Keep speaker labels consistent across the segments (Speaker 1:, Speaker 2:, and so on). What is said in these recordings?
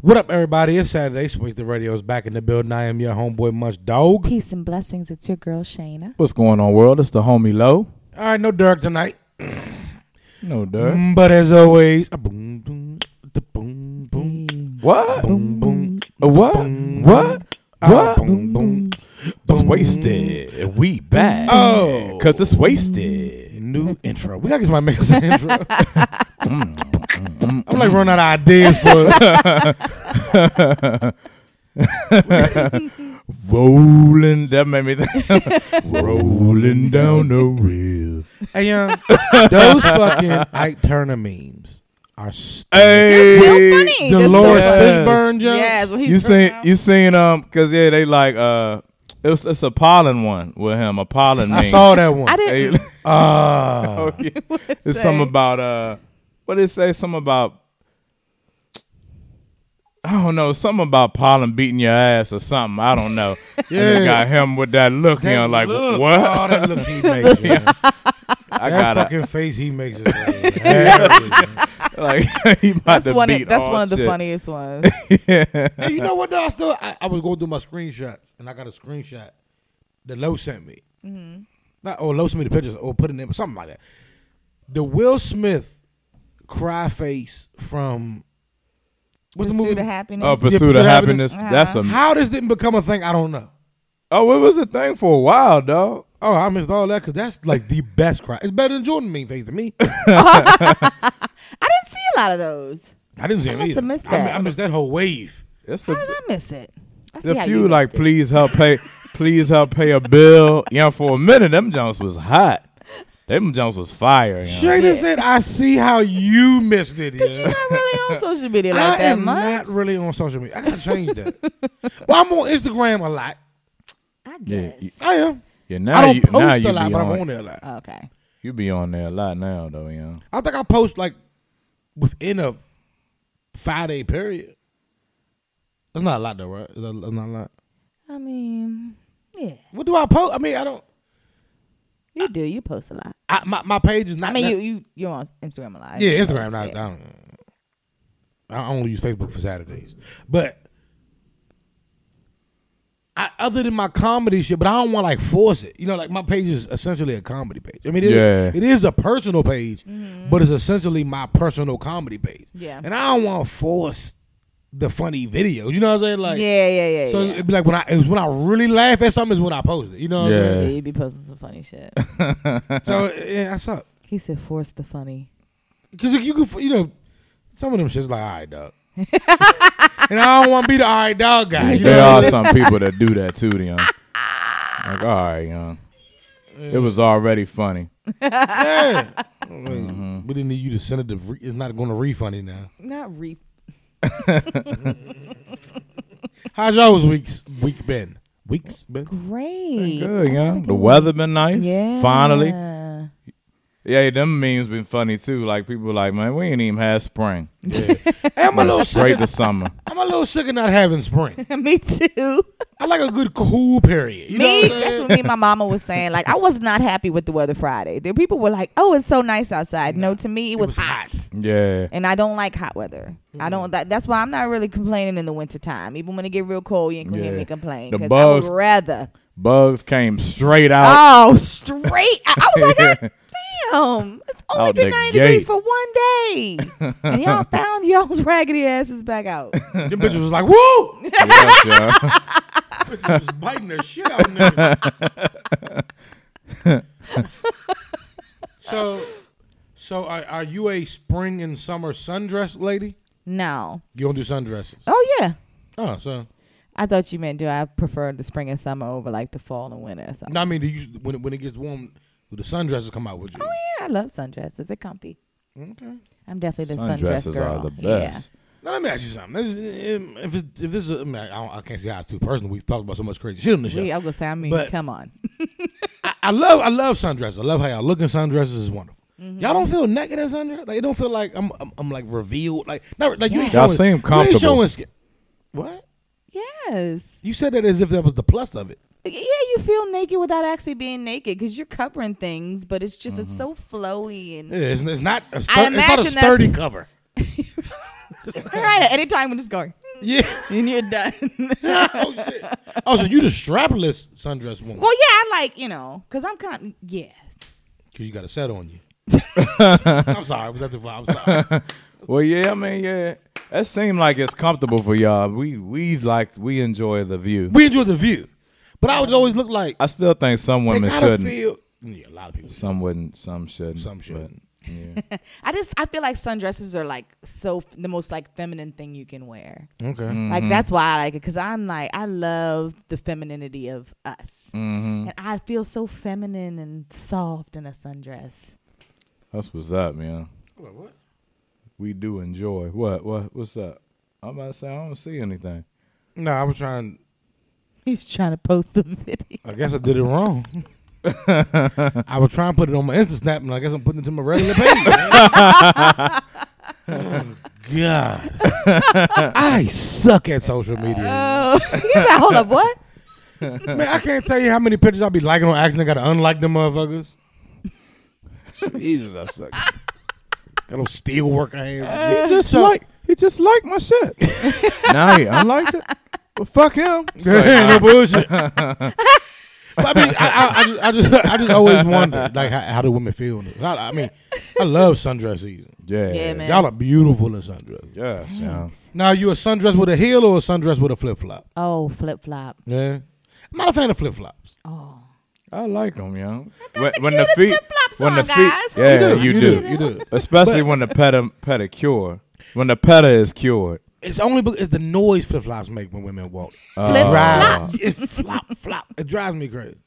Speaker 1: What up, everybody? It's Saturday. Switch the radios back in the building. I am your homeboy, Munch Dog.
Speaker 2: Peace and blessings. It's your girl Shayna.
Speaker 3: What's going on, world? It's the homie Low.
Speaker 1: All right, no Dirk tonight.
Speaker 3: No dirt.
Speaker 1: Mm, But as always, a boom, boom, da boom, boom,
Speaker 3: What?
Speaker 1: boom, boom,
Speaker 3: Uh, What?
Speaker 1: Boom.
Speaker 3: What?
Speaker 1: Ah,
Speaker 3: What?
Speaker 1: boom, boom,
Speaker 3: It's
Speaker 1: boom.
Speaker 3: wasted. We back.
Speaker 1: Oh.
Speaker 3: Cause it's wasted.
Speaker 1: New intro. We gotta get somebody to make us an intro. I'm like running out of ideas for
Speaker 3: Rolling. That made me think. Rolling down the real.
Speaker 1: Hey, um, those fucking Ike Turner memes are stupid.
Speaker 3: Hey.
Speaker 2: Still funny. They're still
Speaker 1: Dolores
Speaker 3: Yes.
Speaker 2: funny.
Speaker 1: Fishburne jokes.
Speaker 2: Yes, when he's
Speaker 3: you seen?
Speaker 2: drunk.
Speaker 3: You seen? Um. Cause yeah, they like. Uh. It's it's a pollen one with him. A pollen.
Speaker 1: I
Speaker 3: meme.
Speaker 1: saw that one.
Speaker 2: I
Speaker 3: Hey,
Speaker 2: didn't.
Speaker 1: Uh,
Speaker 3: okay.
Speaker 2: It's
Speaker 3: It's something about uh what did it say? Something about I don't know, something about pollen beating your ass or something. I don't know. yeah. And
Speaker 1: Yeah.
Speaker 3: they got him with that look, you know, like
Speaker 1: look,
Speaker 3: what?
Speaker 1: Oh, that look he makes. man.
Speaker 3: I
Speaker 1: that
Speaker 3: got
Speaker 1: fucking face he makes. Is hilarious.
Speaker 3: to like he about
Speaker 2: That's
Speaker 3: to
Speaker 2: one.
Speaker 3: beat
Speaker 2: Of, that's
Speaker 3: all
Speaker 2: one of the
Speaker 3: shit.
Speaker 2: funniest ones.
Speaker 1: hey, you know what? Though? I still I, I was going through my screenshots, and I got a screenshot that Low sent me. Not or Low sent me the pictures, or put it in something like that. The Will Smith cry face from what's the
Speaker 2: Pursuit
Speaker 1: movie?
Speaker 2: of happiness.
Speaker 3: Oh, pursuit
Speaker 1: Pursuit of
Speaker 3: of happiness.
Speaker 2: Happiness.
Speaker 3: That's a
Speaker 1: How this didn't become a thing, I don't know.
Speaker 3: oh, it was a thing for a while, dog.
Speaker 1: Oh, I missed all that because that's like the best cry. It's better than Jordan mean face to me.
Speaker 2: I didn't see a lot of those.
Speaker 1: I didn't see
Speaker 2: I
Speaker 1: him
Speaker 2: must
Speaker 1: either.
Speaker 2: have missed
Speaker 1: I, mi-
Speaker 2: that.
Speaker 1: I missed that whole wave.
Speaker 3: It's
Speaker 2: How
Speaker 3: a
Speaker 2: did I miss it? I see
Speaker 3: a
Speaker 2: how
Speaker 3: few
Speaker 2: you
Speaker 3: like
Speaker 2: missed it.
Speaker 3: please help pay please help pay a bill. You know, for a minute them Jones was hot. Them Jones was fire, you know.
Speaker 1: Shayna said, "I see how you missed it."
Speaker 2: Cause
Speaker 1: yeah."
Speaker 2: you're not really on social media like
Speaker 1: I
Speaker 2: that
Speaker 1: am
Speaker 2: much.
Speaker 1: not really on social media. I gotta change that. well, I'm on Instagram a lot.
Speaker 2: I
Speaker 3: Yeah,
Speaker 2: guess.
Speaker 3: you-
Speaker 1: I am.
Speaker 3: Yeah, now
Speaker 1: I don't
Speaker 3: you, now
Speaker 1: post
Speaker 3: you
Speaker 1: a lot,
Speaker 3: be
Speaker 1: but I'm
Speaker 3: on,
Speaker 1: on there a lot.
Speaker 2: okay.
Speaker 3: You be on there a lot now, though, you know.
Speaker 1: I think I post like within a five day period. That's not a lot though, right? That's that's not a lot.
Speaker 2: I mean, yeah,
Speaker 1: What do I post? I mean, I don't.
Speaker 2: you do. You post a lot.
Speaker 1: I, my my page is not.
Speaker 2: I mean,
Speaker 1: that-
Speaker 2: you you you're on Instagram a lot.
Speaker 1: Yeah,
Speaker 2: You
Speaker 1: Instagram.
Speaker 2: post,
Speaker 1: Not,
Speaker 2: yeah.
Speaker 1: I don't. I only use Facebook for Saturdays, but I, other than my comedy shit, but I don't want to like force it. You know, like my page is essentially a comedy page. I mean, it,
Speaker 3: Yeah.
Speaker 1: it is a personal page, but it's essentially my personal comedy page.
Speaker 2: Mm-hmm. Yeah.
Speaker 1: and I don't want to force the funny videos. You know what I'm saying? Like,
Speaker 2: yeah, yeah, yeah.
Speaker 1: So
Speaker 2: yeah.
Speaker 1: it'd be like when I it was when I really laugh at something is when I post it. You know what I'm
Speaker 3: Yeah.
Speaker 2: yeah, you'd be posting some funny shit.
Speaker 1: saying? So yeah, I suck
Speaker 2: he said, "Force the funny."
Speaker 1: Because you can, you know, some of them shit's like, all right, dog. and I don't want to be the all right, dog guy. You
Speaker 3: there
Speaker 1: know?
Speaker 3: are some people that do that too, you know. Like, all right, you know. It was already funny.
Speaker 1: Yeah. We didn't need you to send it to, re- it's not going to refund it now.
Speaker 2: Not re.
Speaker 1: How's y'all's weeks, week been? Weeks been?
Speaker 2: Great.
Speaker 3: Good, you
Speaker 2: I
Speaker 3: know.
Speaker 2: think
Speaker 3: The
Speaker 2: it was-
Speaker 3: weather been nice.
Speaker 2: Yeah.
Speaker 3: Finally.
Speaker 2: Yeah.
Speaker 3: Yeah, them memes been funny too. Like people like, man, we ain't even had spring.
Speaker 1: Yeah. I'm, a
Speaker 3: Went
Speaker 1: little
Speaker 3: straight
Speaker 1: sick,
Speaker 3: to summer.
Speaker 1: I'm a little sick of not having spring.
Speaker 2: me too.
Speaker 1: I like a good cool period. You
Speaker 2: me.
Speaker 1: Know what I'm
Speaker 2: That's
Speaker 1: saying?
Speaker 2: what me and my mama was saying. Like I was not happy with the weather Friday. There people were like, "Oh, it's so nice outside." No, to me it, was,
Speaker 1: was
Speaker 2: hot.
Speaker 3: Yeah.
Speaker 2: And I don't like hot weather. I don't. That, that's why I'm not really complaining in the wintertime. Even when it get real cold, you ain't gonna hear
Speaker 3: Yeah.
Speaker 2: me complain.
Speaker 3: The
Speaker 2: Because I would
Speaker 3: bugs-
Speaker 2: rather.
Speaker 3: Bugs came straight out.
Speaker 2: Oh, straight. I, I was like, God damn. It's only
Speaker 3: Out
Speaker 2: been
Speaker 3: the
Speaker 2: 90
Speaker 3: gate.
Speaker 2: degrees for one day. and y'all found y'all's raggedy asses back out.
Speaker 1: Them bitches was like, woo!
Speaker 3: Yes, yeah.
Speaker 1: bitches was biting the shit out of niggas. so, so are, are you a spring and summer sundress lady?
Speaker 2: No.
Speaker 1: You don't do sundresses.
Speaker 2: Oh, yeah.
Speaker 1: Oh, so
Speaker 2: I thought you meant do I prefer the spring and summer over like the fall and winter or something.
Speaker 1: no, I mean, do you, when it- when it gets warm, do the sundresses come out with you?
Speaker 2: Oh, yeah. I love sundresses. They're comfy.
Speaker 1: Okay.
Speaker 2: I'm definitely the sundress
Speaker 3: Sundresses
Speaker 2: girl.
Speaker 3: are the best.
Speaker 1: Now let me ask you something. This is, um, if it's, if this is, I, mean, I, don't, I can't see how it's too personal. We've talked about so much crazy shit on the
Speaker 2: Yeah.
Speaker 1: show.
Speaker 2: We, I was gonna say, I mean,
Speaker 1: But-
Speaker 2: come on.
Speaker 1: I, I love I love sundresses. I love how y'all look in sundresses. is wonderful.
Speaker 2: Mm-hmm.
Speaker 1: Y'all don't feel naked in sundress. Like it don't feel like I'm I'm, I'm like revealed. Like not like you ain't
Speaker 3: Y'all
Speaker 1: showing,
Speaker 3: seem
Speaker 1: You
Speaker 3: comfortable.
Speaker 1: ain't showing skin. What?
Speaker 2: Yes.
Speaker 1: You said that as if that was the plus of it.
Speaker 2: Yeah, you feel naked without actually being naked because you're covering things, but it's just, it's so
Speaker 3: Mm-hmm.
Speaker 2: flowy and
Speaker 1: Yeah, It's, it's not. A stur-
Speaker 2: I
Speaker 1: it's not a
Speaker 2: imagine that's-
Speaker 1: sturdy cover.
Speaker 2: right at any time when it's going.
Speaker 1: Yeah.
Speaker 4: and you're done.
Speaker 1: oh shit. Oh, so you the strapless sundress woman
Speaker 4: Well, yeah, I like you know, cause I'm kind. Yeah,
Speaker 1: because you got a set on you. I'm sorry. Was that the vibe? I'm sorry.
Speaker 3: Well, yeah, I mean, yeah, that seemed like it's comfortable for y'all. We we like we enjoy the view.
Speaker 1: We enjoyed the view, but I would always look like
Speaker 3: I still think some
Speaker 1: they
Speaker 3: women
Speaker 1: gotta
Speaker 3: shouldn't.
Speaker 1: feel. Yeah, a lot of people.
Speaker 3: Some wouldn't. Some shouldn't.
Speaker 1: Some
Speaker 3: but-
Speaker 1: shouldn't.
Speaker 4: I just I feel like sundresses are like so f- the most like feminine thing you can wear.
Speaker 1: Okay.
Speaker 3: Mm-hmm.
Speaker 4: Like that's why I like it, cause I'm like I love the femininity of us,
Speaker 3: Mm-hmm.
Speaker 4: and I feel so feminine and soft in a sundress.
Speaker 3: That's what's up, man.
Speaker 1: Hold on, what?
Speaker 3: We do enjoy. What? What? What's up? I'm about to say I don't see anything.
Speaker 1: No, I was trying.
Speaker 4: He was trying to post the video.
Speaker 1: I guess I did it wrong. I was trying to put it on my Insta snap, and I guess I'm putting it to my regular page. Oh, God, I suck at social media.
Speaker 4: Oh, he's like, hold up, what?
Speaker 1: Man, I can't tell you how many pictures I'll be liking on accident. I gotta unlike them motherfuckers. Jesus, I suck. Got those steel worker hands. and shit.
Speaker 3: He Eh, just like he just liked my shit. nah, he unliked it. Well, fuck him. It's like,
Speaker 1: no
Speaker 3: uh,
Speaker 1: bullshit. But I mean, I, I, I, just, I just, I just always wonder, like, how, how do women feel? in it? I, I mean, I love sundress season.
Speaker 3: yeah,
Speaker 4: Yeah, man.
Speaker 1: Y'all are beautiful in sundress.
Speaker 3: Yeah, yeah.
Speaker 1: Now, you a sundress with a heel or a sundress with a flip flop?
Speaker 4: Oh, flip flop.
Speaker 1: Yeah, I'm not a fan of flip flops.
Speaker 4: Oh,
Speaker 3: I like them, yo.
Speaker 4: the cutest flip-flops on, guys. Who
Speaker 3: yeah,
Speaker 4: do?
Speaker 3: you,
Speaker 1: you
Speaker 3: do.
Speaker 1: do, you do.
Speaker 3: Especially when the pedi pedicure, when the pedi is cured.
Speaker 1: It's only because it's the noise flip flops make when women walk.
Speaker 3: Uh,
Speaker 4: Flip
Speaker 1: Drive, it flop, flop. It drives me crazy.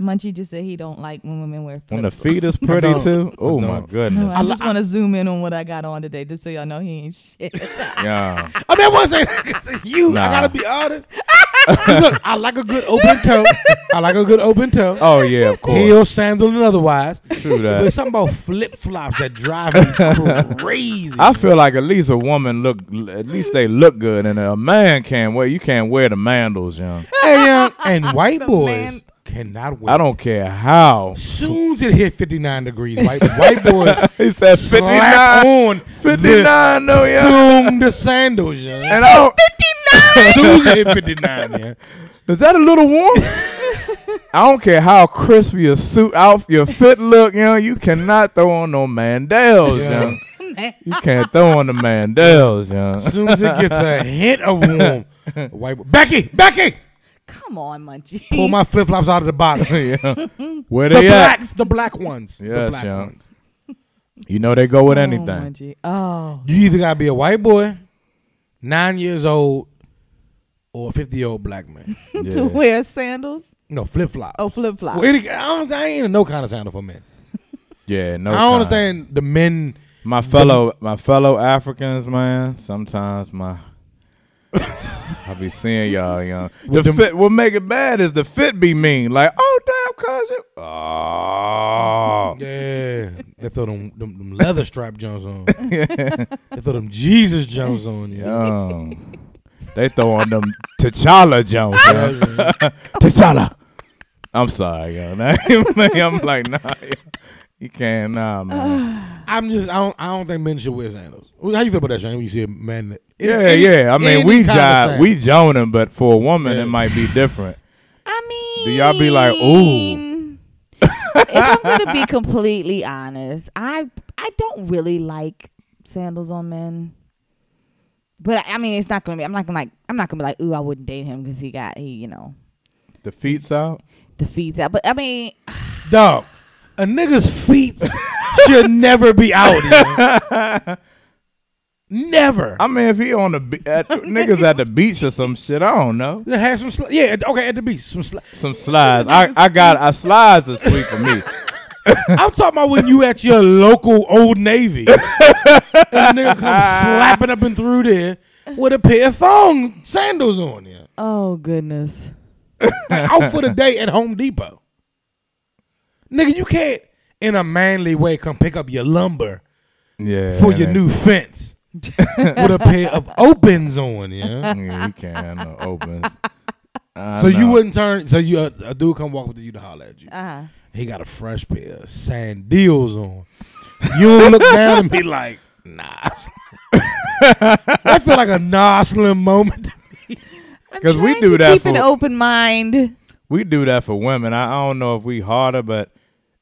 Speaker 2: Munchie just said he don't like when women wear
Speaker 3: When the
Speaker 2: flip.
Speaker 3: feet is pretty
Speaker 1: don't.
Speaker 3: too. Oh
Speaker 1: I
Speaker 3: my
Speaker 1: don't.
Speaker 3: goodness.
Speaker 2: I
Speaker 1: li-
Speaker 2: just want to zoom in on what I got on today, just so y'all know he ain't shit.
Speaker 3: yeah.
Speaker 1: I mean, I want to say that 'cause it's you. I
Speaker 3: Nah.
Speaker 1: gotta be honest. 'Cause look, I like a good open toe. I like a good open toe.
Speaker 3: Oh yeah, of course.
Speaker 1: Heel, sandal, and otherwise.
Speaker 3: True
Speaker 1: But it's
Speaker 3: that.
Speaker 1: something about flip flops that drive me crazy.
Speaker 3: I feel like at least a woman look, at least they look good, and a man can't wear. You can't wear the mandals, young.
Speaker 1: Hey, um, and white boys
Speaker 2: man-
Speaker 1: cannot wear.
Speaker 3: I don't care how.
Speaker 1: Soon as it hit 59 degrees, white, white boys
Speaker 3: He said fifty
Speaker 1: slap
Speaker 3: nine.
Speaker 1: on
Speaker 3: Fifty nine, no, yeah.
Speaker 1: Boom, the sandals, yeah.
Speaker 3: And I don't,
Speaker 1: Soon as it hit 59, yeah.
Speaker 3: Is that a little warm? I don't care how crisp your suit out, your fit look, you know, you cannot throw on no Mandels,
Speaker 1: Yeah.
Speaker 3: yeah. You can't throw on the Mandels, yeah.
Speaker 1: Soon as it gets a hint of warm, a white boy. Becky, Becky,
Speaker 2: Come on, Munchie.
Speaker 1: pull my flip flops out of the box. The
Speaker 3: yeah. Where they at?
Speaker 1: blacks, the black ones. the
Speaker 3: Yes,
Speaker 1: black
Speaker 3: yeah.
Speaker 1: ones.
Speaker 3: You know they go with
Speaker 2: Oh,
Speaker 3: anything.
Speaker 2: Munchie. Oh,
Speaker 1: You either gotta be a white boy, nine years old, or a 50 year old black man.
Speaker 2: to
Speaker 3: Yeah.
Speaker 2: wear sandals?
Speaker 1: No, flip flop.
Speaker 2: Oh, flip flop.
Speaker 1: Well, any, I, don't, I ain't in no kind of sandal for men.
Speaker 3: yeah, no.
Speaker 1: I don't
Speaker 3: kind.
Speaker 1: understand the men.
Speaker 3: My fellow, my fellow Africans, man. Sometimes my, I be seeing y'all, young. The
Speaker 1: With them-
Speaker 3: fit, what make it bad is the fit be mean. Like, oh damn, cousin. Oh,
Speaker 1: Mm-hmm. Yeah, they throw them them, them leather strap Jones on. they throw them Jesus Jones on. Yeah.
Speaker 3: Yo. they throwing them T'Challa Jones. yo. T'Challa. I'm sorry, yo. Nah, man, I'm like, nah, yo. you can't, nah,
Speaker 1: Uh,
Speaker 3: man.
Speaker 1: I'm just I don't I don't think men should wear sandals. How you feel about that, Shane? When you see a man? that-
Speaker 3: Yeah,
Speaker 1: any-
Speaker 3: yeah. I mean,
Speaker 1: any
Speaker 3: we
Speaker 1: kind of
Speaker 3: jive,
Speaker 1: sandal.
Speaker 3: we joning, but for a woman,
Speaker 1: Yeah.
Speaker 3: it might be different.
Speaker 4: I mean,
Speaker 3: Do y'all be like, ooh.
Speaker 4: if I'm gonna be completely honest, I I don't really like sandals on men. But I, I mean, it's not gonna be. I'm not gonna like. I'm not gonna be like, ooh, I wouldn't date him because he got he, you know,
Speaker 3: The feet's out.
Speaker 4: the feet out. But I mean,
Speaker 1: Dog, a nigga's feet should never be out. yo. never.
Speaker 3: I mean, if he on the be- at, niggas at the beach or some shit, I don't know.
Speaker 1: They have some sli- yeah, at- okay, at the beach. Some sli-
Speaker 3: Some slides. I, I got I slides are sweet for me.
Speaker 1: I'm talking about when you at your local Old Navy. and a nigga comes slapping up and through there with a pair of thong sandals on there.
Speaker 2: Oh, goodness.
Speaker 1: Like, out for the day at Home Depot. Nigga, you can't in a manly way come pick up your lumber
Speaker 3: Yeah.
Speaker 1: for
Speaker 3: it
Speaker 1: your
Speaker 3: ain't-
Speaker 1: new fence with a pair of opens on, yeah.
Speaker 3: Yeah, you can't have no opens. I
Speaker 1: So you
Speaker 3: know.
Speaker 1: wouldn't turn. So you a, a dude come walk up to you to holler at you.
Speaker 4: uh,
Speaker 1: He got a fresh pair of sandals on. You don't look down and be like, Nah. I feel like a nah slim moment.
Speaker 4: I'm
Speaker 3: 'Cause we
Speaker 4: trying
Speaker 3: do
Speaker 4: to
Speaker 3: that
Speaker 4: Keep an
Speaker 3: for-
Speaker 4: open mind.
Speaker 3: we do that for women. I, I don't know if we harder, but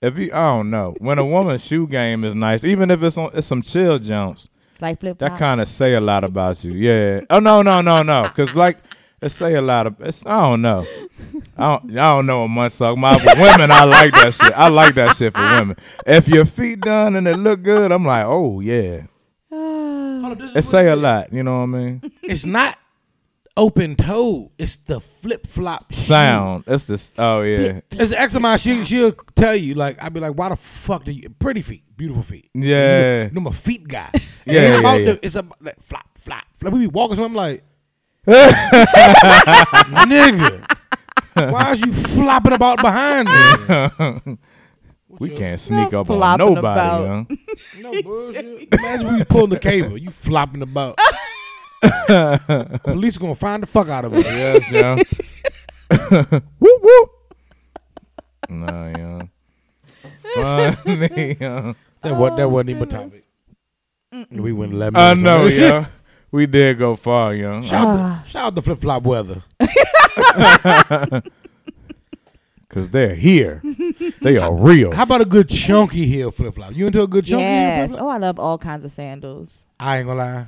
Speaker 3: if you, I don't know. When a woman's shoe game is nice, even if it's on, it's some chill jumps,
Speaker 4: Like flip
Speaker 3: that kind of say a lot about you. Yeah. Oh no, no, no, no. Because like it say a lot of. It's I don't know. I don't, I don't know what month talking about. But women, I like that shit. I like that shit for women. If your feet done and it look good, I'm like, oh yeah. It say a lot. You know what I mean?
Speaker 1: It's not open toe. It's the flip flop
Speaker 3: Sound. It's this. Oh yeah.
Speaker 1: It's the X of mine. She she'll tell you like I'd be like, why the fuck do you pretty feet, beautiful feet?
Speaker 3: Yeah.
Speaker 1: you know, I'm a feet guy. And
Speaker 3: Yeah, yeah,
Speaker 1: it's about
Speaker 3: yeah.
Speaker 1: the- it's about like, flop, flop, flop. We be walking, so I'm like, nigga, why is you flopping about behind me?
Speaker 3: We can't sneak up on
Speaker 2: flopping
Speaker 3: nobody.
Speaker 2: about.
Speaker 3: Yo.
Speaker 1: No bullshit. Imagine we pulling the cable, you flopping about. Police gonna find the fuck out of us.
Speaker 3: Yes, yeah. whoop whoop. Nah, yeah. Funny, yeah.
Speaker 1: That what that wasn't even a topic. We went eleven.
Speaker 3: Oh, I
Speaker 1: minutes
Speaker 3: know,
Speaker 1: on.
Speaker 3: yeah. Ah. We did go far, yeah.
Speaker 1: Shout, out to, shout out to flip flop weather.
Speaker 3: Cause they're here. They are real.
Speaker 1: How about a good chunky heel flip flop? You into a good chunky heel
Speaker 2: Yes.
Speaker 1: flip flop?
Speaker 2: Oh, I love all kinds of sandals.
Speaker 1: I ain't gonna lie,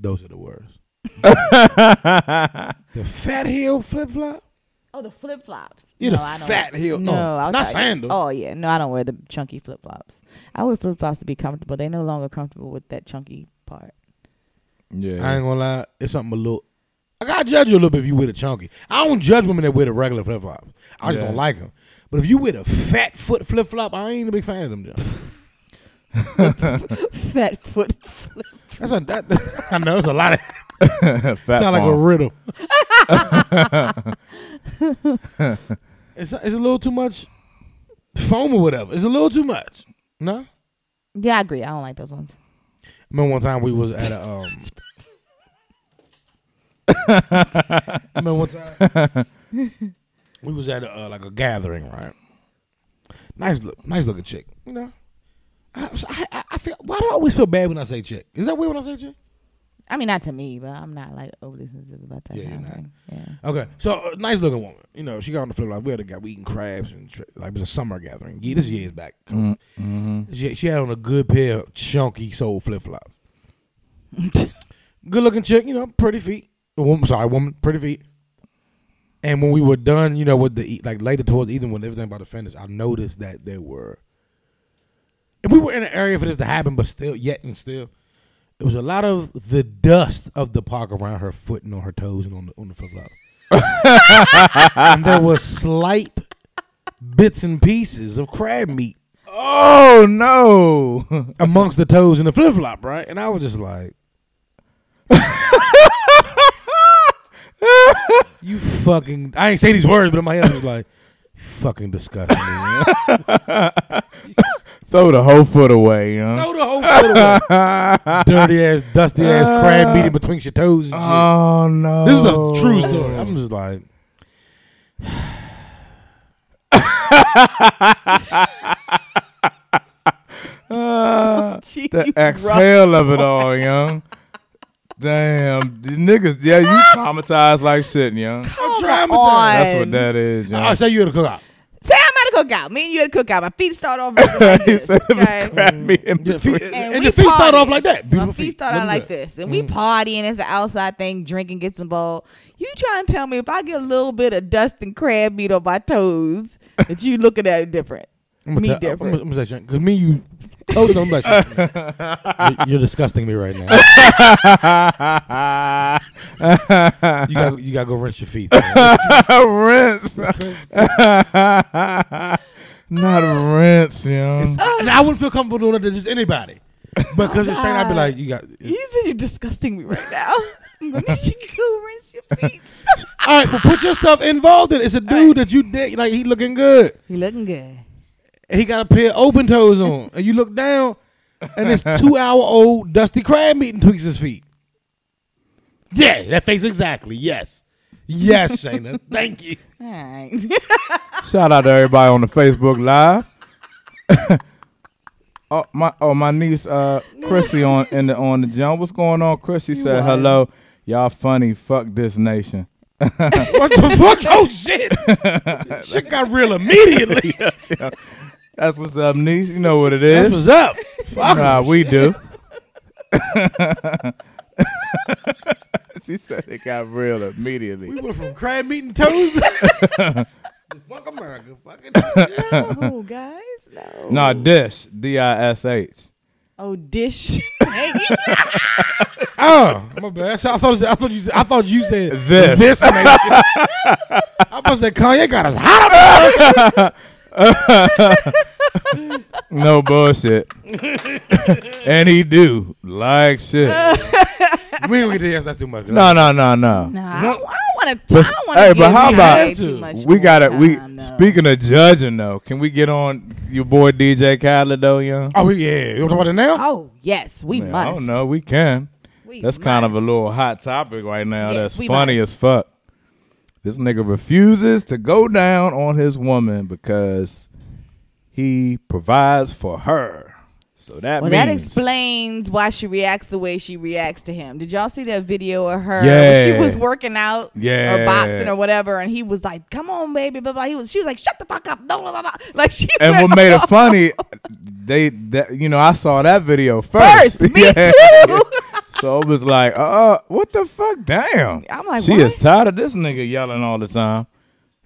Speaker 1: those are the worst. The fat heel flip flop.
Speaker 2: Oh, the flip flops.
Speaker 1: You
Speaker 2: no,
Speaker 1: the
Speaker 2: I don't.
Speaker 1: fat heel.
Speaker 2: No,
Speaker 1: No,
Speaker 2: I'll
Speaker 1: not
Speaker 2: tell you.
Speaker 1: sandals.
Speaker 2: Oh yeah, no, I don't wear the chunky flip flops. I wear flip flops to be comfortable. They're no longer comfortable with that chunky part.
Speaker 1: I
Speaker 3: yeah.
Speaker 1: ain't gonna lie, it's something a little. I gotta judge you a little bit if you wear the chunky. I don't judge women that wear the regular flip flops. I just
Speaker 3: Yeah.
Speaker 1: don't like them. But if you wear the fat foot flip flop, I ain't a big fan of them. John.
Speaker 2: Fat foot. Flip.
Speaker 1: That's a that, I know it's a lot of
Speaker 3: Fat
Speaker 1: sound like a
Speaker 3: farm.
Speaker 1: riddle. it's a, it's a little too much foam or whatever. It's a little too much. No.
Speaker 2: Yeah, I agree. I don't like those ones.
Speaker 1: Remember one time we was at a. Um, remember one time we was at a, uh, like a gathering, right? Nice look, nice looking chick, you know. I, I, I- I feel why do I always feel bad when I say chick? Is that weird when I say chick?
Speaker 2: I mean, not to me, but I'm not like overly sensitive about that.
Speaker 1: Yeah,
Speaker 2: kind
Speaker 1: you're
Speaker 2: of
Speaker 1: not.
Speaker 2: thing. Yeah.
Speaker 1: Okay, so uh, nice looking woman, you know. She got on the flip like we had a guy we eating crabs and tri- like it was a summer gathering. Yeah, this is years back.
Speaker 3: Mm, mhm.
Speaker 1: She, she had on a good pair of chunky sole flip flops. good looking chick, you know, pretty feet. A woman, sorry, woman, pretty feet. And when we were done, you know, with the e- like later towards the evening when everything about to finish, I noticed that there were, and we were in an area for this to happen, but still, yet and still, it was a lot of the dust of the park around her foot and on her toes and on the on the flip flop. and there were slight bits and pieces of crab meat
Speaker 3: Oh no.
Speaker 1: amongst the toes and the flip flop, right? And I was just like, "You fucking!" I ain't say these words, but in my head I was like, "Fucking disgusting." man."
Speaker 3: Throw the whole foot away, you know.
Speaker 1: Throw the whole foot away. Dirty ass, dusty ass crab meat in between your toes. And shit.
Speaker 3: Oh no.
Speaker 1: this is a
Speaker 3: oh.
Speaker 1: true story. I'm just like.
Speaker 3: Ah,
Speaker 2: Gee,
Speaker 3: the
Speaker 2: you
Speaker 3: exhale of it all, young. Damn, the niggas, yeah, you traumatized like shit, young.
Speaker 1: I'm trying
Speaker 2: on.
Speaker 3: That's what that is, young.
Speaker 1: I'll show you at a cookout.
Speaker 2: Say I'm at a cookout. Me and you at a cookout. My feet start off like
Speaker 3: He
Speaker 2: this.
Speaker 3: said it was
Speaker 2: okay?
Speaker 3: crappy in
Speaker 1: Your
Speaker 3: between.
Speaker 1: feet-
Speaker 2: And
Speaker 1: and
Speaker 2: we
Speaker 1: your feet start
Speaker 2: party.
Speaker 1: off like that. Beautiful
Speaker 2: My feet
Speaker 1: feet.
Speaker 2: start out
Speaker 1: Look
Speaker 2: like
Speaker 1: good.
Speaker 2: this, and we party, and it's an outside thing. Drinking, get some bowl. You trying to tell me if I get a little bit of dust and crab meat on my toes that you looking at it different?
Speaker 1: I'm
Speaker 2: me
Speaker 1: gonna tell- I'm
Speaker 2: different.
Speaker 1: gonna- I'm gonna say because me and you, oh no, I'm like, "You- you're disgusting me right now. You gotta, you gotta go rinse your feet. man.
Speaker 3: rinse. Not a rinse, young.
Speaker 1: and I wouldn't feel comfortable doing it to just anybody because it's Shane. I'd be like, you got.
Speaker 2: you said you're disgusting me right now. I'm gonna need you to go rinse your feet.
Speaker 1: All right, but put yourself involved in. it. It's a dude that you dig, like he looking good.
Speaker 2: you looking good.
Speaker 1: And he got a pair of open toes on, and you look down, and it's two hour old dusty crab meat between his feet. Yeah, that face exactly. Yes, yes, Shayna. Thank you.
Speaker 2: All right.
Speaker 3: Shout out to everybody on the Facebook Live. oh, my oh my niece uh Chrissy on in the on the jump. What's going on, Chris? She said,
Speaker 4: was.
Speaker 3: "Hello, y'all funny. Fuck this nation."
Speaker 1: What the fuck? Oh shit! shit got real immediately.
Speaker 3: That's what's up, niece. You know what it
Speaker 1: That's what's
Speaker 3: is.
Speaker 1: up. Fuck.
Speaker 3: nah, we do. she said it got real
Speaker 1: We
Speaker 3: immediately.
Speaker 1: went from crab meat and toes. to- fuck America. Fucking
Speaker 2: oh, guys, no.
Speaker 3: Nah, dish. D I S H.
Speaker 2: Oh, dish.
Speaker 1: oh my bad. That's- I thought I thought you said, I thought you said
Speaker 3: This.
Speaker 1: this nation. I must say Kanye got us hot. up.
Speaker 3: No bullshit. and he do like shit.
Speaker 1: We don't get to ask that too much.
Speaker 3: No, no, no, no.
Speaker 2: no, I don't, want to.
Speaker 3: But-
Speaker 2: I don't want to.
Speaker 3: hey,
Speaker 2: give
Speaker 3: but how
Speaker 2: you
Speaker 3: about-
Speaker 2: guys too much
Speaker 3: We
Speaker 2: more
Speaker 3: got to We
Speaker 2: time, though.
Speaker 3: speaking of judging though, can we get on your boy DJ Khaled though, young?
Speaker 1: Oh yeah. You want to talk about it now?
Speaker 2: Oh yes, we
Speaker 3: Man,
Speaker 2: must.
Speaker 3: I don't know. We can.
Speaker 2: We
Speaker 3: That's kind of a
Speaker 2: must.
Speaker 3: little hot topic right now.
Speaker 2: Yes,
Speaker 3: that's
Speaker 2: we
Speaker 3: funny
Speaker 2: must.
Speaker 3: as fuck. This nigga refuses to go down on his woman because he provides for her. So that
Speaker 2: Well,
Speaker 3: means
Speaker 2: that explains why she reacts the way she reacts to him. Did y'all see that video of her?
Speaker 3: Yeah.
Speaker 2: She was working out
Speaker 3: Yeah.
Speaker 2: or boxing or whatever, and he was like, "Come on, baby," blah blah. He was. She was like, "Shut the fuck up!" Blah, blah, blah, blah. Like she.
Speaker 3: And
Speaker 2: went
Speaker 3: what made
Speaker 2: off
Speaker 3: it funny, they that you know I saw that video first.
Speaker 2: first. Me
Speaker 3: Yeah.
Speaker 2: too.
Speaker 3: So it was like, uh, what the fuck? Damn.
Speaker 2: I'm like,
Speaker 3: she
Speaker 2: what?
Speaker 3: is tired of this nigga yelling all the time.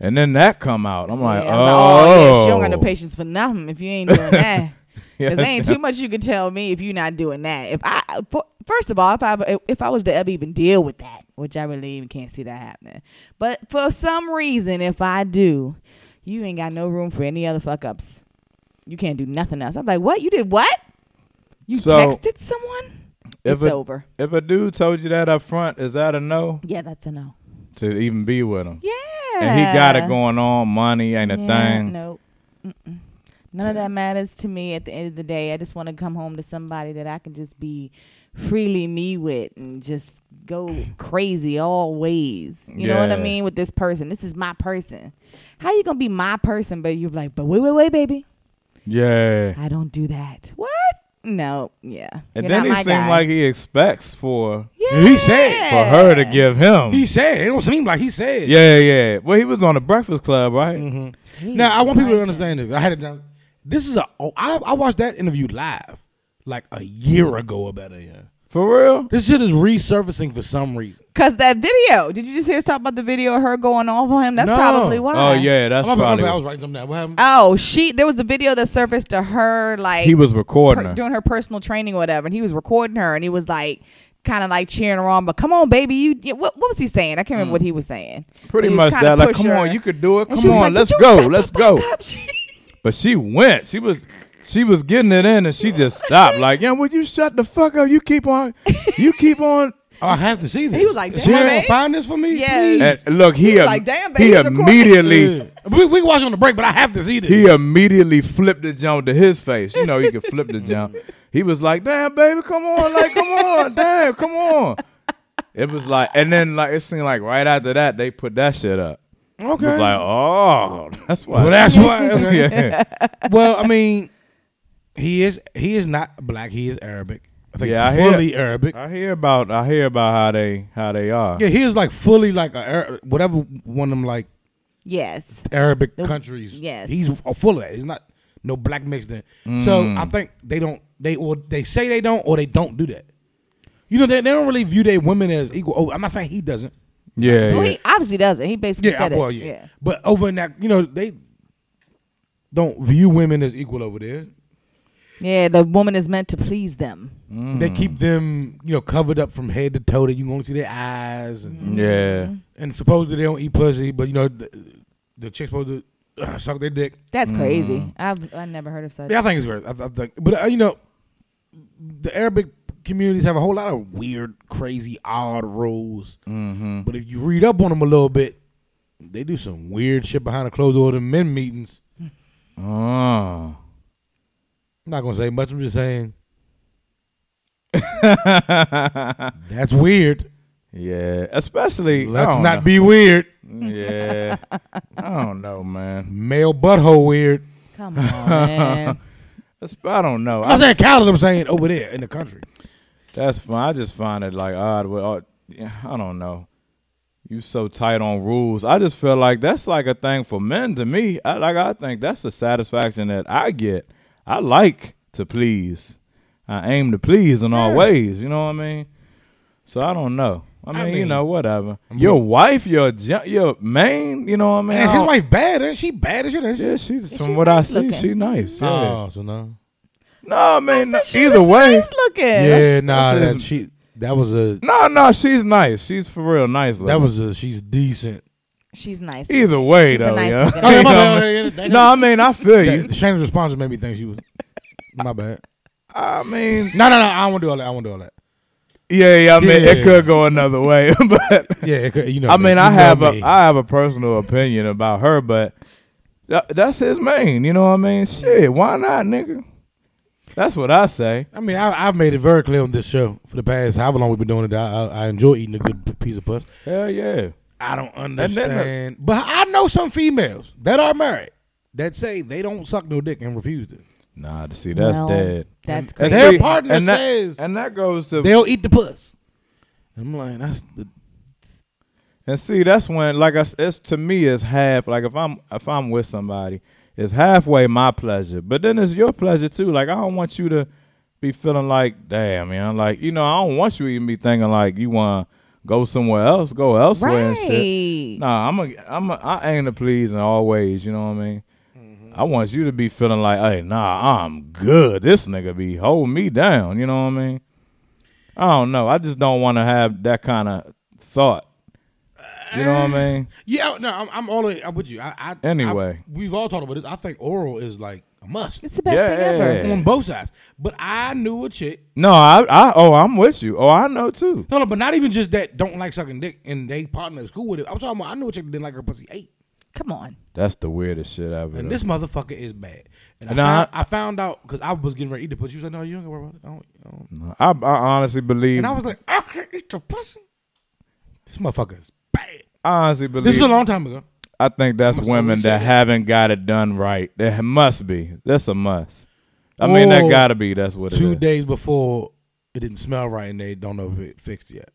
Speaker 3: And then that come out. I'm like,
Speaker 2: Yeah, I was like,
Speaker 3: oh,
Speaker 2: yeah, she don't got no patience for nothing if you ain't doing that.
Speaker 3: Yeah,
Speaker 2: Cause there ain't too much you can tell me if you're not doing that. If I, for- first of all, if I if I was to ever even deal with that, which I really even can't see that happening. But for some reason, if I do, you ain't got no room for any other fuck ups. You can't do nothing else. I'm like, what? You did what? You
Speaker 3: So,
Speaker 2: texted someone?
Speaker 3: if
Speaker 2: It's
Speaker 3: a-
Speaker 2: over.
Speaker 3: If a dude told you that up front, is that a no
Speaker 2: Yeah, that's a no.
Speaker 3: to even be with him?
Speaker 2: Yeah.
Speaker 3: And he got it going on. Money ain't a
Speaker 2: Yeah,
Speaker 3: thing.
Speaker 2: Nope. Mm-mm. None of that matters to me at the end of the day. I just want to come home to somebody that I can just be freely me with and just go crazy always. You know what
Speaker 3: Yeah.
Speaker 2: I mean? With this person. This is my person. How you gonna be my person, but you're like, but wait, wait, wait, baby.
Speaker 3: Yeah.
Speaker 2: I don't do that. What? No. Yeah.
Speaker 3: And
Speaker 2: You're
Speaker 3: then
Speaker 2: not
Speaker 3: he
Speaker 2: my
Speaker 3: seemed
Speaker 2: guy.
Speaker 3: like he expects for
Speaker 2: yeah.
Speaker 1: He said
Speaker 3: for her to give him.
Speaker 1: He said it don't seem like he said.
Speaker 3: Oh. yeah, yeah. Well, he was on the Breakfast Club, right?
Speaker 2: Mm-hmm.
Speaker 1: Now I want people to understand this. I had it down. This is a. Oh, I, I watched that interview live like a year ago or better. Yeah.
Speaker 3: For real?
Speaker 1: This shit is resurfacing for some reason.
Speaker 2: Cause that video. Did you just hear us talk about the video of her going off on him? That's
Speaker 1: No.
Speaker 2: probably why.
Speaker 3: Oh yeah, that's
Speaker 1: I'm about-
Speaker 3: probably.
Speaker 1: I was writing something down. What happened?
Speaker 2: Oh, she. There was a video that surfaced to her, like
Speaker 3: he was recording.
Speaker 2: per,
Speaker 3: her.
Speaker 2: doing her personal training or whatever, and he was recording her, and he was like, kind of like cheering her on. But come on, baby, you. you- What, what was he saying? I can't remember what he was saying.
Speaker 3: Mm. Pretty
Speaker 2: He was
Speaker 3: much
Speaker 2: kinda
Speaker 3: that. Like,
Speaker 2: push
Speaker 3: come
Speaker 2: her.
Speaker 3: on, you could do it.
Speaker 2: And she
Speaker 3: Come
Speaker 2: was
Speaker 3: on,
Speaker 2: like,
Speaker 3: let's
Speaker 2: "Would you
Speaker 3: go,
Speaker 2: shut the
Speaker 3: let's
Speaker 2: fuck
Speaker 3: go.
Speaker 2: up?" She-
Speaker 3: But she went. She was she was getting it in and she just stopped. Like, yeah, would you shut the fuck up? You keep on you keep on
Speaker 1: Oh, I have to see this.
Speaker 2: He was like,
Speaker 1: she
Speaker 2: "Damn,
Speaker 1: ain't gonna
Speaker 2: babe."
Speaker 1: find this for me.
Speaker 2: Yes.
Speaker 1: please?"
Speaker 3: and look, he,
Speaker 2: was
Speaker 3: im-
Speaker 2: like, "Damn,
Speaker 3: he
Speaker 2: baby, it's recorded."
Speaker 3: immediately
Speaker 1: Yeah. We we can watch on the break, but I have to see this.
Speaker 3: he immediately flipped the jump to his face. You know, you can flip the jump. He was like, "Damn, baby, come on, like, come on, damn, come on." It was like, and then like it seemed like right after that they put that shit up.
Speaker 1: okay.
Speaker 3: It was like, oh, that's why.
Speaker 1: well, that's why. okay.
Speaker 3: yeah,
Speaker 1: Well, I mean, he is he is not black. He is Arabic. I think
Speaker 3: Yeah, I hear-
Speaker 1: fully Arabic.
Speaker 3: I hear about I hear about how they how they are.
Speaker 1: yeah, he is like fully like a, Ara- whatever one of them like
Speaker 2: yes.
Speaker 1: Arabic countries.
Speaker 2: yes.
Speaker 1: he's a full of that. He's not no black mixed in. So
Speaker 3: Mm.
Speaker 1: I think they don't they or they say they don't or they don't do that. You know they, they don't really view their women as equal. Oh, I'm not saying he doesn't.
Speaker 3: Yeah,
Speaker 2: Well,
Speaker 3: yeah.
Speaker 2: he obviously doesn't. He basically
Speaker 1: Yeah,
Speaker 2: said
Speaker 1: well,
Speaker 2: it.
Speaker 1: yeah. But over in that, you know they don't view women as equal over there.
Speaker 2: Yeah, The woman is meant to please them.
Speaker 3: Mm.
Speaker 1: They keep them you know covered up from head to toe. That you can only see their eyes and.
Speaker 3: yeah.
Speaker 1: And supposedly they don't eat pussy, but you know the, the chick's supposed to uh, suck their dick.
Speaker 2: That's
Speaker 3: Mm.
Speaker 2: crazy. I've I never heard of such.
Speaker 1: Yeah, I think it's weird. I, I think, but uh, you know, the Arabic communities have a whole lot of weird, crazy, odd rules.
Speaker 3: Mm-hmm.
Speaker 1: But if you read up on them a little bit, they do some weird shit behind the closed door of them men meetings.
Speaker 3: Oh.
Speaker 1: I'm not gonna say much. I'm just saying that's weird.
Speaker 3: yeah, especially. I
Speaker 1: Let's
Speaker 3: don't
Speaker 1: not
Speaker 3: know. Mm,
Speaker 1: be weird.
Speaker 3: Yeah, I don't know, man.
Speaker 1: Male butthole weird.
Speaker 2: Come on, man.
Speaker 3: That's, I don't know.
Speaker 1: I'm not
Speaker 3: I,
Speaker 1: saying Cali. I'm saying over there in the country.
Speaker 3: that's fine. I just find it like odd. With all, yeah, I don't know. You so tight on rules. I just feel like that's like a thing for men. To me, I, like I think that's the satisfaction that I get. I like to please. I aim to please in all ways. You know what I mean? So I don't know. I mean,
Speaker 1: I
Speaker 3: you
Speaker 1: mean-
Speaker 3: know, whatever. Your wife, your gen- your main. You know what I mean?
Speaker 1: Man,
Speaker 3: I
Speaker 1: his
Speaker 3: don't-
Speaker 1: wife bad, and she bad as shit. ain't she?
Speaker 3: Yeah, she's from
Speaker 4: she's
Speaker 3: what I
Speaker 4: nice
Speaker 3: see,
Speaker 4: looking.
Speaker 3: she nice. Yeah.
Speaker 1: Oh, so no.
Speaker 3: No, I mean,
Speaker 2: said she
Speaker 3: either
Speaker 2: was
Speaker 3: way.
Speaker 2: nice looking.
Speaker 1: Yeah, nah.
Speaker 3: that's
Speaker 1: That
Speaker 3: his-
Speaker 1: she. That was a.
Speaker 3: No, no, she's nice. She's for real nice. Looking.
Speaker 1: That was a. She's decent.
Speaker 2: She's nice.
Speaker 3: either way
Speaker 2: She's a
Speaker 3: though.
Speaker 2: nice
Speaker 3: yeah.
Speaker 2: looking-
Speaker 1: Oh, yeah,
Speaker 3: You
Speaker 1: my
Speaker 3: know
Speaker 1: bad,
Speaker 3: what I mean?
Speaker 1: yeah, yeah, that-
Speaker 3: no, I mean, I feel you.
Speaker 1: that- Shannon's response made me think she was. My bad.
Speaker 3: I mean,
Speaker 1: No, no, no. I won't do all that. I won't do all that.
Speaker 3: yeah, yeah. I mean, it
Speaker 1: Yeah.
Speaker 3: could go another way, but
Speaker 1: Yeah, it could- you know.
Speaker 3: I mean,
Speaker 1: me.
Speaker 3: I
Speaker 1: You
Speaker 3: have
Speaker 1: know
Speaker 3: a
Speaker 1: me.
Speaker 3: I have a personal opinion about her, but tha- that's his main. You know what I mean?
Speaker 1: Mm.
Speaker 3: Shit, why not, nigga? That's what I say.
Speaker 1: I mean, I, I've made it very clear on this show for the past however long we've been doing it. I, I, I enjoy eating a good p- piece of puss.
Speaker 3: Hell yeah.
Speaker 1: I don't
Speaker 3: the-
Speaker 1: understand, but I know some females that are married that say they don't suck no dick and refuse to.
Speaker 3: Nah, see, that's
Speaker 4: Well,
Speaker 3: dead.
Speaker 4: That's
Speaker 3: And
Speaker 4: crazy.
Speaker 1: Their
Speaker 3: see,
Speaker 1: partner
Speaker 3: and that-
Speaker 1: says-
Speaker 3: and that goes to
Speaker 1: They'll eat the puss. I'm like, that's the
Speaker 3: And see, that's when, like I, s- it's to me, it's half. Like if I'm if I'm with somebody, it's halfway my pleasure, but then it's your pleasure too. Like I don't want you to be feeling like, damn, man, like you know, I don't want you to even be thinking like you want to go somewhere else, go elsewhere and shit.
Speaker 2: Right.
Speaker 3: Nah, I'm a, I'm a, I aim to please in all ways. You know what I mean?
Speaker 1: Mm-hmm.
Speaker 3: I want you to be feeling like, hey, nah, I'm good. This nigga be holding me down. You know what I mean? I don't know. I just don't want to have that kind of thought. You know
Speaker 1: Uh.
Speaker 3: what I mean?
Speaker 1: yeah. No, I'm, I'm all the way. I'm with you. I, I
Speaker 3: Anyway.
Speaker 1: I- we've all talked about this. I think oral is like a must
Speaker 4: It's the best thing ever.
Speaker 3: Yeah.
Speaker 1: on both sides. But I knew a chick.
Speaker 3: No, I, I, oh, I'm with you. Oh, I know too.
Speaker 1: No, no, but not even just that. Don't like sucking dick, and they partner is cool with it. I'm talking about. I knew a chick that didn't like her pussy eight.
Speaker 4: Come on.
Speaker 3: That's the weirdest shit I've ever.
Speaker 1: And this motherfucker is bad. And I,
Speaker 3: Nah,
Speaker 1: found,
Speaker 3: I-
Speaker 1: I found out because I was getting ready to eat the pussy. She was like, "No, you don't gotta worry about it." I don't, I don't.
Speaker 3: I, I honestly believe.
Speaker 1: And I
Speaker 3: I,
Speaker 1: was like, "I can eat your pussy." This motherfucker is bad.
Speaker 3: honestly believe.
Speaker 1: This is a long time ago.
Speaker 3: I think that's
Speaker 1: Must
Speaker 3: women
Speaker 1: always say
Speaker 3: that
Speaker 1: that.
Speaker 3: haven't got it done right. That must be. That's a must. I mean, that
Speaker 1: Or
Speaker 3: gotta be. That's what
Speaker 1: Oh. Two
Speaker 3: it is.
Speaker 1: days before, it didn't smell right, and they don't know if it fixed yet.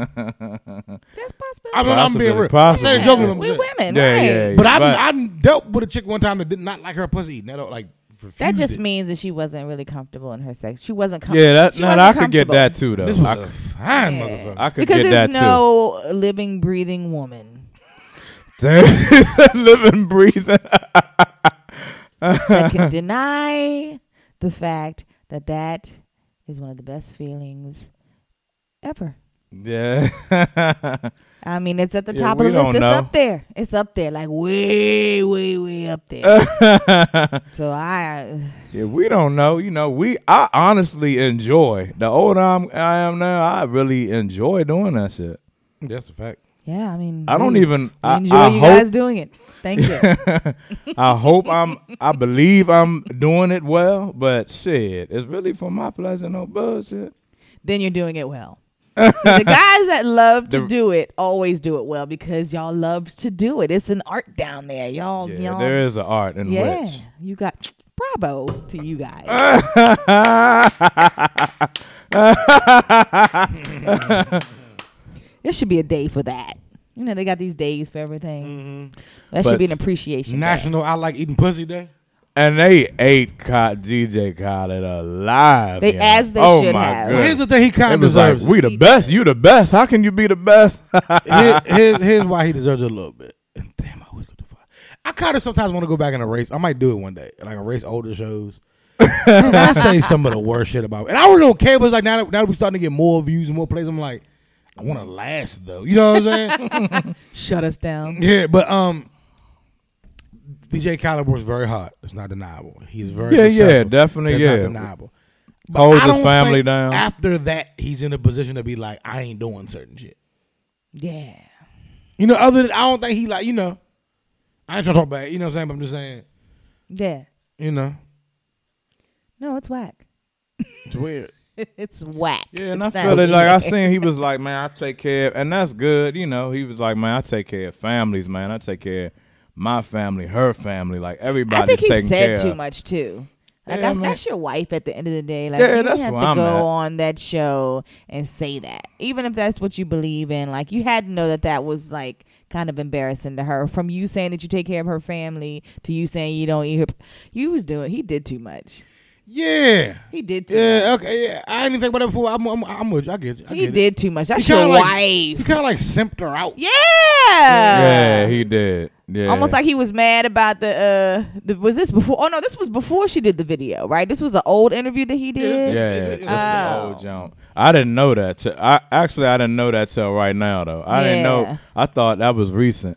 Speaker 4: That's possible.
Speaker 1: I mean, I'm being
Speaker 3: Possibly,
Speaker 1: real.
Speaker 3: possibly.
Speaker 1: I'm saying joking. I'm
Speaker 4: we
Speaker 1: saying.
Speaker 4: women,
Speaker 3: Yeah,
Speaker 4: right?
Speaker 3: yeah, yeah.
Speaker 1: But I,
Speaker 3: But-
Speaker 1: I dealt with a chick one time that did not like her pussy eating. That don't, like
Speaker 4: That
Speaker 1: refused
Speaker 4: just
Speaker 1: it.
Speaker 4: means that she wasn't really comfortable in her sex. She wasn't comfortable.
Speaker 3: Yeah, that
Speaker 4: she
Speaker 3: now
Speaker 4: wasn't
Speaker 3: I could get
Speaker 4: comfortable.
Speaker 3: that too though.
Speaker 1: This was
Speaker 3: I,
Speaker 1: a
Speaker 3: c-
Speaker 1: fine motherfucker.
Speaker 3: I could
Speaker 4: Because
Speaker 3: get that
Speaker 4: there's no living, breathing woman
Speaker 3: too. Living, breathing.
Speaker 4: that can deny the fact that that is one of the best feelings ever.
Speaker 3: Yeah.
Speaker 4: I mean, it's at the
Speaker 3: Yeah,
Speaker 4: top
Speaker 3: we
Speaker 4: of the list.
Speaker 3: don't
Speaker 4: It's
Speaker 3: know.
Speaker 4: up there. It's up there, like way, way, way up there. so I, uh,
Speaker 3: Yeah, we don't know. You know, we I honestly enjoy the older I'm, I am now. I really enjoy doing that shit.
Speaker 1: That's a fact.
Speaker 4: yeah, I mean,
Speaker 3: I don't
Speaker 4: we-
Speaker 3: even.
Speaker 4: Mm-hmm. we
Speaker 3: I,
Speaker 4: enjoy
Speaker 3: I
Speaker 4: you
Speaker 3: hope.
Speaker 4: guys doing it. Thank you.
Speaker 3: I hope I'm. I believe I'm doing it well. But shit, it's really for my pleasure. No bullshit.
Speaker 2: Then you're doing it well. So the guys that love to
Speaker 3: The-
Speaker 2: do it always do it well because y'all love to do it. It's an art down there, y'all.
Speaker 3: Yeah,
Speaker 2: y'all
Speaker 3: there is an art in
Speaker 2: yeah,
Speaker 3: which.
Speaker 2: you got bravo to you guys.
Speaker 3: Ah!
Speaker 4: there should be a day for that. You know, they got these days for everything. That
Speaker 3: Mm-hmm. But
Speaker 4: should be an appreciation. day.
Speaker 1: National I Like Eating Pussy Day.
Speaker 3: And they ate caught DJ Khaled alive.
Speaker 4: They-
Speaker 3: yeah.
Speaker 4: as they
Speaker 3: oh
Speaker 4: should
Speaker 3: my
Speaker 4: have.
Speaker 3: God.
Speaker 1: Well, here's the thing he kind
Speaker 3: it
Speaker 1: of
Speaker 3: was like
Speaker 1: deserves.
Speaker 3: we the best. You the best. How can you be the best?
Speaker 1: Here- here's, here's why he deserves it a little bit. And damn, I always go too far. I kind of sometimes want to go back and erase. I might do it one day, like erase older shows. And I say some of the worst shit about it. And I really don't care, but it's like now that, now that we're starting to get more views and more plays, I'm like, I want to last though. You know what I'm saying?
Speaker 2: Shut us down.
Speaker 1: yeah, but um, DJ Khaled works very hard. It's not deniable. He's very
Speaker 3: Yeah, yeah,
Speaker 1: successful.
Speaker 3: definitely,
Speaker 1: That's
Speaker 3: yeah.
Speaker 1: not deniable. But
Speaker 3: Holds
Speaker 1: I
Speaker 3: his
Speaker 1: don't
Speaker 3: family
Speaker 1: think
Speaker 3: down.
Speaker 1: After that, he's in a position to be like, I ain't doing certain shit.
Speaker 4: Yeah.
Speaker 1: You know, other than I don't think he like, you know, I ain't trying to talk about it, you know what I'm saying? But I'm just saying,
Speaker 4: Yeah.
Speaker 1: you know,
Speaker 4: No, it's whack.
Speaker 1: it's weird.
Speaker 4: It's whack.
Speaker 3: Yeah, and I
Speaker 4: It's
Speaker 3: feel
Speaker 4: not-
Speaker 3: it like I seen he was like, man, I take care, of, and that's good. You know, he was like, man, I take care of families, man. I take care of my family, her family, like everybody.
Speaker 4: I think he
Speaker 3: taken care
Speaker 4: said too
Speaker 3: of.
Speaker 4: much too.
Speaker 2: Like
Speaker 3: Yeah,
Speaker 2: I,
Speaker 3: man.
Speaker 2: that's your wife at the end of the day. Like
Speaker 3: Yeah,
Speaker 2: you
Speaker 3: that's
Speaker 2: have to
Speaker 3: where I'm
Speaker 2: go
Speaker 3: at.
Speaker 2: on that show and say that, even if that's what you believe in. Like you had to know that that was like kind of embarrassing to her. From you saying that you take care of her family to you saying you don't eat her, you was doing. He did too much.
Speaker 1: Yeah.
Speaker 2: He did too. much.
Speaker 1: Yeah, okay, yeah. I didn't think about that before. I'm, I'm, I'm with you. I get you. I
Speaker 2: He
Speaker 1: get It.
Speaker 2: did too much. That's
Speaker 1: kinda
Speaker 2: your
Speaker 1: like- He
Speaker 2: wife.
Speaker 1: kind of like simped her out.
Speaker 2: Yeah.
Speaker 3: yeah, he did. Yeah,
Speaker 2: Almost like he was mad about the uh the was this before oh no, this was before she did the video, right? This was an old interview that he did.
Speaker 3: Yeah,
Speaker 1: It-
Speaker 3: that's
Speaker 1: it-
Speaker 3: the
Speaker 2: Oh.
Speaker 3: old jump. I didn't know that. T- I actually I didn't know that till right now though. I didn't
Speaker 2: Yeah.
Speaker 3: know. I thought that was recent.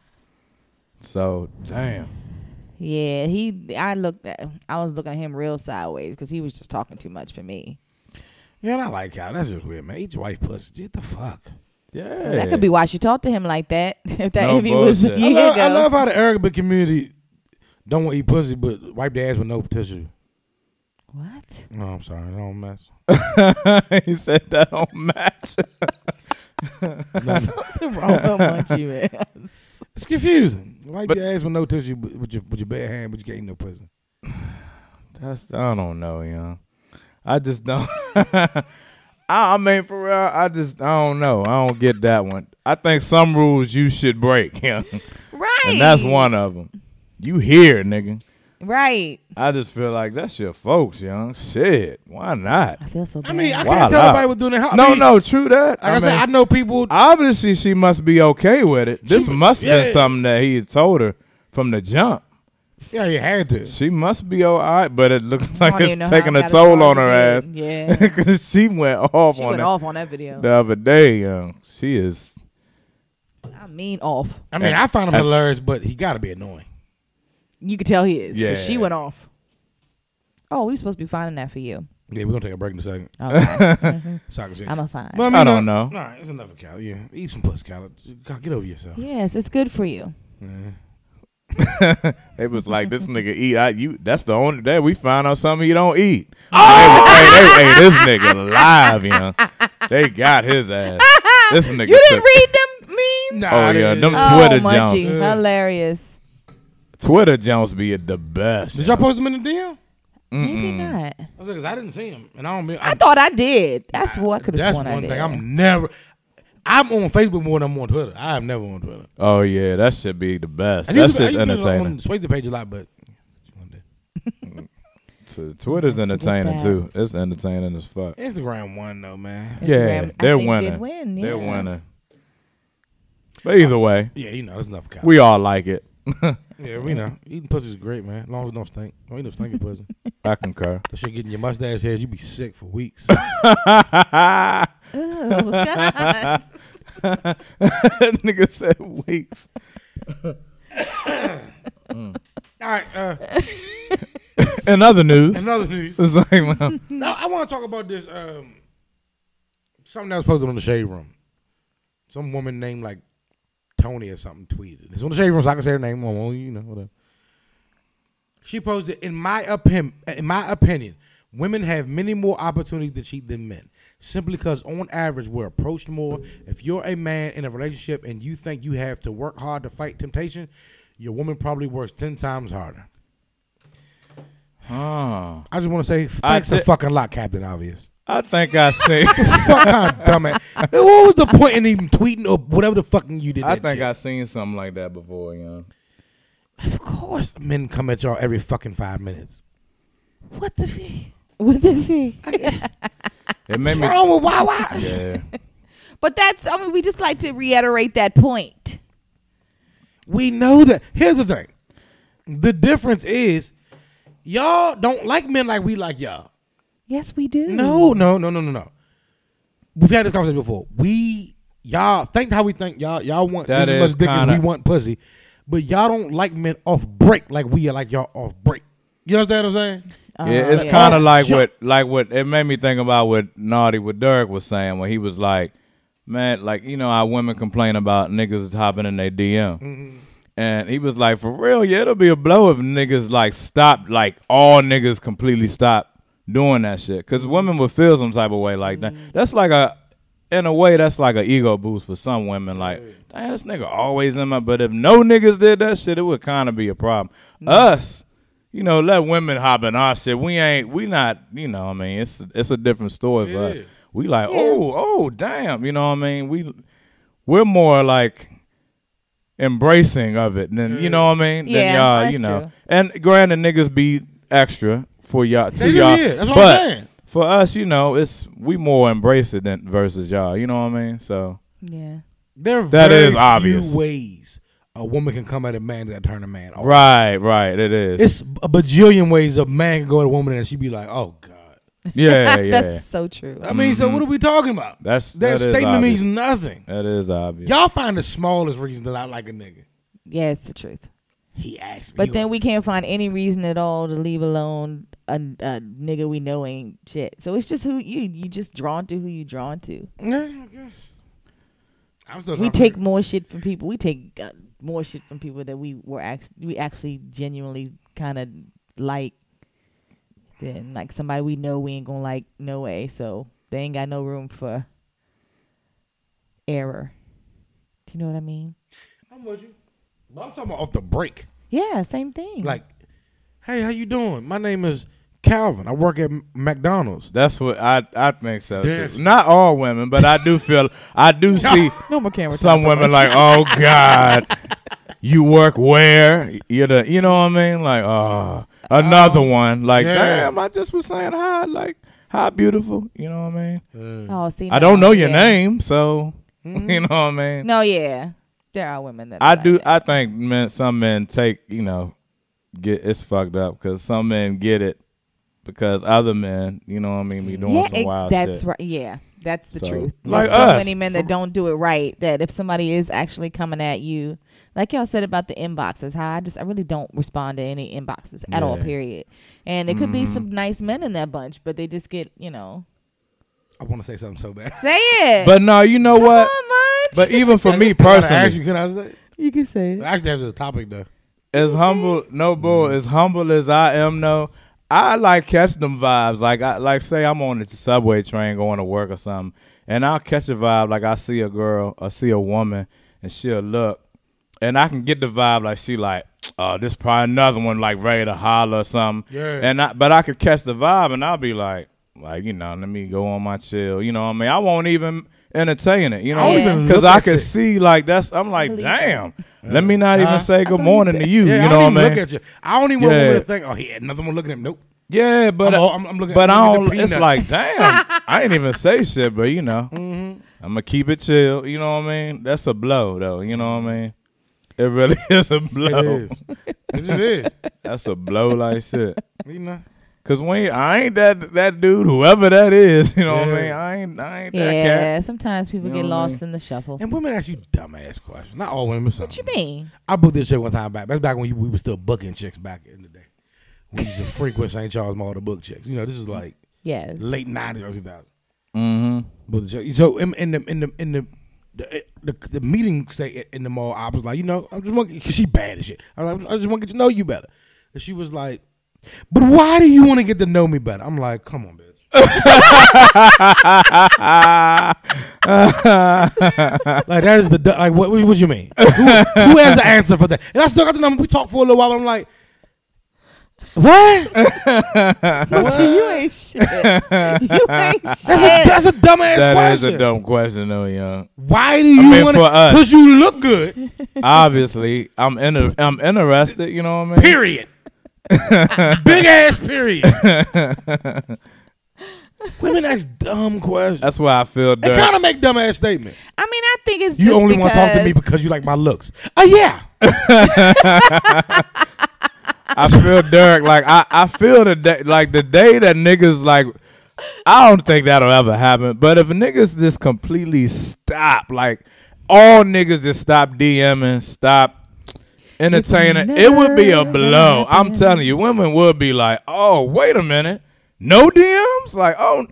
Speaker 3: So damn.
Speaker 2: Yeah, he I looked at I was looking at him real sideways because he was just talking too much for me.
Speaker 1: Yeah, and I like how that's just weird, man. Each wife pussy. Get the fuck.
Speaker 3: Yeah.
Speaker 2: So that could be why she talked to him like that. If that
Speaker 3: No
Speaker 2: interview
Speaker 3: bullshit.
Speaker 2: was a
Speaker 1: I
Speaker 2: year
Speaker 1: love,
Speaker 2: ago.
Speaker 1: I love how the Arabic community don't want to eat pussy, but wipe their ass with no tissue.
Speaker 2: what?
Speaker 1: No, I'm sorry. Don't mess.
Speaker 3: he said that don't match.
Speaker 2: Something wrong with you, man.
Speaker 1: It's confusing. Wipe
Speaker 3: But-
Speaker 1: your ass with no tissue, but with your with your bare hand, but you can't eat no pussy.
Speaker 3: That's I don't know, young. I just don't. I, I mean, for real, I just I don't know. I don't get that one. I think some rules you should break, young,
Speaker 2: Right.
Speaker 3: and that's one of them. You here, nigga.
Speaker 2: Right.
Speaker 3: I just feel like that's your folks, young. Shit, why not?
Speaker 2: I feel so bad.
Speaker 1: I mean, I
Speaker 3: Wow,
Speaker 1: can't tell
Speaker 3: wow.
Speaker 1: nobody what's doing it. How- I
Speaker 3: No,
Speaker 1: mean,
Speaker 3: no, true
Speaker 1: Like
Speaker 3: that.
Speaker 1: I,
Speaker 3: I
Speaker 1: said,
Speaker 3: mean,
Speaker 1: I know people.
Speaker 3: obviously she must be okay with it. This
Speaker 1: She-
Speaker 3: must have
Speaker 1: yeah.
Speaker 3: been something that he had told her from the jump.
Speaker 1: yeah, you had to.
Speaker 3: She must be all right, but it looks
Speaker 2: I
Speaker 3: like
Speaker 2: don't even know
Speaker 3: it's
Speaker 2: how
Speaker 3: taking
Speaker 2: I
Speaker 3: a
Speaker 2: got as
Speaker 3: toll
Speaker 2: far as
Speaker 3: on her
Speaker 2: it
Speaker 3: ass.
Speaker 2: did. Yeah.
Speaker 3: Because she went off
Speaker 2: she
Speaker 3: on
Speaker 2: went
Speaker 3: that
Speaker 2: off on that video.
Speaker 3: the other day. Um, she is.
Speaker 2: I mean off.
Speaker 1: I mean,
Speaker 3: Yeah.
Speaker 1: I find him
Speaker 3: I-
Speaker 1: hilarious, but he got to be annoying.
Speaker 2: You could tell he is.
Speaker 3: Yeah.
Speaker 2: because She went off. Oh, we supposed to be finding that for you.
Speaker 1: Yeah, we're gonna take a break in a second.
Speaker 2: Okay.
Speaker 1: So I can see.
Speaker 2: I'm a fine.
Speaker 1: But mean,
Speaker 3: I don't
Speaker 1: uh,
Speaker 3: know.
Speaker 1: All right, it's enough of Cal. Yeah, eat some pussy, Cal. Just go- Get over yourself.
Speaker 2: Yes, it's good for you.
Speaker 3: It was like this nigga eat. I, you. That's the only day we found out something he don't eat. Oh! Hey, hey, hey, this nigga live. You know, they got his ass. This nigga.
Speaker 2: You didn't
Speaker 3: took-
Speaker 2: read them memes?
Speaker 1: Nah, I
Speaker 3: Oh yeah,
Speaker 1: didn't-
Speaker 3: them
Speaker 1: Uh,
Speaker 3: Twitter
Speaker 2: Munchie.
Speaker 3: Jones.
Speaker 1: Yeah.
Speaker 2: Hilarious.
Speaker 3: Twitter Jones be the best.
Speaker 1: Did y'all post him in the DM?
Speaker 2: Maybe not.
Speaker 1: I was like, 'cause I didn't see him, and I don't. Be,
Speaker 2: I thought I did. That's what I could have
Speaker 1: That's
Speaker 2: sworn I
Speaker 1: one
Speaker 2: did.
Speaker 1: thing. I'm never. I'm on Facebook more than I'm on Twitter. I am never on Twitter.
Speaker 3: Oh yeah, that should be the best.
Speaker 1: I
Speaker 3: That's
Speaker 1: used to be-
Speaker 3: just
Speaker 1: I used to be
Speaker 3: entertaining.
Speaker 1: On Swayze page a lot, but one day.
Speaker 3: So Twitter's entertaining
Speaker 2: that.
Speaker 3: too. It's entertaining as fuck.
Speaker 1: Instagram won though, man.
Speaker 2: Instagram,
Speaker 3: yeah,
Speaker 2: I
Speaker 3: they're
Speaker 2: think,
Speaker 3: winning.
Speaker 2: did win,
Speaker 3: They're
Speaker 2: yeah.
Speaker 3: winning. But either way,
Speaker 1: Yeah, you know, that's enough. Cal.
Speaker 3: we all like it.
Speaker 1: yeah, we know. Eating pussy's great, man. As long as it don't stink. Don't eat no stinking pussy.
Speaker 3: I concur.
Speaker 1: That shit getting your mustache hairs, you be sick for weeks.
Speaker 3: Nigga said weeks.
Speaker 1: All right. Uh,
Speaker 3: And other news,
Speaker 1: another news.
Speaker 3: it's like, well,
Speaker 1: Now I want to talk about this. Um, something that was posted on the shade room. Some woman named like Tony or something tweeted. It's on the shade room, so I can say her name. Well, you know, whatever. She posted, in my opinion, in my opinion, women have many more opportunities to cheat than men. Simply because, on average, we're approached more. If you're a man in a relationship and you think you have to work hard to fight temptation, your woman probably works ten times harder.
Speaker 3: oh,
Speaker 1: I just want to say
Speaker 3: I
Speaker 1: thanks a
Speaker 3: did-
Speaker 1: fucking lot, Captain Obvious.
Speaker 3: I think I seen.
Speaker 1: fuck kind of dumbass. What was the point in even tweeting or whatever the fucking you did?
Speaker 3: I
Speaker 1: that
Speaker 3: think
Speaker 1: shit?
Speaker 3: I seen something like that before, young.
Speaker 1: Of course, men come at y'all every fucking five minutes. What the fee?
Speaker 2: With the fee.
Speaker 3: It made
Speaker 1: What's
Speaker 3: me.
Speaker 1: wrong with Wawa?
Speaker 3: Yeah,
Speaker 2: But that's, I mean, we just like to reiterate that point.
Speaker 1: We know that. Here's the thing. The difference is, y'all don't like men like we like y'all.
Speaker 2: Yes, we do.
Speaker 1: No, no, no, no, no, no. We've had this conversation before. We y'all think how we think. Y'all y'all want
Speaker 3: That
Speaker 1: just as
Speaker 3: is
Speaker 1: much dick as we
Speaker 3: kinda-
Speaker 1: want pussy, but y'all don't like men off break like we are like y'all off break. You understand what I'm saying?
Speaker 3: yeah. It's
Speaker 2: Oh, yeah.
Speaker 3: kind of like
Speaker 1: sure.
Speaker 3: what, like what. It made me think about what Naughty with Dirk was saying when he was like, "Man, like you know how women complain about niggas hopping in their DM." And he was like, for real, yeah, it'll be a blow if niggas like stop, like all niggas completely stop doing that shit. Cause women would feel some type of way like that. That's like a, in a way, that's like an ego boost for some women. Like, damn, this nigga always in my, but if no niggas did that shit, it would kind of be a problem. Us, you know, let women hop in our shit. We ain't, we not, you know. what I mean, it's it's a different story,
Speaker 1: Yeah.
Speaker 3: but we like, oh, oh, damn, you know. what I mean, we we're more like embracing of it than
Speaker 1: Mm.
Speaker 3: you know. what I mean,
Speaker 2: Yeah,
Speaker 3: than y'all,
Speaker 2: that's
Speaker 3: you know.
Speaker 2: true.
Speaker 3: And granted, niggas be extra for y'all to
Speaker 1: They do,
Speaker 3: y'all,
Speaker 1: yeah, that's what I'm
Speaker 3: but
Speaker 1: saying.
Speaker 3: for us, you know, it's we more embrace it than versus y'all. You know what I mean? So
Speaker 2: Yeah.
Speaker 1: There are
Speaker 3: That
Speaker 1: very
Speaker 3: is obvious.
Speaker 1: few ways a woman can come at a man that turn a man off.
Speaker 3: right, right, it is.
Speaker 1: It's a bajillion ways a man can go at a woman and she be like, "Oh God."
Speaker 3: yeah, yeah.
Speaker 2: That's so true.
Speaker 1: I mean, so what are we talking about?
Speaker 3: That's
Speaker 1: That
Speaker 3: Mm-hmm. that is
Speaker 1: statement
Speaker 3: obvious.
Speaker 1: means nothing.
Speaker 3: That is obvious.
Speaker 1: Y'all find the smallest reason that I like a nigga.
Speaker 2: Yeah, it's the truth.
Speaker 1: He asked me.
Speaker 2: But then we can't find any reason at all to leave alone a, a nigga we know ain't shit. So it's just who you you just drawn to who you drawn to.
Speaker 1: Yeah, I guess. I'm still
Speaker 2: We
Speaker 1: trying to
Speaker 2: take more shit from people. We take uh, more shit from people that we were actually we actually genuinely kind of like than like somebody we know we ain't gonna like no way. So they ain't got no room for error. Do you know what I mean?
Speaker 1: I'm with you. But I'm talking about off the break.
Speaker 2: Yeah, same thing.
Speaker 1: Like, hey, how you doing? My name is Calvin. I work at M- McDonald's.
Speaker 3: That's what I I think so.
Speaker 1: There's-
Speaker 3: Too. Not all women, but I do feel I do see
Speaker 2: no more camera.
Speaker 3: some women like, oh God, you work where? You're the you know what I mean? Like, oh, another one. Like,
Speaker 1: Yeah.
Speaker 3: damn, I just was saying hi, like, hi, beautiful. You know what I mean?
Speaker 1: Uh,
Speaker 2: oh, see,
Speaker 3: I don't
Speaker 2: no,
Speaker 3: know your
Speaker 2: yeah. Mm-hmm.
Speaker 3: name, so you know what I mean.
Speaker 2: No, yeah, there are women that
Speaker 3: I
Speaker 2: are like
Speaker 3: do.
Speaker 2: that.
Speaker 3: I think men, some men take you know, get it's fucked up because some men get it because other men, you know what I mean, be doing
Speaker 2: yeah,
Speaker 3: some
Speaker 2: it-
Speaker 3: wild
Speaker 2: that's
Speaker 3: shit.
Speaker 2: right. Yeah, that's the
Speaker 3: So,
Speaker 2: truth. There's
Speaker 3: like
Speaker 2: so
Speaker 3: us,
Speaker 2: many men that
Speaker 3: for-
Speaker 2: don't do it right. That if somebody is actually coming at you, like y'all said about the inboxes, how I just I really don't respond to any inboxes at all.
Speaker 3: Yeah. Mm-hmm.
Speaker 2: Period. And there could be some nice men in that bunch, but they just get you know
Speaker 1: I want to say something so bad.
Speaker 2: say it.
Speaker 3: But no, you know
Speaker 2: Come
Speaker 3: what?
Speaker 2: on, Munch.
Speaker 3: But even for me
Speaker 1: I wanna ask
Speaker 3: personally,
Speaker 1: you, can I say?
Speaker 2: you can say it.
Speaker 1: Actually, that's a topic though.
Speaker 3: as humble, no bull, as humble as I am, though, I like catch them vibes. Like I like say I'm on the subway train going to work or something, and I'll catch a vibe. Like I see a girl or see a woman, and she'll look, and I can get the vibe. Like she like, oh, this probably another one like ready to holler or something.
Speaker 1: Yeah.
Speaker 3: And I, but I could catch the vibe, and I'll be like, like you know, let me go on my chill. You know what I mean? I won't even entertain it. You know,
Speaker 1: I
Speaker 2: won't even
Speaker 3: because
Speaker 1: look
Speaker 3: I
Speaker 1: at
Speaker 3: could
Speaker 1: it.
Speaker 3: see like that's. I'm like,
Speaker 2: believe that.
Speaker 3: damn. Let me not
Speaker 1: Huh?
Speaker 3: even say good morning to you.
Speaker 1: Yeah,
Speaker 3: you
Speaker 1: I
Speaker 3: know
Speaker 1: don't
Speaker 3: what I
Speaker 1: even
Speaker 3: mean?
Speaker 1: look at you. I don't even want
Speaker 3: Yeah.
Speaker 1: women to think, oh, he had nothing one looking at him. Nope.
Speaker 3: Yeah, but
Speaker 1: I'm all- I'm- I'm looking-
Speaker 3: but
Speaker 1: I'm
Speaker 3: I
Speaker 1: looking at
Speaker 3: don't.
Speaker 1: the
Speaker 3: It's
Speaker 1: peanuts.
Speaker 3: like damn. I ain't even say shit, but you know,
Speaker 1: Mm-hmm.
Speaker 3: I'm gonna keep it chill. You know what I mean? That's a blow, though. You know what I mean? It really is a
Speaker 1: It
Speaker 3: blow.
Speaker 1: is. it just is.
Speaker 3: That's a blow like shit.
Speaker 1: You know.
Speaker 3: Cause when I ain't that that dude, whoever that is, you know what I
Speaker 1: Yeah.
Speaker 3: mean? I ain't I ain't that cat.
Speaker 2: Yeah, sometimes people
Speaker 3: You
Speaker 2: get
Speaker 3: know what I
Speaker 2: lost in the shuffle.
Speaker 1: And women ask you dumbass questions. Not all women. Some.
Speaker 2: What you mean?
Speaker 1: I booked this chick one time back. That's back when you, we were still booking chicks back in the day. We used to frequent St. Charles Mall to book chicks. You know, this is like
Speaker 2: Yes.
Speaker 1: late nineties, early two thousand.
Speaker 3: Mm-hmm.
Speaker 1: But the chick- so in, in the in the in the the, eh, the, the meeting say in the mall, I was like, you know, I just want cause she bad as shit. I was like, I just want to get to know you better. And she was like, but why do you want to get to know me better? I'm like, come on, bitch. Like that is the du- like what what you mean? Who, who has the answer for that? And I still got the number. We talked for a little while. I'm like, what?
Speaker 2: you ain't shit. you ain't
Speaker 1: That's
Speaker 2: shit.
Speaker 1: a that's a dumbass
Speaker 3: That is
Speaker 1: question.
Speaker 3: a dumb question, though, young.
Speaker 1: Why do
Speaker 3: I
Speaker 1: you
Speaker 3: mean,
Speaker 1: want to?
Speaker 3: for us.
Speaker 1: Because you look good.
Speaker 3: Obviously, I'm inter- I'm interested. You know what I mean?
Speaker 1: Period. Big ass period. Women ask dumb questions.
Speaker 3: That's why I feel.
Speaker 1: They
Speaker 3: dirty.
Speaker 1: kind of make dumb ass statements.
Speaker 2: I mean, I think it's
Speaker 1: You
Speaker 2: just
Speaker 1: only want to talk to me
Speaker 2: because-
Speaker 1: because you like my looks. Oh yeah.
Speaker 3: I feel Derek like I, I feel the day like the day that niggas like I don't think that'll ever happen. But if niggas just completely stop, like all niggas just stop DMing, stop entertaining,
Speaker 2: It's
Speaker 3: it would be a
Speaker 2: never
Speaker 3: blow. I'm
Speaker 2: happening.
Speaker 3: telling you, women would be like, oh wait a minute, no DMs, like oh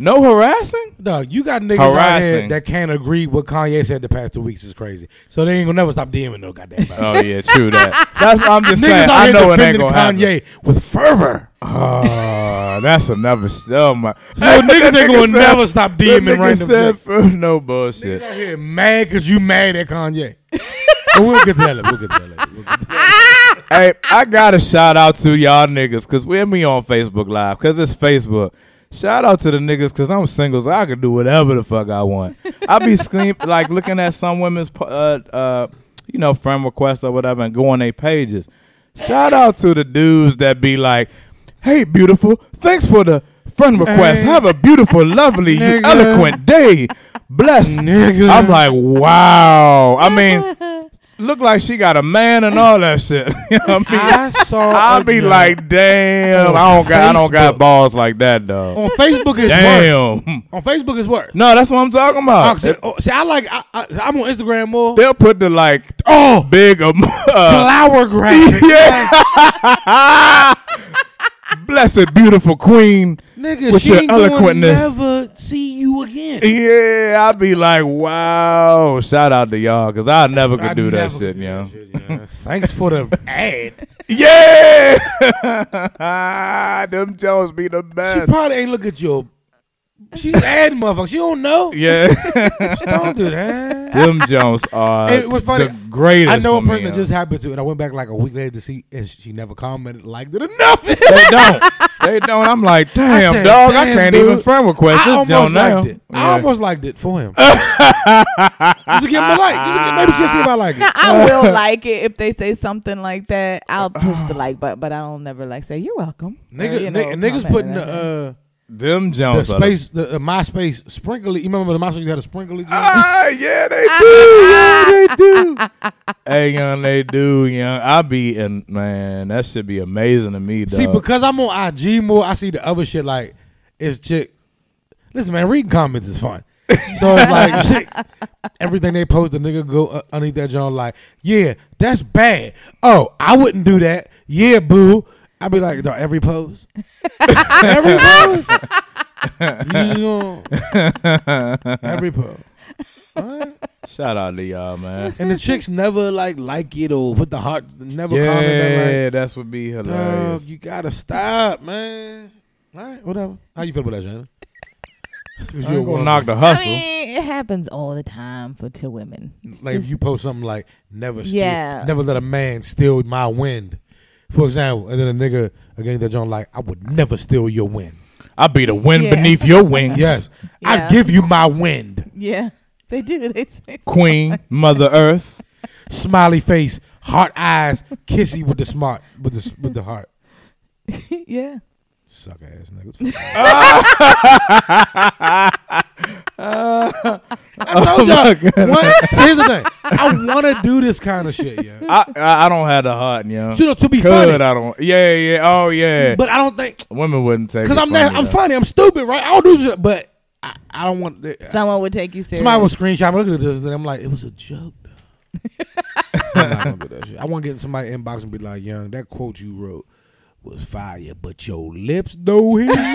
Speaker 3: no harassing.
Speaker 1: Dog, you got niggas out here
Speaker 3: Harassing.
Speaker 1: that can't agree with Kanye said the past two weeks is crazy. So they ain't gonna never stop DMing no goddamn body.
Speaker 3: Oh yeah, true that. That's I'm just
Speaker 1: niggas
Speaker 3: saying.
Speaker 1: out
Speaker 3: I
Speaker 1: here
Speaker 3: know it ain't
Speaker 1: defending
Speaker 3: gonna happen.
Speaker 1: Kanye with fervor.
Speaker 3: Oh, that's another. St- oh my.
Speaker 1: So niggas ain't gonna never stop
Speaker 3: That
Speaker 1: DMing
Speaker 3: nigga
Speaker 1: random
Speaker 3: said,
Speaker 1: chicks.
Speaker 3: "F- no bullshit.
Speaker 1: Niggas out here mad because you mad at Kanye. but we'll get to that later. We'll get to that later. We'll get to that later.
Speaker 2: Ah!
Speaker 3: hey, I got to shout out to y'all niggas because we're me on Facebook Live because it's Facebook. Shout out to the niggas because I'm single, so I can do whatever the fuck I want. I be scream like looking at some women's, po- uh, uh, you know, friend requests or whatever, and go on their pages. Shout out to the dudes that be like, "Hey, beautiful, thanks for the friend request.
Speaker 1: Hey.
Speaker 3: Have a beautiful, lovely, you
Speaker 1: Nigga.
Speaker 3: eloquent day. Bless."
Speaker 1: Nigga.
Speaker 3: I'm like, wow. I mean, look like she got a man and all that shit. you know what I mean?
Speaker 1: I saw.
Speaker 3: I'll
Speaker 1: a
Speaker 3: be
Speaker 1: girl.
Speaker 3: like, damn, I don't got, I don't got
Speaker 1: Facebook.
Speaker 3: balls like that, dog.
Speaker 1: on Facebook is worse.
Speaker 3: Damn.
Speaker 1: On Facebook is worse.
Speaker 3: No, that's what I'm talking
Speaker 1: Oh,
Speaker 3: about.
Speaker 1: see, oh, see, I like. I, I, I'm on Instagram more.
Speaker 3: They'll put the like
Speaker 1: Oh,
Speaker 3: big, um, uh,
Speaker 1: flower graphic.
Speaker 3: yeah. Blessed beautiful queen.
Speaker 1: Nigga,
Speaker 3: With
Speaker 1: she
Speaker 3: your
Speaker 1: ain't gonna
Speaker 3: eloquentness.
Speaker 1: never see you again.
Speaker 3: Yeah, I'll be like, wow. Shout out to y'all, cause I never could
Speaker 1: I
Speaker 3: do that
Speaker 1: never could
Speaker 3: shit,
Speaker 1: do
Speaker 3: you know.
Speaker 1: that shit, yeah. Thanks for the ad.
Speaker 3: Yeah, them Jones be the
Speaker 1: She
Speaker 3: best.
Speaker 1: probably ain't look at your. She's ad motherfucker. She don't know.
Speaker 3: yeah,
Speaker 1: She don't do that.
Speaker 3: them Jones are
Speaker 1: It was funny.
Speaker 3: the greatest.
Speaker 1: I know a
Speaker 3: for me,
Speaker 1: person that
Speaker 3: yo.
Speaker 1: just happened to, and I went back like a week later to see, and sh- she never commented, liked it, or nothing.
Speaker 3: they don't. They don't. I'm like, damn,
Speaker 1: said,
Speaker 3: dog, I
Speaker 1: damn,
Speaker 3: can't
Speaker 1: dude.
Speaker 3: even friend request
Speaker 1: I
Speaker 3: this
Speaker 1: almost
Speaker 3: Jones
Speaker 1: liked
Speaker 3: now.
Speaker 1: it. I
Speaker 3: Yeah.
Speaker 1: almost liked it for him. just to give him a like. Just to get- maybe she'll see if I like it.
Speaker 2: I will like it if they say something like that. I'll push the like button, but I don't never like say you're welcome. or,
Speaker 1: Nigga,
Speaker 2: you know,
Speaker 1: nigga- niggas
Speaker 2: comment
Speaker 1: putting
Speaker 2: like
Speaker 1: the,
Speaker 2: that.
Speaker 1: uh,
Speaker 3: them
Speaker 1: the
Speaker 3: Jones. are
Speaker 1: space, the uh, MySpace sprinkly. You remember the MySpace had a sprinkly?
Speaker 3: Ah, yeah, they do. Yeah, they do. hey, young, they do, young. I be in man. That should be amazing to me, dog.
Speaker 1: See, because I'm on IG more, I see the other shit like it's chick. Listen, man, reading comments is fun. So it's like chicks, everything they post, the nigga go uh, underneath that joint like, yeah, that's bad. Oh, I wouldn't do that. Yeah, boo. I'd be like, no, every pose, every pose. You know, every pose.
Speaker 3: Shout out to y'all, man.
Speaker 1: And the chicks never like like it or put the heart. Never comment that like,
Speaker 3: Yeah, that's what be
Speaker 1: Dog,
Speaker 3: hilarious.
Speaker 1: you gotta stop, man. All right, whatever. How you feel about that, Shannon? Because
Speaker 3: you
Speaker 1: you're
Speaker 3: ain't gonna
Speaker 1: going
Speaker 3: knock the
Speaker 2: I
Speaker 3: hustle.
Speaker 2: mean, it happens all the time for to women. It's
Speaker 1: Like if
Speaker 2: just-
Speaker 1: you post something like never, steal,
Speaker 2: Yeah.
Speaker 1: never let a man steal my wind, for example, and then a nigga against that joint like I would never steal your wind.
Speaker 3: I be the wind
Speaker 2: Yeah.
Speaker 3: beneath your wings.
Speaker 1: Yes, I
Speaker 2: Yeah.
Speaker 1: give you my wind.
Speaker 2: yeah, they do. They say so.
Speaker 3: Queen, Mother Earth.
Speaker 1: Smiley face, heart eyes, kissy with the smart, with the with the heart.
Speaker 2: yeah.
Speaker 1: Suck ass niggas. I told y'all. What? Here's the thing. I want to do this kind of shit, yeah.
Speaker 3: I, I I don't have the heart, yo.
Speaker 1: To, to be funny,
Speaker 3: Could I don't? Yeah, yeah. Oh, yeah.
Speaker 1: but I don't think
Speaker 3: Women wouldn't take.
Speaker 1: because
Speaker 3: it
Speaker 1: I'm
Speaker 3: from
Speaker 1: not,
Speaker 3: me,
Speaker 1: I'm
Speaker 3: though.
Speaker 1: funny. I'm stupid, right? I don't do shit, but I, I don't want. The,
Speaker 2: Someone would take you serious.
Speaker 1: somebody will screenshot me. Look at this, and I'm like, it was a joke. though." I'm not gonna do that shit. I want to get in somebody's inbox and be like, "Young, that quote you wrote was fire, but your lips though." here."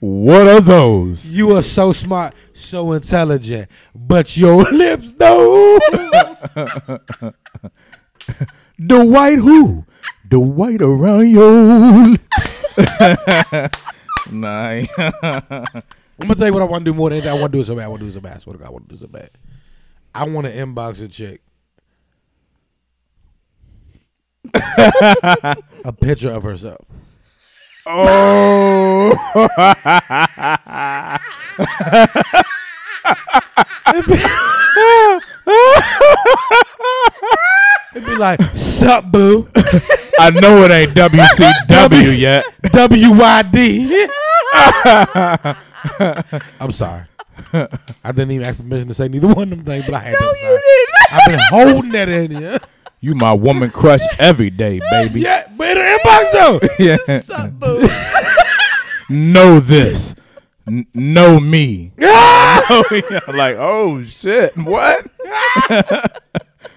Speaker 3: What are those?
Speaker 1: you are so smart, so intelligent, but your lips though.
Speaker 3: The white who? The white around your. nah.
Speaker 1: I'm gonna tell you what I want to do more than anything. I want to do it so bad. I want to do it so bad. I swear to God, I want to do it so bad. I want to inbox a chick. a picture of herself.
Speaker 3: Oh.
Speaker 1: It'd be like, sup, boo,
Speaker 3: I know it ain't WCW yet.
Speaker 1: WYD. I'm sorry. I didn't even ask permission to say neither one of them things, but I had to. I'm sorry. I've been holding that in here.
Speaker 3: You my woman crush every day, baby.
Speaker 1: Yeah, but in the inbox, though.
Speaker 3: Yeah.
Speaker 2: Suck, boo.
Speaker 3: Know this. N- know me. Know me. I'm like, oh shit, what?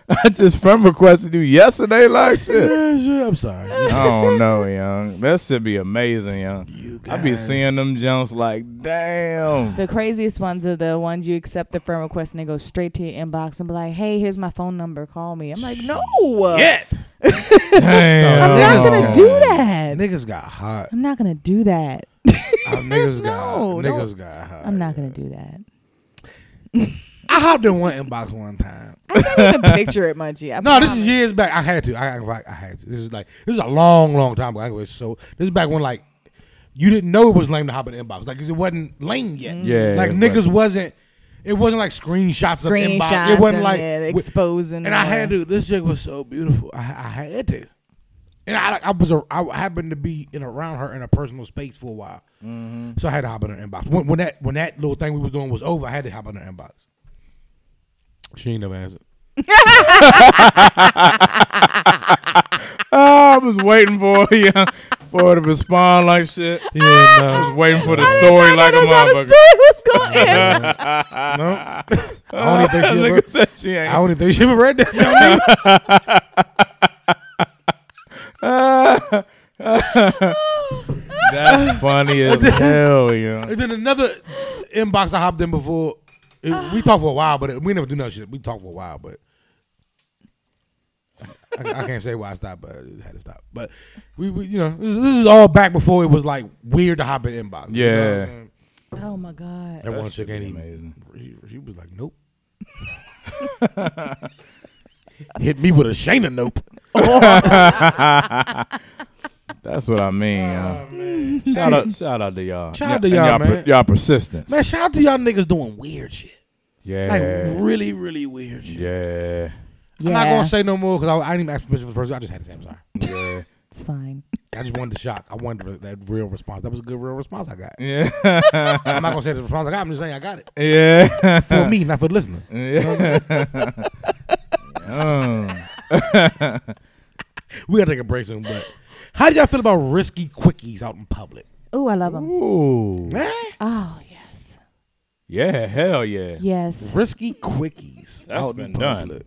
Speaker 3: I just friend requested you yesterday, like shit.
Speaker 1: Yeah, sure, I'm sorry.
Speaker 3: I don't know, young. That should be amazing, young. I be
Speaker 1: guys.
Speaker 3: seeing them Jones like, damn.
Speaker 2: The craziest ones are the ones you accept the friend request and they go straight to your inbox and be like, "Hey, here's my phone number. Call me." I'm like, "No,
Speaker 1: Yet.
Speaker 3: damn.
Speaker 2: I'm not
Speaker 1: Oh.
Speaker 2: gonna do that.
Speaker 1: Niggas got hot.
Speaker 2: I'm not gonna do that.
Speaker 1: Our Uh, niggas got
Speaker 2: No,
Speaker 1: niggas got hot.
Speaker 2: I'm not gonna do that."
Speaker 1: I hopped in one inbox one time.
Speaker 2: I can't even picture it, Munchie. I
Speaker 1: No, this is
Speaker 2: promise.
Speaker 1: years back. I had to. I, I, I had to. This is like this is a long, long time ago. I was so this is back when like you didn't know it was lame to hop in the inbox. Like it wasn't lame yet.
Speaker 3: Yeah,
Speaker 1: Like
Speaker 3: right.
Speaker 1: niggas wasn't. It wasn't like screenshots of inbox.
Speaker 2: screenshots.
Speaker 1: It wasn't
Speaker 2: and,
Speaker 1: like
Speaker 2: yeah,
Speaker 1: wi-
Speaker 2: exposing.
Speaker 1: And I
Speaker 2: all
Speaker 1: had
Speaker 2: that.
Speaker 1: to. This chick was so beautiful. I, I had to. And I, I was a, I happened to be in around her in a personal space for a while, so I had to hop in her inbox. When, when that when that little thing we was doing was over, I had to hop in her inbox. She ain't never answered.
Speaker 3: I was waiting for you for her to respond like shit.
Speaker 1: Yeah, no.
Speaker 3: I was waiting for the
Speaker 2: I did
Speaker 3: story
Speaker 2: not
Speaker 3: like a
Speaker 2: know that's how the
Speaker 3: motherfucker.
Speaker 2: story was going. to end.
Speaker 1: No. I don't even think she
Speaker 3: Nigga
Speaker 1: ever.
Speaker 3: said she ain't.
Speaker 1: I don't even think she ever read that. down.
Speaker 3: That's funny as hell, yeah.
Speaker 1: and then another inbox I hopped in before. it- we talked for a while, but it, we never do no shit. We talked for a while, but I, I can't say why I stopped, but I had to stop. But we, we you know, this, is- this is all back before it was like weird to hop in inbox. you know what I'm
Speaker 3: Yeah.
Speaker 1: saying?
Speaker 2: oh my god.
Speaker 1: that, one
Speaker 3: That
Speaker 1: chick
Speaker 3: should
Speaker 1: ain't
Speaker 3: be
Speaker 1: even.
Speaker 3: amazing.
Speaker 1: She, she was like, nope. Hit me with a Shayna nope.
Speaker 3: That's what I mean, yeah. Shout out, shout out to y'all.
Speaker 1: Oh, Shout out to
Speaker 3: And
Speaker 1: y'all,
Speaker 3: per-
Speaker 1: man.
Speaker 3: y'all persistence.
Speaker 1: Man, shout out to y'all niggas doing weird shit. Like
Speaker 3: yeah,
Speaker 1: really, really weird shit.
Speaker 3: yeah,
Speaker 4: Yeah,
Speaker 1: I'm not gonna say no more because I, I didn't even ask permission for the first. I just had to say I'm sorry.
Speaker 3: yeah,
Speaker 4: it's fine.
Speaker 1: I just wanted the shock. I wanted re- that real response. That was a good real response I got.
Speaker 3: yeah,
Speaker 1: I'm not gonna say the response I got. I'm just saying I got it
Speaker 3: yeah.
Speaker 1: for me, not for the listener.
Speaker 3: yeah. Um,
Speaker 1: We gotta take a break soon. But how do y'all feel about risky quickies out in public?
Speaker 4: Ooh, I love them.
Speaker 3: ooh.
Speaker 1: Eh?
Speaker 4: Oh yes,
Speaker 3: Yeah, hell yeah.
Speaker 4: yes,
Speaker 1: Risky quickies
Speaker 3: That's
Speaker 1: out
Speaker 3: been
Speaker 1: in
Speaker 3: done.
Speaker 1: public.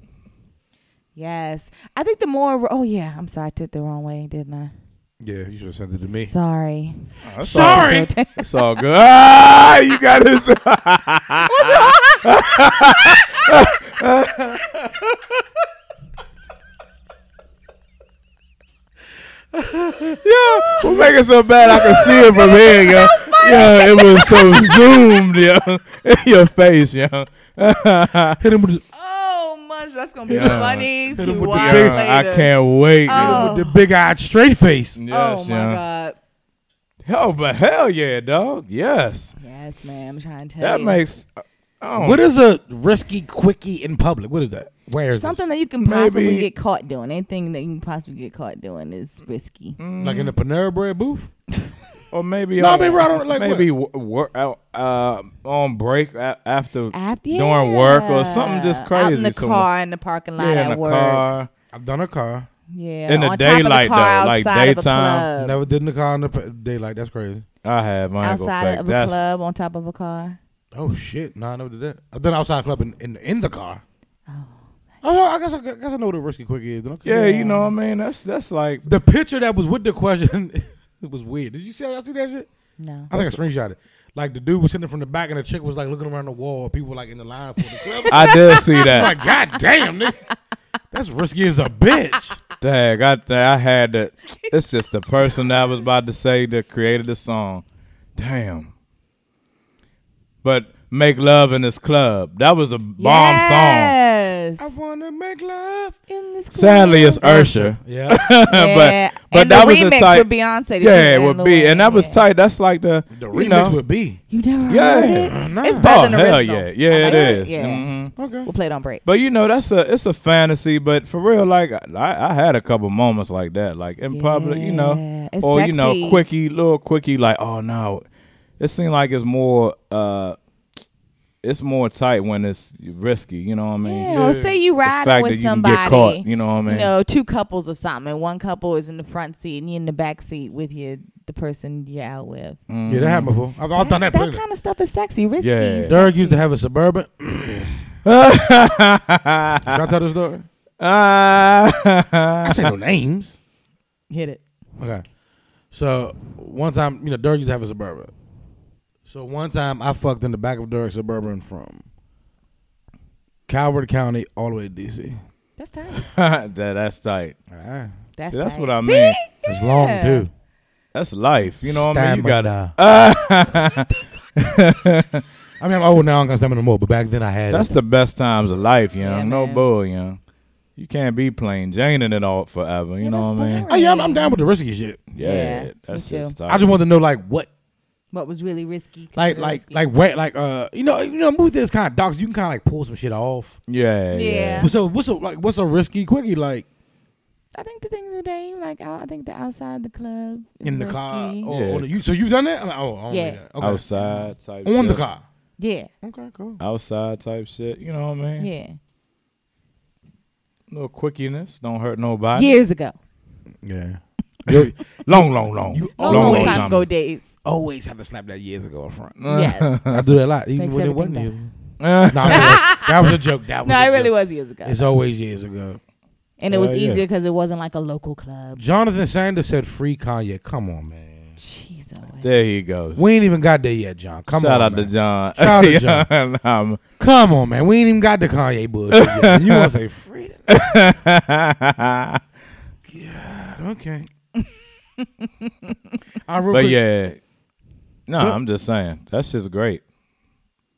Speaker 4: yes. I think the more. Oh yeah, I'm sorry. I took the wrong way, didn't I?
Speaker 1: Yeah, you should have sent it to me.
Speaker 4: Sorry.
Speaker 3: That's all,
Speaker 1: Sorry.
Speaker 3: it's all good. Ah, you got this. yeah, we make it so bad I can see it from here. Yeah, yeah it was so zoomed, yeah, in your face, yeah.
Speaker 1: Hit him with the,
Speaker 2: Oh much. That's gonna be
Speaker 3: Yeah.
Speaker 2: funny
Speaker 1: Hit 'em
Speaker 2: to
Speaker 1: with the
Speaker 2: watch
Speaker 1: big-
Speaker 2: later.
Speaker 3: Yeah, I can't wait.
Speaker 2: Oh.
Speaker 1: the big eyed straight face.
Speaker 3: Yes,
Speaker 2: Oh my
Speaker 3: yeah.
Speaker 2: god.
Speaker 3: Hell, but hell yeah, dog. Yes,
Speaker 2: Yes, man. I'm trying to tell
Speaker 3: that
Speaker 2: you.
Speaker 3: makes. Oh,
Speaker 1: What is a risky quickie in public? What is that? Where is
Speaker 4: Something that you can possibly
Speaker 3: Maybe-
Speaker 4: get caught doing. Anything that you can possibly get caught doing is risky.
Speaker 3: Mm.
Speaker 1: This? Like in the Panera Bread booth?
Speaker 3: Or maybe
Speaker 1: No,
Speaker 3: on,
Speaker 1: I mean, right on- like
Speaker 3: maybe wo- work out uh, on break a- after
Speaker 4: After
Speaker 3: during work or something just crazy.
Speaker 2: Out in the
Speaker 3: somewhere.
Speaker 2: car in the parking lot
Speaker 3: yeah, in
Speaker 2: at
Speaker 3: the
Speaker 2: work.
Speaker 3: car.
Speaker 1: I've done a car.
Speaker 4: Yeah,
Speaker 3: In the
Speaker 4: on top of the
Speaker 3: daylight,
Speaker 4: car
Speaker 3: though, like
Speaker 4: outside of a
Speaker 3: daytime.
Speaker 4: club.
Speaker 1: Never did in the car in the pa- daylight. That's crazy.
Speaker 3: I have. I ain't gonna
Speaker 4: outside
Speaker 3: fake.
Speaker 4: of a
Speaker 3: That's
Speaker 4: club on top of a car.
Speaker 1: Oh shit! No, I never did that. I've done outside club in in, in the car. Oh, no, I guess I guess I know what a risky quickie is. then. Okay.
Speaker 3: yeah, you know what I mean. That's that's like
Speaker 1: The picture that was with the question, it was weird. Did you see? I see that shit.
Speaker 4: No.
Speaker 1: I think I screenshot it. Like the dude was sitting from the back, and the chick was like looking around the wall. and People were, like in the line for the club.
Speaker 3: I did see that.
Speaker 1: like, god damn, nigga, that's risky as a bitch.
Speaker 3: Dang, I I had that. It's just the person that I was about to say that created the song. Damn. But make love in this club. That was a bomb song.
Speaker 2: yes.
Speaker 1: I wanna make love.
Speaker 2: In this club.
Speaker 3: Sadly, it's Ursher.
Speaker 1: Yeah,
Speaker 3: but but
Speaker 2: and
Speaker 3: that
Speaker 2: the
Speaker 3: was
Speaker 2: remix
Speaker 3: the type.
Speaker 2: with Beyonce.
Speaker 3: yeah, it would be, and that was tight. That's like the,
Speaker 1: the
Speaker 3: you
Speaker 1: remix
Speaker 3: know,
Speaker 1: would be.
Speaker 4: You never
Speaker 3: Yeah.
Speaker 4: heard it?
Speaker 1: Nah.
Speaker 2: It's
Speaker 3: oh
Speaker 2: better than the
Speaker 3: hell
Speaker 2: original.
Speaker 3: yeah, yeah it
Speaker 2: like it.
Speaker 3: is.
Speaker 2: Yeah.
Speaker 3: Mhm.
Speaker 1: okay.
Speaker 4: We'll play it on break.
Speaker 3: But you know that's a it's a fantasy, but for real, like I, I had a couple moments like that, like in public, you know,
Speaker 4: Yeah, it's
Speaker 3: or you know,
Speaker 4: sexy.
Speaker 3: quickie, little quickie, like oh no, it seemed like it's more uh, it's more tight when it's risky, you know what I mean?
Speaker 2: Yeah, or say you
Speaker 3: The
Speaker 2: riding
Speaker 3: fact
Speaker 2: with
Speaker 3: that you can
Speaker 2: somebody.
Speaker 3: get caught, you know what I mean?
Speaker 2: you know, two couples or something, and one couple is in the front seat and you in the back seat with your the person you're out with.
Speaker 3: Mm-hmm.
Speaker 1: Yeah, that happened before. I've, I've done that. plenty.
Speaker 2: kind of stuff is sexy, risky.
Speaker 3: Yeah.
Speaker 2: sexy.
Speaker 1: Derek used to have a suburban. Should I tell the story? I
Speaker 3: Ah.
Speaker 1: say no names.
Speaker 2: hit it.
Speaker 1: Okay. So one time, you know, Dirk used to have a suburban. So one time I fucked in the back of Dirk's suburban from Calvert County all the way to DC.
Speaker 2: That's tight.
Speaker 3: that, that's tight.
Speaker 1: Ah.
Speaker 2: That's,
Speaker 3: See, that's
Speaker 2: tight.
Speaker 3: what I
Speaker 2: See?
Speaker 3: mean.
Speaker 1: It's long too.
Speaker 3: That's life. You know what I mean? You got
Speaker 1: Stamina. I mean, I'm old now. I don't got stamina no more. But back then, I had.
Speaker 3: That's
Speaker 1: That's
Speaker 3: the best times of life, you know.
Speaker 2: Yeah,
Speaker 3: no
Speaker 2: man.
Speaker 3: bull, you know. You can't be playing Jane in it all forever. You
Speaker 2: Yeah,
Speaker 3: know
Speaker 2: that's
Speaker 3: what I mean?
Speaker 2: boring.
Speaker 1: I, yeah, I'm, I'm down with the risky shit.
Speaker 3: Yeah,
Speaker 2: Yeah,
Speaker 3: that's
Speaker 2: me too.
Speaker 3: just.
Speaker 1: I just wanted to know like what,
Speaker 4: What was really risky?
Speaker 1: like,
Speaker 4: considered
Speaker 1: like,
Speaker 4: risky.
Speaker 1: like where, like uh, you know, you know, move this kind of docs. You can kind of like pull some shit off.
Speaker 3: Yeah,
Speaker 4: Yeah.
Speaker 3: yeah.
Speaker 1: So what's a like what's a risky quickie like
Speaker 4: I think the things were dame. Like I, I think the outside the club is
Speaker 1: in the
Speaker 4: risky.
Speaker 1: car? oh. Or,
Speaker 3: Yeah.
Speaker 1: or you so you've done that? I'm like, oh, I don't do
Speaker 4: Yeah.
Speaker 1: that.
Speaker 3: Outside type.
Speaker 1: okay. on the
Speaker 3: shit.
Speaker 1: car.
Speaker 4: Yeah,
Speaker 1: Okay, cool.
Speaker 3: Outside type shit. You know what I mean?
Speaker 4: yeah.
Speaker 3: Little quickiness. Don't hurt nobody.
Speaker 4: Years ago,
Speaker 1: Yeah.
Speaker 3: Long, long, long.
Speaker 4: long, long, time, ago days.
Speaker 1: Always have to slap that years ago up front.
Speaker 3: Uh,
Speaker 4: yes.
Speaker 1: I do that a lot, even
Speaker 4: Makes
Speaker 1: when it
Speaker 4: everything
Speaker 1: wasn't
Speaker 4: better.
Speaker 1: you.
Speaker 3: Eh,
Speaker 1: Nah, I'm joking. that was a joke. That was
Speaker 4: No,
Speaker 1: a
Speaker 4: it really
Speaker 1: joke.
Speaker 4: was years ago,
Speaker 1: It's always years ago.
Speaker 4: and it was
Speaker 3: Yeah, yeah.
Speaker 4: easier because it wasn't like a local club.
Speaker 1: Jonathan Sanders said free Kanye. Come on, man.
Speaker 4: Jesus.
Speaker 3: there he goes.
Speaker 1: We ain't even got there yet, John. Come
Speaker 3: Shout
Speaker 1: on.
Speaker 3: out
Speaker 1: man.
Speaker 3: to John.
Speaker 1: Shout out to John.
Speaker 3: Yeah, nah, I'm-
Speaker 1: Come on, man. We ain't even got the Kanye bullshit yet. You want to say free? Okay. I Uh, real
Speaker 3: but
Speaker 1: quick-
Speaker 3: yeah. No,
Speaker 1: Yeah.
Speaker 3: I'm just saying. That shit's great.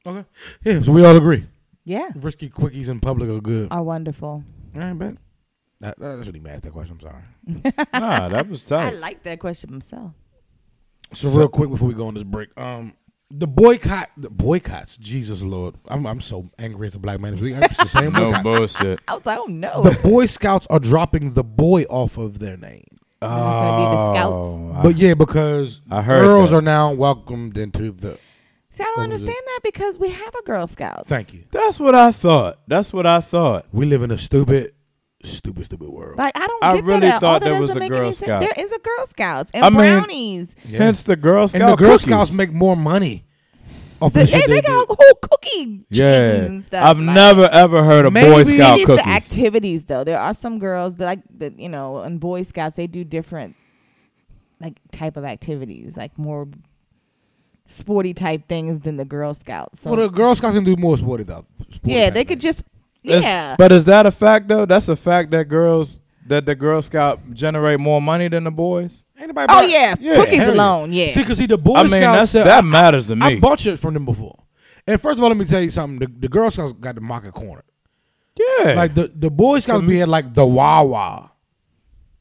Speaker 1: Okay. Yeah, so we all agree.
Speaker 4: Yeah,
Speaker 1: Risky quickies in public are
Speaker 2: Uh,
Speaker 1: good.
Speaker 4: are wonderful.
Speaker 1: All right, bet. That, that shouldn't even ask that question. I'm sorry.
Speaker 3: Nah, that was
Speaker 2: I
Speaker 3: tight.
Speaker 2: like that question myself.
Speaker 1: So, real quick before we go on this break, um, the boycott, the boycotts. Jesus Lord, I'm I'm so angry as a black man this week. It's the same
Speaker 3: no
Speaker 1: boycott.
Speaker 3: bullshit.
Speaker 2: I was like, oh no.
Speaker 1: the Boy Scouts are dropping the boy off of their name.
Speaker 4: it's gonna be the scouts.
Speaker 3: Oh,
Speaker 1: But yeah, because
Speaker 3: I heard
Speaker 1: girls
Speaker 3: that.
Speaker 1: are now welcomed into the.
Speaker 2: See, I don't
Speaker 1: was it?
Speaker 2: understand that because we have a Girl Scout.
Speaker 1: Thank you.
Speaker 3: That's what I thought. That's what I thought.
Speaker 1: We live in a stupid, stupid, stupid world.
Speaker 2: Like I don't
Speaker 3: I
Speaker 2: get
Speaker 3: really
Speaker 2: that. at all.
Speaker 3: thought
Speaker 2: that
Speaker 3: there was
Speaker 2: doesn't
Speaker 3: a
Speaker 2: make
Speaker 3: Girl
Speaker 2: any
Speaker 3: Scout.
Speaker 2: sense. There is a Girl Scouts and
Speaker 3: I mean-
Speaker 2: brownies.
Speaker 1: Yeah.
Speaker 3: Hence the Girl Scout
Speaker 1: and the Girl
Speaker 3: cookies.
Speaker 1: Scouts make more money off
Speaker 2: The-
Speaker 1: the,
Speaker 2: they,
Speaker 1: shit
Speaker 2: they
Speaker 1: they,
Speaker 2: got
Speaker 1: do.
Speaker 2: whole cookie
Speaker 3: yeah.
Speaker 2: things and stuff.
Speaker 3: I've
Speaker 2: like-
Speaker 3: never ever heard of Boy
Speaker 1: Maybe
Speaker 3: Scout
Speaker 2: It's
Speaker 3: cookies.
Speaker 2: the activities though. There are some girls that like that you know, and Boy Scouts they do different like type of activities, like more sporty type things than the Girl Scouts. So
Speaker 1: Well, the Girl Scouts can do more sporty stuff. sporty
Speaker 2: yeah,
Speaker 1: type
Speaker 2: they could
Speaker 1: things.
Speaker 2: just
Speaker 3: It's-
Speaker 2: yeah.
Speaker 3: But is that a fact though? That's a fact that girls that the Girl Scout generate more money than the boys.
Speaker 1: Ain't nobody
Speaker 2: Oh,
Speaker 1: buy-
Speaker 2: yeah, cookies
Speaker 1: hell
Speaker 2: alone, yeah.
Speaker 1: See, cause see, the Boy
Speaker 3: I mean,
Speaker 1: Scouts
Speaker 3: that's
Speaker 1: sell-
Speaker 3: that matters to me.
Speaker 1: I bought shit from them before. And first of all, let me tell you something. The, the Girl Scouts got the market corner.
Speaker 3: yeah,
Speaker 1: Like the, the Boy Scouts be at like the Wawa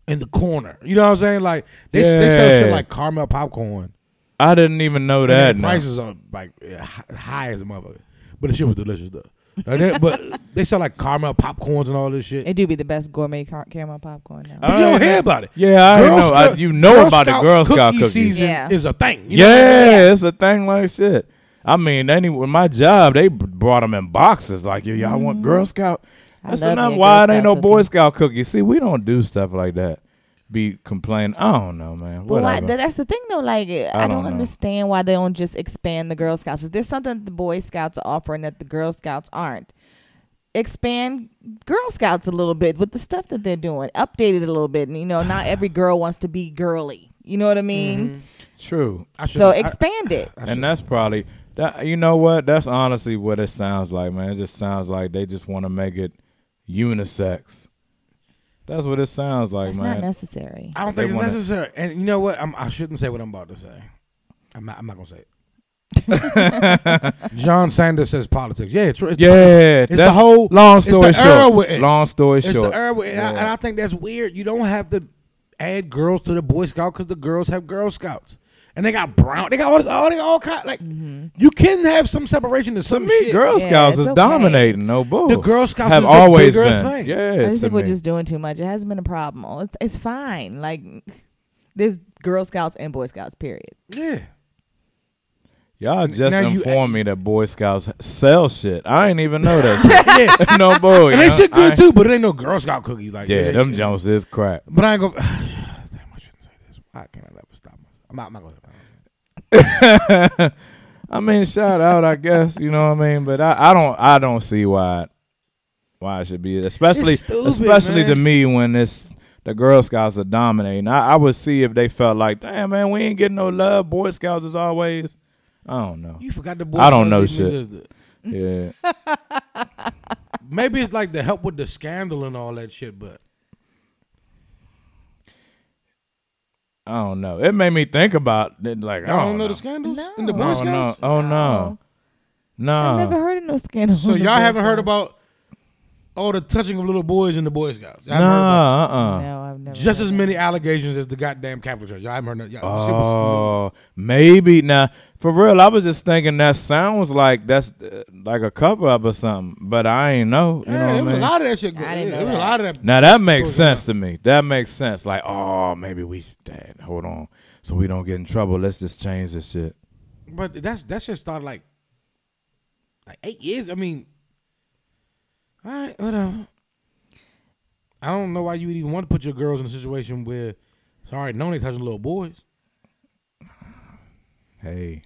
Speaker 1: in the corner. You know what I'm saying? Like they, they sell shit
Speaker 3: Yeah.
Speaker 1: like caramel popcorn.
Speaker 3: I didn't even know that.
Speaker 1: and the
Speaker 3: now.
Speaker 1: prices are like yeah, hi- high as a motherfucker. But the shit was delicious though. Like, they- but they sell like caramel popcorns and all this shit.
Speaker 2: It do be the best gourmet car- caramel popcorn. Now.
Speaker 1: but
Speaker 3: I
Speaker 1: you don't
Speaker 3: ain't
Speaker 1: hear
Speaker 3: know-
Speaker 1: about it.
Speaker 3: Yeah, I
Speaker 1: Girl
Speaker 3: know. I-
Speaker 1: Scout-
Speaker 3: you know about the
Speaker 1: Scout
Speaker 3: Girl Scout
Speaker 1: cookie
Speaker 3: cookies.
Speaker 1: season
Speaker 2: Yeah.
Speaker 1: is a thing. You know?
Speaker 3: yeah, it's a thing like shit. I mean, any with my job, they b- brought them in boxes. Like, yo, y'all
Speaker 2: Mm-hmm.
Speaker 3: want Girl Scout?
Speaker 2: I
Speaker 3: That's
Speaker 2: love me
Speaker 3: not
Speaker 2: a
Speaker 3: why it
Speaker 2: Girl
Speaker 3: ain't no
Speaker 2: Scout
Speaker 3: Boy
Speaker 2: cookie.
Speaker 3: Scout cookie. See, we don't do stuff like that. Be complaining. I don't know, man.
Speaker 4: But why,
Speaker 3: Whatever.
Speaker 4: th- that's the thing, though. Like, I,
Speaker 3: I
Speaker 4: don't,
Speaker 3: don't know.
Speaker 4: understand why they don't just expand the Girl Scouts. If there's something that the Boy Scouts are offering that the Girl Scouts aren't, expand Girl Scouts a little bit with the stuff that they're doing. Update it a little bit. And, you know, not every girl wants to be girly. You know what I
Speaker 3: Mm-hmm.
Speaker 4: mean?
Speaker 3: True.
Speaker 1: I should,
Speaker 4: So
Speaker 1: I-
Speaker 4: expand it.
Speaker 1: I should-
Speaker 3: And that's probably that. You know what? That's honestly what it sounds like, man. It just sounds like they just want to make it unisex. That's what it sounds like,
Speaker 4: It's not
Speaker 3: man.
Speaker 4: necessary.
Speaker 1: I don't
Speaker 3: They
Speaker 1: think it's
Speaker 3: wanna-
Speaker 1: necessary. And you know what? I'm, I shouldn't say what I'm about to say. I'm not. I'm not gonna say it. John Sanders says politics. Yeah, it's, it's the-
Speaker 3: yeah,
Speaker 1: it's the
Speaker 3: that's-
Speaker 1: whole.
Speaker 3: Long story
Speaker 1: it's the era with
Speaker 3: short.
Speaker 1: it.
Speaker 3: Long story
Speaker 1: it's
Speaker 3: short.
Speaker 1: the era, with it. and, I,
Speaker 3: Yeah.
Speaker 1: and I think that's weird. You don't have to add girls to the Boy Scout because the girls have Girl Scouts, and they got brown. They got all this. All they got all kind. Like you can have some separation to Mm-hmm. some
Speaker 3: me,
Speaker 1: shit.
Speaker 3: Girl
Speaker 2: Yeah,
Speaker 3: Scouts
Speaker 2: it's
Speaker 3: is
Speaker 2: okay.
Speaker 3: dominating. No bull.
Speaker 1: The Girl Scouts
Speaker 3: have
Speaker 1: is the
Speaker 3: always
Speaker 1: bigger
Speaker 3: been.
Speaker 1: thing.
Speaker 3: Yeah,
Speaker 2: I just
Speaker 3: to
Speaker 2: think we're
Speaker 3: me.
Speaker 2: just doing too much. It hasn't been a problem. Oh, It's it's fine. Like there's Girl Scouts and Boy Scouts. Period.
Speaker 1: Yeah.
Speaker 3: y'all just
Speaker 1: Now you-
Speaker 3: informed me that Boy Scouts sell shit. I ain't even know that.
Speaker 1: Yeah.
Speaker 3: shit. no bull.
Speaker 1: And
Speaker 3: you
Speaker 1: they
Speaker 3: know?
Speaker 1: shit
Speaker 3: I
Speaker 1: good
Speaker 3: ain't-
Speaker 1: too, but it ain't no Girl Scout cookies like
Speaker 3: Yeah,
Speaker 1: they-
Speaker 3: them Jones is crap.
Speaker 1: But I ain't gonna. Damn, I shouldn't say this. Why can't I never stop myself? I'm not, I'm not gonna.
Speaker 3: I mean, shout out, I guess. You know what I mean? But I, I don't I don't see why why it should be especially
Speaker 1: It's stupid,
Speaker 3: especially to
Speaker 1: man.
Speaker 3: me when it's the Girl Scouts are dominating. I, I would see if they felt like, damn man, we ain't getting no love. Boy Scouts is always I don't know.
Speaker 1: You forgot the boy.
Speaker 3: I don't
Speaker 1: Scouts
Speaker 3: know
Speaker 1: even
Speaker 3: shit.
Speaker 1: existed.
Speaker 3: Yeah.
Speaker 1: Maybe it's like to help with the scandal and all that shit, but
Speaker 3: I don't know. It made me think about it, like I
Speaker 1: I
Speaker 3: don't,
Speaker 1: don't know the
Speaker 3: Scouts.
Speaker 1: scandals in
Speaker 2: Oh, No.
Speaker 1: the
Speaker 2: Uh.
Speaker 3: No,
Speaker 1: Boy
Speaker 3: no.
Speaker 1: Scouts.
Speaker 3: Oh no. Nah.
Speaker 4: I've never heard of no scandal.
Speaker 1: So
Speaker 4: in the
Speaker 1: y'all
Speaker 4: Boy
Speaker 1: haven't heard
Speaker 4: Scouts.
Speaker 1: about all the touching of little boys in the Boy Scouts. Y'all haven't heard about
Speaker 3: Nah, uh uh
Speaker 4: No, I've never.
Speaker 1: just
Speaker 4: heard
Speaker 1: as
Speaker 4: of
Speaker 1: many allegations as the goddamn Catholic Church. Y'all haven't heard nothing. Y'all, shit was-
Speaker 3: Oh, maybe now. For real, I was just thinking that sounds like that's uh, like a cover up or something, but I ain't know. You
Speaker 1: Yeah,
Speaker 3: know
Speaker 1: it
Speaker 3: what
Speaker 1: was
Speaker 3: I
Speaker 1: a
Speaker 3: mean?
Speaker 1: lot of that shit.
Speaker 4: I didn't
Speaker 1: yeah,
Speaker 4: know
Speaker 1: it was a
Speaker 4: that.
Speaker 1: lot of that.
Speaker 3: Now that makes
Speaker 1: goes
Speaker 3: sense to me. That makes sense. Like, oh, maybe we should. Dad, hold on, so we don't get in trouble. Let's just change this shit.
Speaker 1: But that's that shit started like like eight years. I mean, all right, whatever. I don't know why you would even want to put your girls in a situation where it's already known they touching little boys.
Speaker 3: Hey,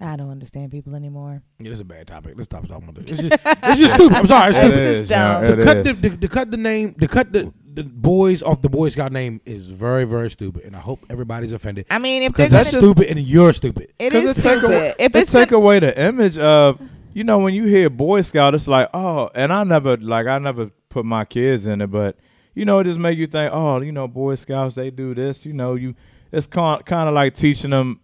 Speaker 4: that. I don't understand people anymore.
Speaker 1: Yeah, this is a bad topic. Let's stop talking about this. It's just, it's just stupid. I'm sorry. It's stupid.
Speaker 3: is,
Speaker 2: dumb.
Speaker 1: To
Speaker 3: y'all, Uh, it
Speaker 1: cut the,
Speaker 3: is.
Speaker 1: the to cut the name to cut the, the boys off the Boy Scout name is very very stupid, and I hope everybody's offended
Speaker 2: I mean, if they're
Speaker 1: because
Speaker 2: gonna,
Speaker 1: that's
Speaker 3: that's just-
Speaker 1: stupid and you're stupid.
Speaker 2: it
Speaker 3: 'Cause
Speaker 2: is
Speaker 3: it take
Speaker 2: stupid.
Speaker 3: away-
Speaker 2: if
Speaker 3: it
Speaker 2: it's
Speaker 3: take
Speaker 2: gonna-
Speaker 3: away the image of you know when you hear Boy Scout, it's like oh, and I never like I never put my kids in it, but you know it just make you think oh, you know Boy Scouts they do this, you know you it's kind kind of like teaching them,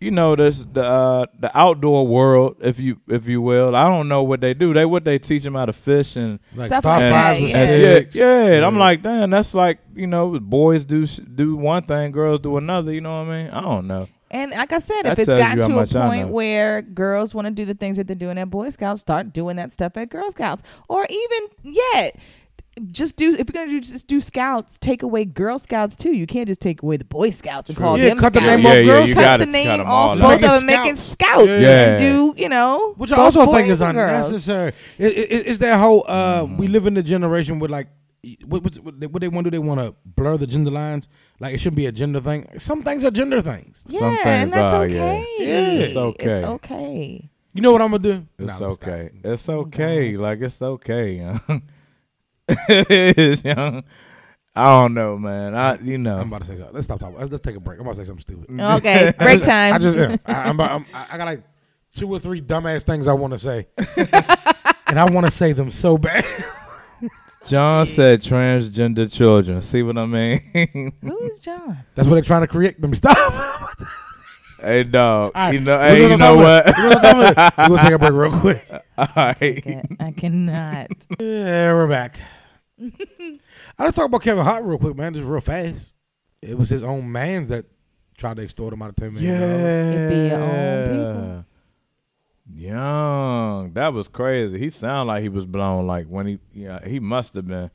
Speaker 3: you know this the uh, the outdoor world if you if you will. I don't know what they do. They what they teach them how to fish and
Speaker 1: Like
Speaker 2: Stuff
Speaker 1: Star
Speaker 2: like
Speaker 1: Fives
Speaker 2: that,
Speaker 1: with
Speaker 2: yeah.
Speaker 3: and yeah,
Speaker 1: sticks.
Speaker 3: yeah, and I'm
Speaker 1: Yeah.
Speaker 3: like, damn, that's like you know, boys do s- do one thing, girls do another. You know what I mean? I don't know.
Speaker 4: And like I said,
Speaker 3: That
Speaker 4: if it's
Speaker 3: tells
Speaker 4: gotten
Speaker 3: you how
Speaker 4: to a
Speaker 3: much I
Speaker 4: point
Speaker 3: know.
Speaker 4: where girls want to do the things that they're doing at Boy Scouts, start doing that stuff at Girl Scouts, or even yet, just do. If you're gonna do, just do Scouts. Take away Girl Scouts too. You can't just take away the Boy Scouts and call
Speaker 1: Yeah,
Speaker 4: them
Speaker 1: cut the
Speaker 4: Scouts.
Speaker 1: name off Yeah, yeah, girls. you
Speaker 4: cut
Speaker 3: gotta
Speaker 4: the
Speaker 3: cut
Speaker 4: name
Speaker 3: 'em all
Speaker 4: off.
Speaker 3: out.
Speaker 4: Both of
Speaker 1: Make it
Speaker 4: them making Scouts
Speaker 3: Yeah.
Speaker 4: and do you know?
Speaker 1: Which I
Speaker 4: both
Speaker 1: also think
Speaker 4: boys
Speaker 1: is
Speaker 4: and girls.
Speaker 1: unnecessary. It, it, it- it's that whole uh,
Speaker 3: Mm-hmm.
Speaker 1: we live in a generation with like, what, what, what they- what they want to do? They want to blur the gender lines. Like it should be a gender thing. Some things are gender things.
Speaker 4: Yeah,
Speaker 3: Some
Speaker 4: and
Speaker 3: things
Speaker 4: that's
Speaker 3: are, yeah.
Speaker 4: okay.
Speaker 1: Yeah. It's
Speaker 3: okay.
Speaker 4: It's okay.
Speaker 1: You know what I'm gonna do?
Speaker 3: It's
Speaker 1: Nah, I'm stop.
Speaker 3: okay. It's okay. Like it's okay. young. it is. Young. I don't know, man. I you know.
Speaker 1: I'm about to say something. Let's stop talking. Let's, let's take a break. I'm about to say something
Speaker 3: Mm-hmm.
Speaker 1: stupid.
Speaker 4: Okay,
Speaker 1: I
Speaker 4: break
Speaker 1: just-
Speaker 4: time.
Speaker 1: I just yeah. I, I'm about, I'm, I I got like two or three dumbass things I want to say, and I want to say them so bad.
Speaker 3: John said transgender children. See what I mean?
Speaker 4: Who is John?
Speaker 1: That's what they're trying to create. Them stop.
Speaker 3: hey dog.
Speaker 1: All right.
Speaker 3: You know.
Speaker 1: We're
Speaker 3: Hey,
Speaker 1: gonna
Speaker 3: you know
Speaker 1: come
Speaker 3: what?
Speaker 1: We're gonna take a break real quick.
Speaker 3: All right.
Speaker 4: Okay, I cannot.
Speaker 1: Yeah, we're back. I just talk about Kevin Hart real quick, man. Just real fast. It was his own man's that tried to extort him out of ten million.
Speaker 3: Yeah.
Speaker 1: dollars.
Speaker 4: It be your own people.
Speaker 3: Young. That was crazy. He sounded like he was blown. Like when he yeah he must have been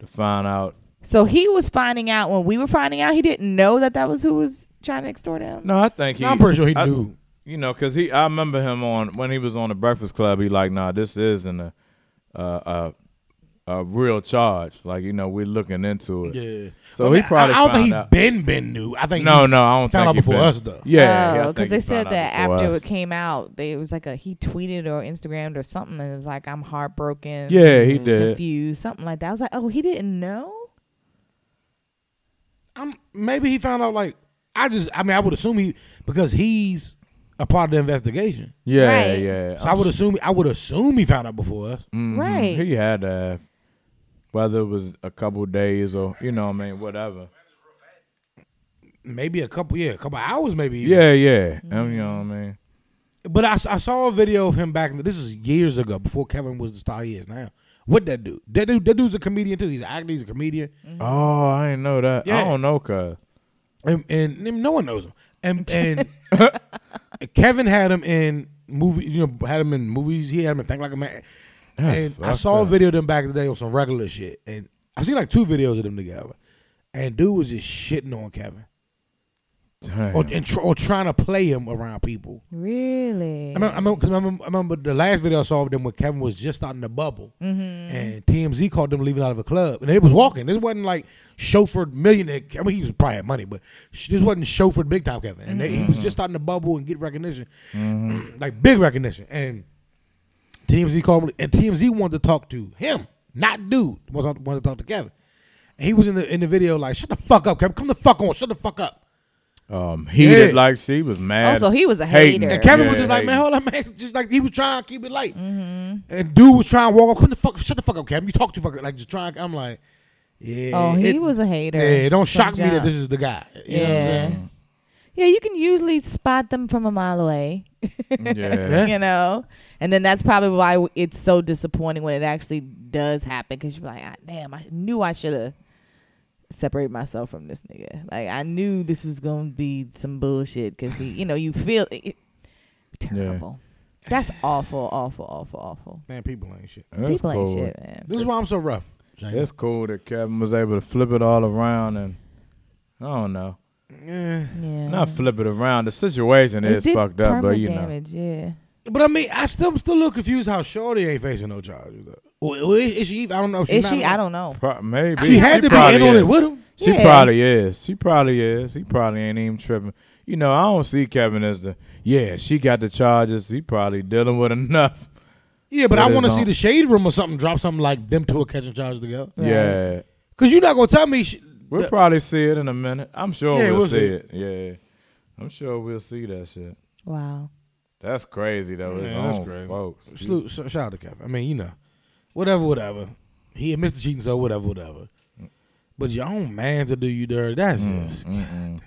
Speaker 3: to find out.
Speaker 4: So he was finding out when we were finding out. He didn't know that that was who was trying to extort him.
Speaker 3: No, I think he.
Speaker 1: No, I'm pretty sure he
Speaker 3: I-
Speaker 1: knew.
Speaker 3: you know, cause he I remember him on when he was on the Breakfast Club. He like, nah, this isn't a a a, a real charge. Like, you know, we're looking into it.
Speaker 1: Yeah.
Speaker 3: So
Speaker 1: I mean,
Speaker 3: he probably.
Speaker 1: I, I don't
Speaker 3: found
Speaker 1: think he
Speaker 3: out.
Speaker 1: been been knew. I think
Speaker 3: No,
Speaker 1: he
Speaker 3: no, I don't
Speaker 1: found
Speaker 3: think
Speaker 1: out
Speaker 3: he
Speaker 1: before
Speaker 3: been-
Speaker 1: us though.
Speaker 3: Yeah, yeah, I
Speaker 4: because
Speaker 3: think
Speaker 4: Oh, they
Speaker 3: he
Speaker 4: said
Speaker 3: found out
Speaker 4: that
Speaker 3: before
Speaker 4: after
Speaker 3: us.
Speaker 4: it came out, they, it was like a he tweeted or Instagrammed or something, and it was like I'm heartbroken.
Speaker 3: Yeah, he did.
Speaker 4: confused, something like that. I was like, oh, he didn't know.
Speaker 1: I'm, maybe he found out like I just. I mean, I would assume he because he's a part of the investigation.
Speaker 3: Yeah,
Speaker 4: Right.
Speaker 3: yeah.
Speaker 1: So i would assume. I would assume he found out before us.
Speaker 3: Mhm.
Speaker 4: Right.
Speaker 3: He had to have, whether it was a couple days or you know, what I mean, whatever.
Speaker 1: Maybe a couple. Yeah, a couple hours. Maybe. even.
Speaker 3: Yeah, yeah. I mean,
Speaker 4: Mm-hmm.
Speaker 3: you know what I mean?
Speaker 1: But I, s- I saw a video of him back. in the- This is years ago, before Kevin was the star he is now. What that dude? That dude. That dude's a comedian too. He's an actor. He's a comedian,
Speaker 4: Mm-hmm.
Speaker 3: Oh, I didn't know that.
Speaker 1: Yeah.
Speaker 3: I don't know, cause
Speaker 1: and, and, and no one knows him. And and Kevin had him in movie. You know, had him in movies. He had him in Think Like a Man.
Speaker 3: That's
Speaker 1: and I
Speaker 3: fucked
Speaker 1: saw a
Speaker 3: up.
Speaker 1: video of them back in the day on some regular shit, and I seen like two videos of them together. And dude was just shitting on Kevin, Oh,
Speaker 3: damn.
Speaker 1: or, and tr- or trying to play him around people.
Speaker 4: Really?
Speaker 1: I remember, I, remember, 'cause I remember- I remember the last video I saw of them when Kevin was just out in the bubble, and TMZ called them leaving out of a club, and they was walking. This wasn't like chauffeured millionaire. I mean, he was probably had money, but sh- this wasn't chauffeured big time Kevin. And they, he was just out in the bubble and get recognition, like big recognition. And TMZ called him, and TMZ wanted to talk to him, not dude. Wanted wanted to talk to Kevin, and he was in the in the video like, "Shut the fuck up, Kevin. Come the fuck on. Shut the fuck up."
Speaker 3: um, heated
Speaker 1: Yeah.
Speaker 3: like she was mad.
Speaker 4: Also, he was a
Speaker 3: hating.
Speaker 4: hater.
Speaker 1: And Kevin was
Speaker 3: Yeah,
Speaker 1: just like,
Speaker 3: hating.
Speaker 1: man, hold on, man. Just like he was trying to keep it light.
Speaker 2: Mm-hmm.
Speaker 1: And dude was trying to walk off. Come the fuck, shut the fuck up, Kevin. You talk too fucking like just trying. I'm like, yeah.
Speaker 4: oh, he
Speaker 1: it-
Speaker 4: was a hater.
Speaker 1: Yeah, it don't shock me that
Speaker 4: jump.
Speaker 1: this is the guy. You know what I'm
Speaker 4: yeah.
Speaker 1: saying?
Speaker 4: Yeah, you can usually spot them from a mile away.
Speaker 3: Yeah. Eh.
Speaker 2: you know and then that's probably why it's so disappointing when it actually does happen because you're like "Ah, damn i knew i should have separated myself from this nigga like i knew this was gonna be some bullshit because he you know you feel it, it- terrible that's awful awful awful awful
Speaker 1: Man, people ain't shit.
Speaker 3: That's
Speaker 2: people
Speaker 3: cool.
Speaker 2: ain't shit man
Speaker 1: This is why I'm so rough. Shane.
Speaker 3: It's cool that Kevin was able to flip it all around and I don't know.
Speaker 1: Yeah.
Speaker 2: yeah
Speaker 3: Not flip it around. The situation is fucked up, but you know.
Speaker 2: damage, yeah
Speaker 1: But I mean, I still, I'm still a little confused how Shorty ain't facing no charges. though. Well, well, is, is she? even- I don't know. if she's
Speaker 2: is
Speaker 1: not
Speaker 2: she
Speaker 1: or
Speaker 2: i
Speaker 1: not.
Speaker 2: don't know
Speaker 3: Pro- maybe
Speaker 1: She had to be
Speaker 3: probably
Speaker 1: in on
Speaker 3: is.
Speaker 1: it with him.
Speaker 3: She
Speaker 2: Yeah.
Speaker 3: probably is. She probably is. He probably ain't even tripping. You know, I don't see Kevin as the yeah. She got the charges. He probably dealing with enough.
Speaker 1: Yeah, but
Speaker 3: That
Speaker 1: I
Speaker 3: is
Speaker 1: want to
Speaker 3: on.
Speaker 1: see the shade room or something drop something like them two are catching charges together.
Speaker 2: Right.
Speaker 3: Yeah,
Speaker 1: Cause you're not gonna tell me. She,
Speaker 3: we'll
Speaker 1: Yeah.
Speaker 3: probably see it in a minute. I'm sure
Speaker 1: Yeah,
Speaker 3: we'll,
Speaker 1: we'll
Speaker 3: see
Speaker 1: see
Speaker 3: it. Yeah, I'm sure we'll see that shit.
Speaker 2: wow
Speaker 3: That's crazy though. It's
Speaker 1: Yeah, that's
Speaker 3: on
Speaker 1: crazy.
Speaker 3: folks.
Speaker 1: Salute, so- shout out to Kevin. I mean, you know, whatever, whatever. He admits to cheating, so whatever, whatever. But your own man to do you dirty, that's
Speaker 3: Mm,
Speaker 1: just.
Speaker 3: mm-mm.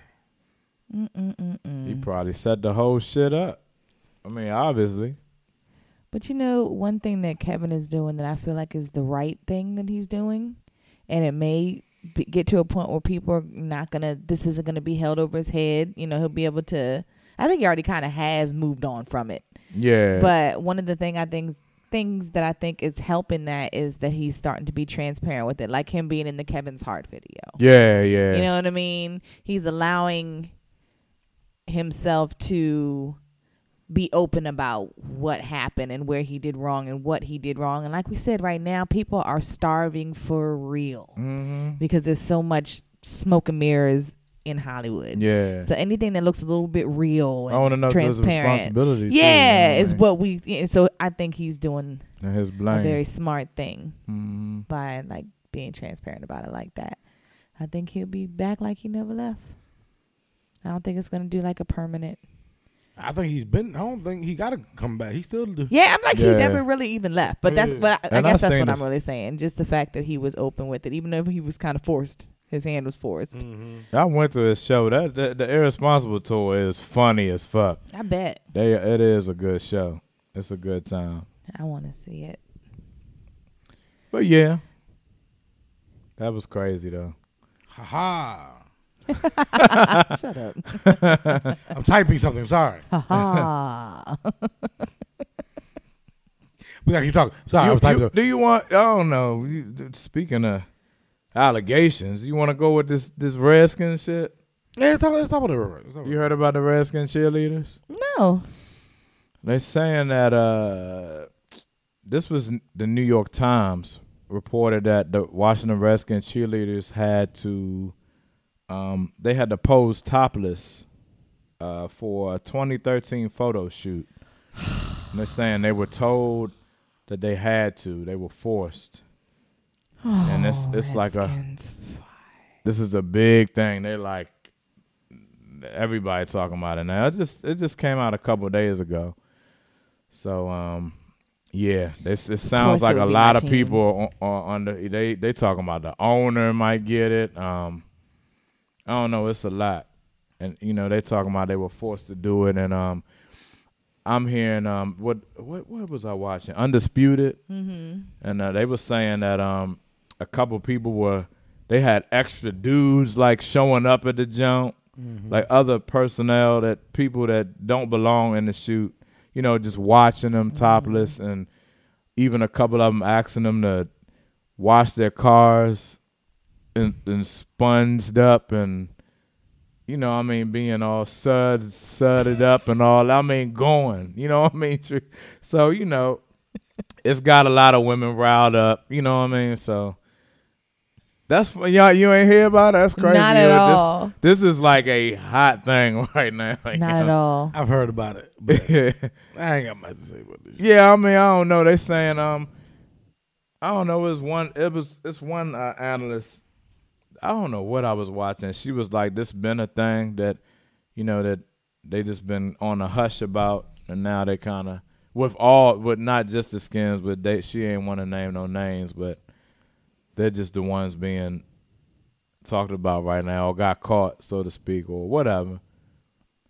Speaker 2: Mm, Mm-mm-mm-mm.
Speaker 3: He probably set the whole shit up. I mean, obviously.
Speaker 2: But you know, one thing that Kevin is doing that I feel like is the right thing that he's doing, and it may be, get to a point where people are not gonna. This isn't gonna be held over his head. You know, he'll be able to. I think he already kind of has moved on from it.
Speaker 3: Yeah.
Speaker 2: But one of the thing I think things that I think is helping that is that he's starting to be transparent with it, like him being in the Kevin's Heart video.
Speaker 3: yeah, yeah.
Speaker 2: You know what I mean? He's allowing himself to be open about what happened and where he did wrong and what he did wrong. And like we said, right now, people are starving for real
Speaker 3: Mhm.
Speaker 2: because there's so much smoke and mirrors in Hollywood.
Speaker 3: Yeah.
Speaker 2: So anything that looks a little bit real
Speaker 3: I want to
Speaker 2: and
Speaker 3: know if there's
Speaker 2: transparent.
Speaker 3: responsibility. too,
Speaker 2: Yeah,
Speaker 3: you know
Speaker 2: is
Speaker 3: what
Speaker 2: what we. yeah, So I think he's doing
Speaker 3: I mean? And his
Speaker 2: a
Speaker 3: blame.
Speaker 2: very smart thing
Speaker 3: Mhm.
Speaker 2: by like being transparent about it like that. I think he'll be back like he never left. I don't think it's gonna do like a permanent.
Speaker 1: I think he's been. I don't think he got to come back. He still do.
Speaker 2: Yeah, I'm like
Speaker 3: Yeah.
Speaker 2: he never really even left, but that's
Speaker 1: Yeah.
Speaker 2: what I, I
Speaker 3: And I
Speaker 2: guess that's
Speaker 3: seen
Speaker 2: what I'm
Speaker 3: this-
Speaker 2: really saying. Just the fact that he was open with it, even though he was kind of forced. His hand was forced.
Speaker 3: Mm. I went to his show. That, that the irresponsible tour is funny as fuck.
Speaker 2: I bet
Speaker 3: They it is a good show. It's a good time.
Speaker 2: I want to see it.
Speaker 3: But yeah, that was crazy though.
Speaker 1: Ha ha.
Speaker 2: Shut up.
Speaker 1: I'm typing something. I'm sorry.
Speaker 2: Ah.
Speaker 1: We gotta keep talking. Sorry,
Speaker 3: You-
Speaker 1: I was
Speaker 3: you-
Speaker 1: typing.
Speaker 3: do you want? I don't know. You- Speaking of allegations, you want to go with this this Redskin shit?
Speaker 1: Yeah, let's talk, let's talk about the river. Let's talk about
Speaker 3: You heard about the Redskin cheerleaders?
Speaker 2: no.
Speaker 3: They're saying that uh, this was the New York Times reported that the Washington Redskins cheerleaders had to um, they had to pose topless uh, for a 2013 photo shoot. And they're saying they were told that they had to. They were forced. And it's it's like a
Speaker 2: Oh, Redskins.
Speaker 3: this is a big thing. They like everybody talking about it now. It just it just came out a couple of days ago. So um, yeah, this it sounds
Speaker 2: course it
Speaker 3: like a
Speaker 2: would be
Speaker 3: lot
Speaker 2: my
Speaker 3: of
Speaker 2: team.
Speaker 3: people are, are under they they talking about the owner might get it. Um, I don't know. It's a lot, and you know they talking about they were forced to do it, and um. I'm hearing um what what what was I watching Undisputed,
Speaker 2: Mm-hmm.
Speaker 3: and uh, they were saying that um a couple people were they had extra dudes like showing up at the jump,
Speaker 2: Mm-hmm.
Speaker 3: like other personnel that people that don't belong in the shoot, you know, just watching them topless,
Speaker 2: Mm-hmm.
Speaker 3: and even a couple of them asking them to wash their cars and, and sponged up and. You know, I mean, being all sud, sudded up and all. I mean, going. You know what I mean? So, you know, it's got a lot of women riled up. You know what I mean? So that's y'all. You ain't hear about it? That's crazy.
Speaker 2: Not at
Speaker 3: This-
Speaker 2: all.
Speaker 3: This, is like a hot thing right now. you
Speaker 2: Not at
Speaker 3: know?
Speaker 2: all.
Speaker 1: it. I've heard about it. But I ain't got much to say about this.
Speaker 3: yeah, I mean, I don't know. They saying um, I don't know. It's one. It was. It's one uh, analyst. I don't know what I was watching. She was like, "This been a thing that, you know, that they just been on a hush about, and now they kind of with all, with not just the skins, but they she ain't want to name no names, but they're just the ones being talked about right now, or got caught, so to speak, or whatever.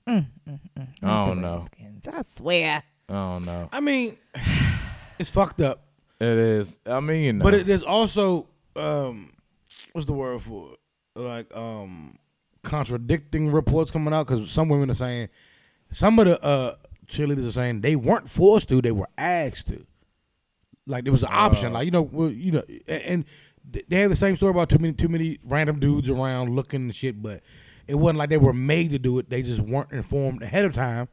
Speaker 3: I
Speaker 4: The
Speaker 3: don't know.
Speaker 4: Redskins. I swear.
Speaker 3: I don't know.
Speaker 1: I mean, it's fucked up.
Speaker 3: It is. I mean, you know.
Speaker 1: But it, there's also um, what's the word for it? Like um, contradicting reports coming out because some women are saying some of the uh, cheerleaders are saying they weren't forced to; they were asked to. Like there was an option. Like you know, well, you know, a- and, th they have the same story about too many too many random dudes around looking and shit. But it wasn't like they were made to do it; they just weren't informed ahead of time.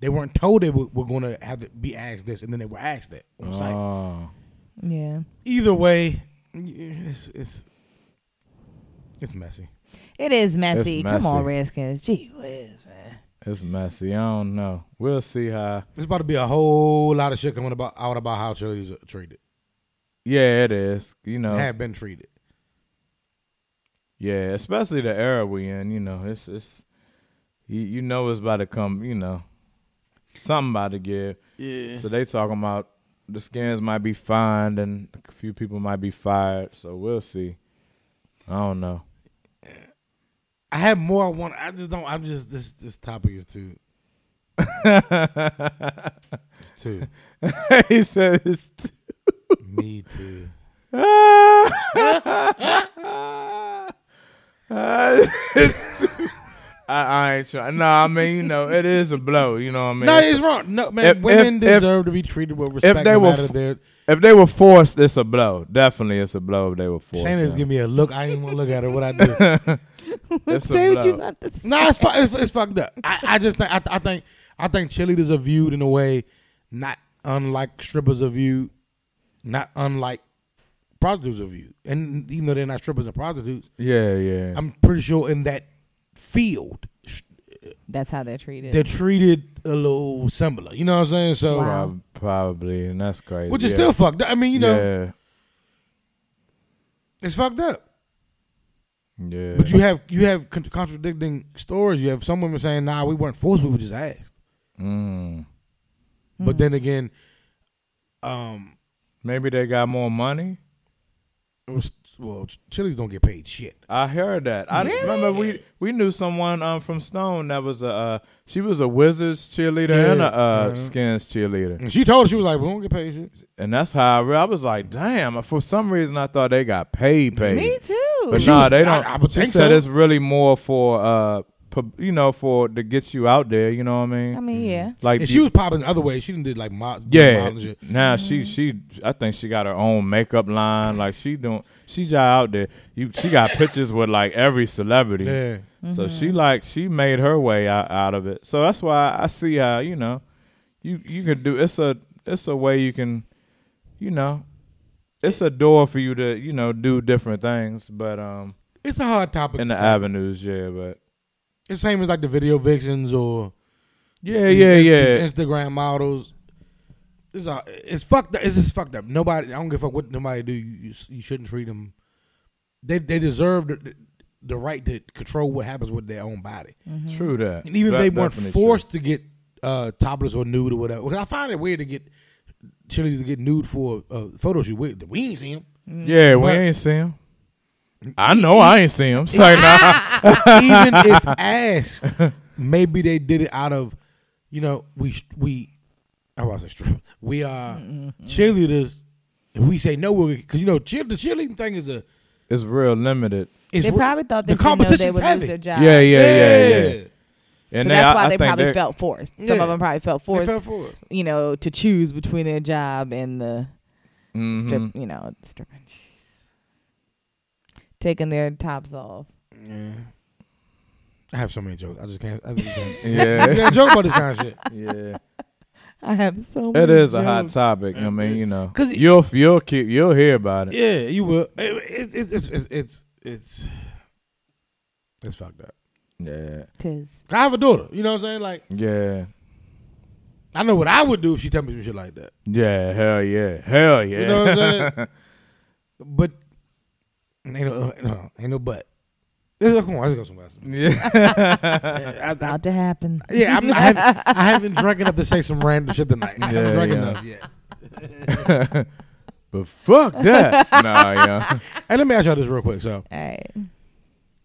Speaker 1: They weren't told they were, were going to have to be asked this, and then they were asked that on site
Speaker 3: Oh.
Speaker 2: Yeah.
Speaker 1: either way, it's it's it's messy.
Speaker 4: It is messy. Come on,
Speaker 3: messy.
Speaker 4: Redskins. Gee whiz, man.
Speaker 3: It's messy. I don't know. We'll see how.
Speaker 1: There's about to be a whole lot of shit coming about out about how cheerleaders are treated,
Speaker 3: Yeah, it is. You know.
Speaker 1: have been treated.
Speaker 3: Yeah, especially the era we in. You know, it's it's. You, you know it's about to come. You know, something about to give.
Speaker 1: Yeah.
Speaker 3: So they talking about the skins might be fined and a few people might be fired. So we'll see. I don't know.
Speaker 1: I have more. I want. I just don't. I'm just this. This topic is too. it's too.
Speaker 3: he said it's. T-
Speaker 1: Me too.
Speaker 3: Ah. it's too- I, I ain't trying. No, I mean you know it is a blow. You know what I mean.
Speaker 1: No, it's wrong. No, man.
Speaker 3: If-
Speaker 1: women
Speaker 3: if- if-
Speaker 1: deserve to be treated with respect.
Speaker 3: they
Speaker 1: no
Speaker 3: were
Speaker 1: matter
Speaker 3: f-
Speaker 1: their
Speaker 3: If they were forced, it's a blow. Definitely, it's a blow. If they were forced.
Speaker 1: Shayna's giving me a look. I didn't want to look at her. What I do?
Speaker 3: It's a
Speaker 4: Say what you
Speaker 3: blow.
Speaker 4: about to say.
Speaker 1: No, it's, fu- it's, it's fucked up. I, I just think I, I think I think cheerleaders are viewed in a way not unlike strippers are viewed, not unlike prostitutes are viewed. And even though they're not strippers and prostitutes,
Speaker 3: Yeah, yeah.
Speaker 1: I'm pretty sure in that field sh-
Speaker 2: That's how they're treated.
Speaker 1: they're treated a little similar. You know what I'm saying? So,
Speaker 2: Wow.
Speaker 3: Prob- probably, and that's crazy.
Speaker 1: which is
Speaker 3: yeah.
Speaker 1: still fucked up. I mean, you know,
Speaker 3: Yeah,
Speaker 1: it's fucked up.
Speaker 3: yeah.
Speaker 1: But you have you have con- contradicting stories. You have some women saying, "Nah, we weren't forced. We were just asked."
Speaker 3: Mm. Hmm.
Speaker 1: But then again, um.
Speaker 3: Maybe they got more money.
Speaker 1: It was well, ch- Chili's don't get paid shit.
Speaker 3: I heard that. I remember we we knew someone um from Stone that was a uh, she was a Wizards cheerleader and a
Speaker 1: Yeah,
Speaker 3: uh,
Speaker 1: yeah.
Speaker 3: Skins cheerleader,
Speaker 1: And she told us she was like, "We don't get paid shit."
Speaker 3: and that's how I, re- I was like, damn. For some reason, I thought they got paid paid.
Speaker 2: Me too.
Speaker 3: But
Speaker 1: she
Speaker 3: nah,
Speaker 1: was-
Speaker 3: they
Speaker 1: I-
Speaker 3: don't.
Speaker 1: I would
Speaker 3: she
Speaker 1: think
Speaker 3: said
Speaker 1: so.
Speaker 3: it's really more for uh, pub, you know, for to get you out there. You know what I mean?
Speaker 2: I mean, yeah.
Speaker 3: like
Speaker 1: And
Speaker 3: you-
Speaker 1: she was popping other ways. She didn't did like mod,
Speaker 3: yeah.
Speaker 1: modeling shit.
Speaker 3: Now she she I think she got her own makeup line. Like she don't she just out there. You she got pictures with like every celebrity.
Speaker 1: Yeah,
Speaker 3: So
Speaker 2: Mm-hmm.
Speaker 3: she like she made her way out, out of it. So that's why I see how you know you you could do it's a it's a way you can you know it's a door for you to you know do different things. But um
Speaker 1: it's a hard topic.
Speaker 3: in the
Speaker 1: to tackle.
Speaker 3: avenues, yeah, but.
Speaker 1: It's the same as like the video vixens or
Speaker 3: Yeah,
Speaker 1: these
Speaker 3: yeah,
Speaker 1: Inst-
Speaker 3: yeah.
Speaker 1: these Instagram models. It's a, it's fucked up. It's just fucked up. Nobody, I don't give a fuck what nobody do. You, you, s- you shouldn't treat them. They they deserve the, the right to control what happens with their own body.
Speaker 2: Mm-hmm.
Speaker 3: True that.
Speaker 1: And even if
Speaker 3: That
Speaker 1: they weren't
Speaker 3: definitely
Speaker 1: forced to get uh, topless or nude or whatever, 'Cause I find it weird to get chilies to get nude for a photo shoot. We, we ain't seen them.
Speaker 2: Mm-hmm.
Speaker 3: True. Yeah, we
Speaker 1: But-
Speaker 3: ain't see him. I know I ain't see him. Sorry, nah.
Speaker 1: even if asked, maybe they did it out of, you know, we we, I was a strip. We are
Speaker 3: Mm-hmm.
Speaker 1: cheerleaders. If we say no, because you know, cheer, the cheerleading thing is a.
Speaker 3: It's real limited.
Speaker 1: Is
Speaker 2: They probably thought
Speaker 1: the
Speaker 2: they, didn't know they
Speaker 1: competition's
Speaker 2: would
Speaker 1: heavy.
Speaker 2: lose their job.
Speaker 3: Yeah, yeah, yeah, yeah. And
Speaker 2: So
Speaker 3: they-
Speaker 2: that's
Speaker 3: I-
Speaker 2: why
Speaker 3: I
Speaker 2: they
Speaker 3: think
Speaker 2: probably
Speaker 3: they're-
Speaker 2: felt forced. Some
Speaker 1: Yeah.
Speaker 2: of them probably felt
Speaker 1: They
Speaker 2: forced,
Speaker 1: fell for it.
Speaker 2: you know, to choose between their job and the
Speaker 3: Mhm.
Speaker 2: strip, you know, stripping. Taking their tops off.
Speaker 1: Yeah. I have so many jokes. I just can't. I just can't. I
Speaker 3: Yeah,
Speaker 1: can't joke about this kind of shit.
Speaker 3: yeah.
Speaker 2: I have so
Speaker 3: It
Speaker 2: many
Speaker 3: is a
Speaker 2: jokes.
Speaker 3: hot topic. I mean, you know,
Speaker 1: 'Cause it-
Speaker 3: you'll you'll keep you'll hear about it.
Speaker 1: Yeah, you will. It, it, it's it's it's it's it's fucked up.
Speaker 3: Yeah,
Speaker 2: Tis.
Speaker 1: I have a daughter. You know what I'm saying? Like
Speaker 3: yeah,
Speaker 1: I know what I would do if she tell me some shit like that.
Speaker 3: yeah. Hell yeah, hell yeah.
Speaker 1: You know what I'm saying? But ain't no, no ain't no but. Let's- Come on, let's go somewhere else.
Speaker 3: yeah,
Speaker 1: I, I,
Speaker 2: About to happen.
Speaker 1: yeah, I'm, I haven't I haven't drunk enough to say some random shit tonight. I haven't
Speaker 3: Yeah,
Speaker 1: drunk
Speaker 3: yeah.
Speaker 1: enough yet.
Speaker 3: but fuck that. nah, yeah.
Speaker 1: Hey, let me ask y'all this real quick. So,
Speaker 2: All right.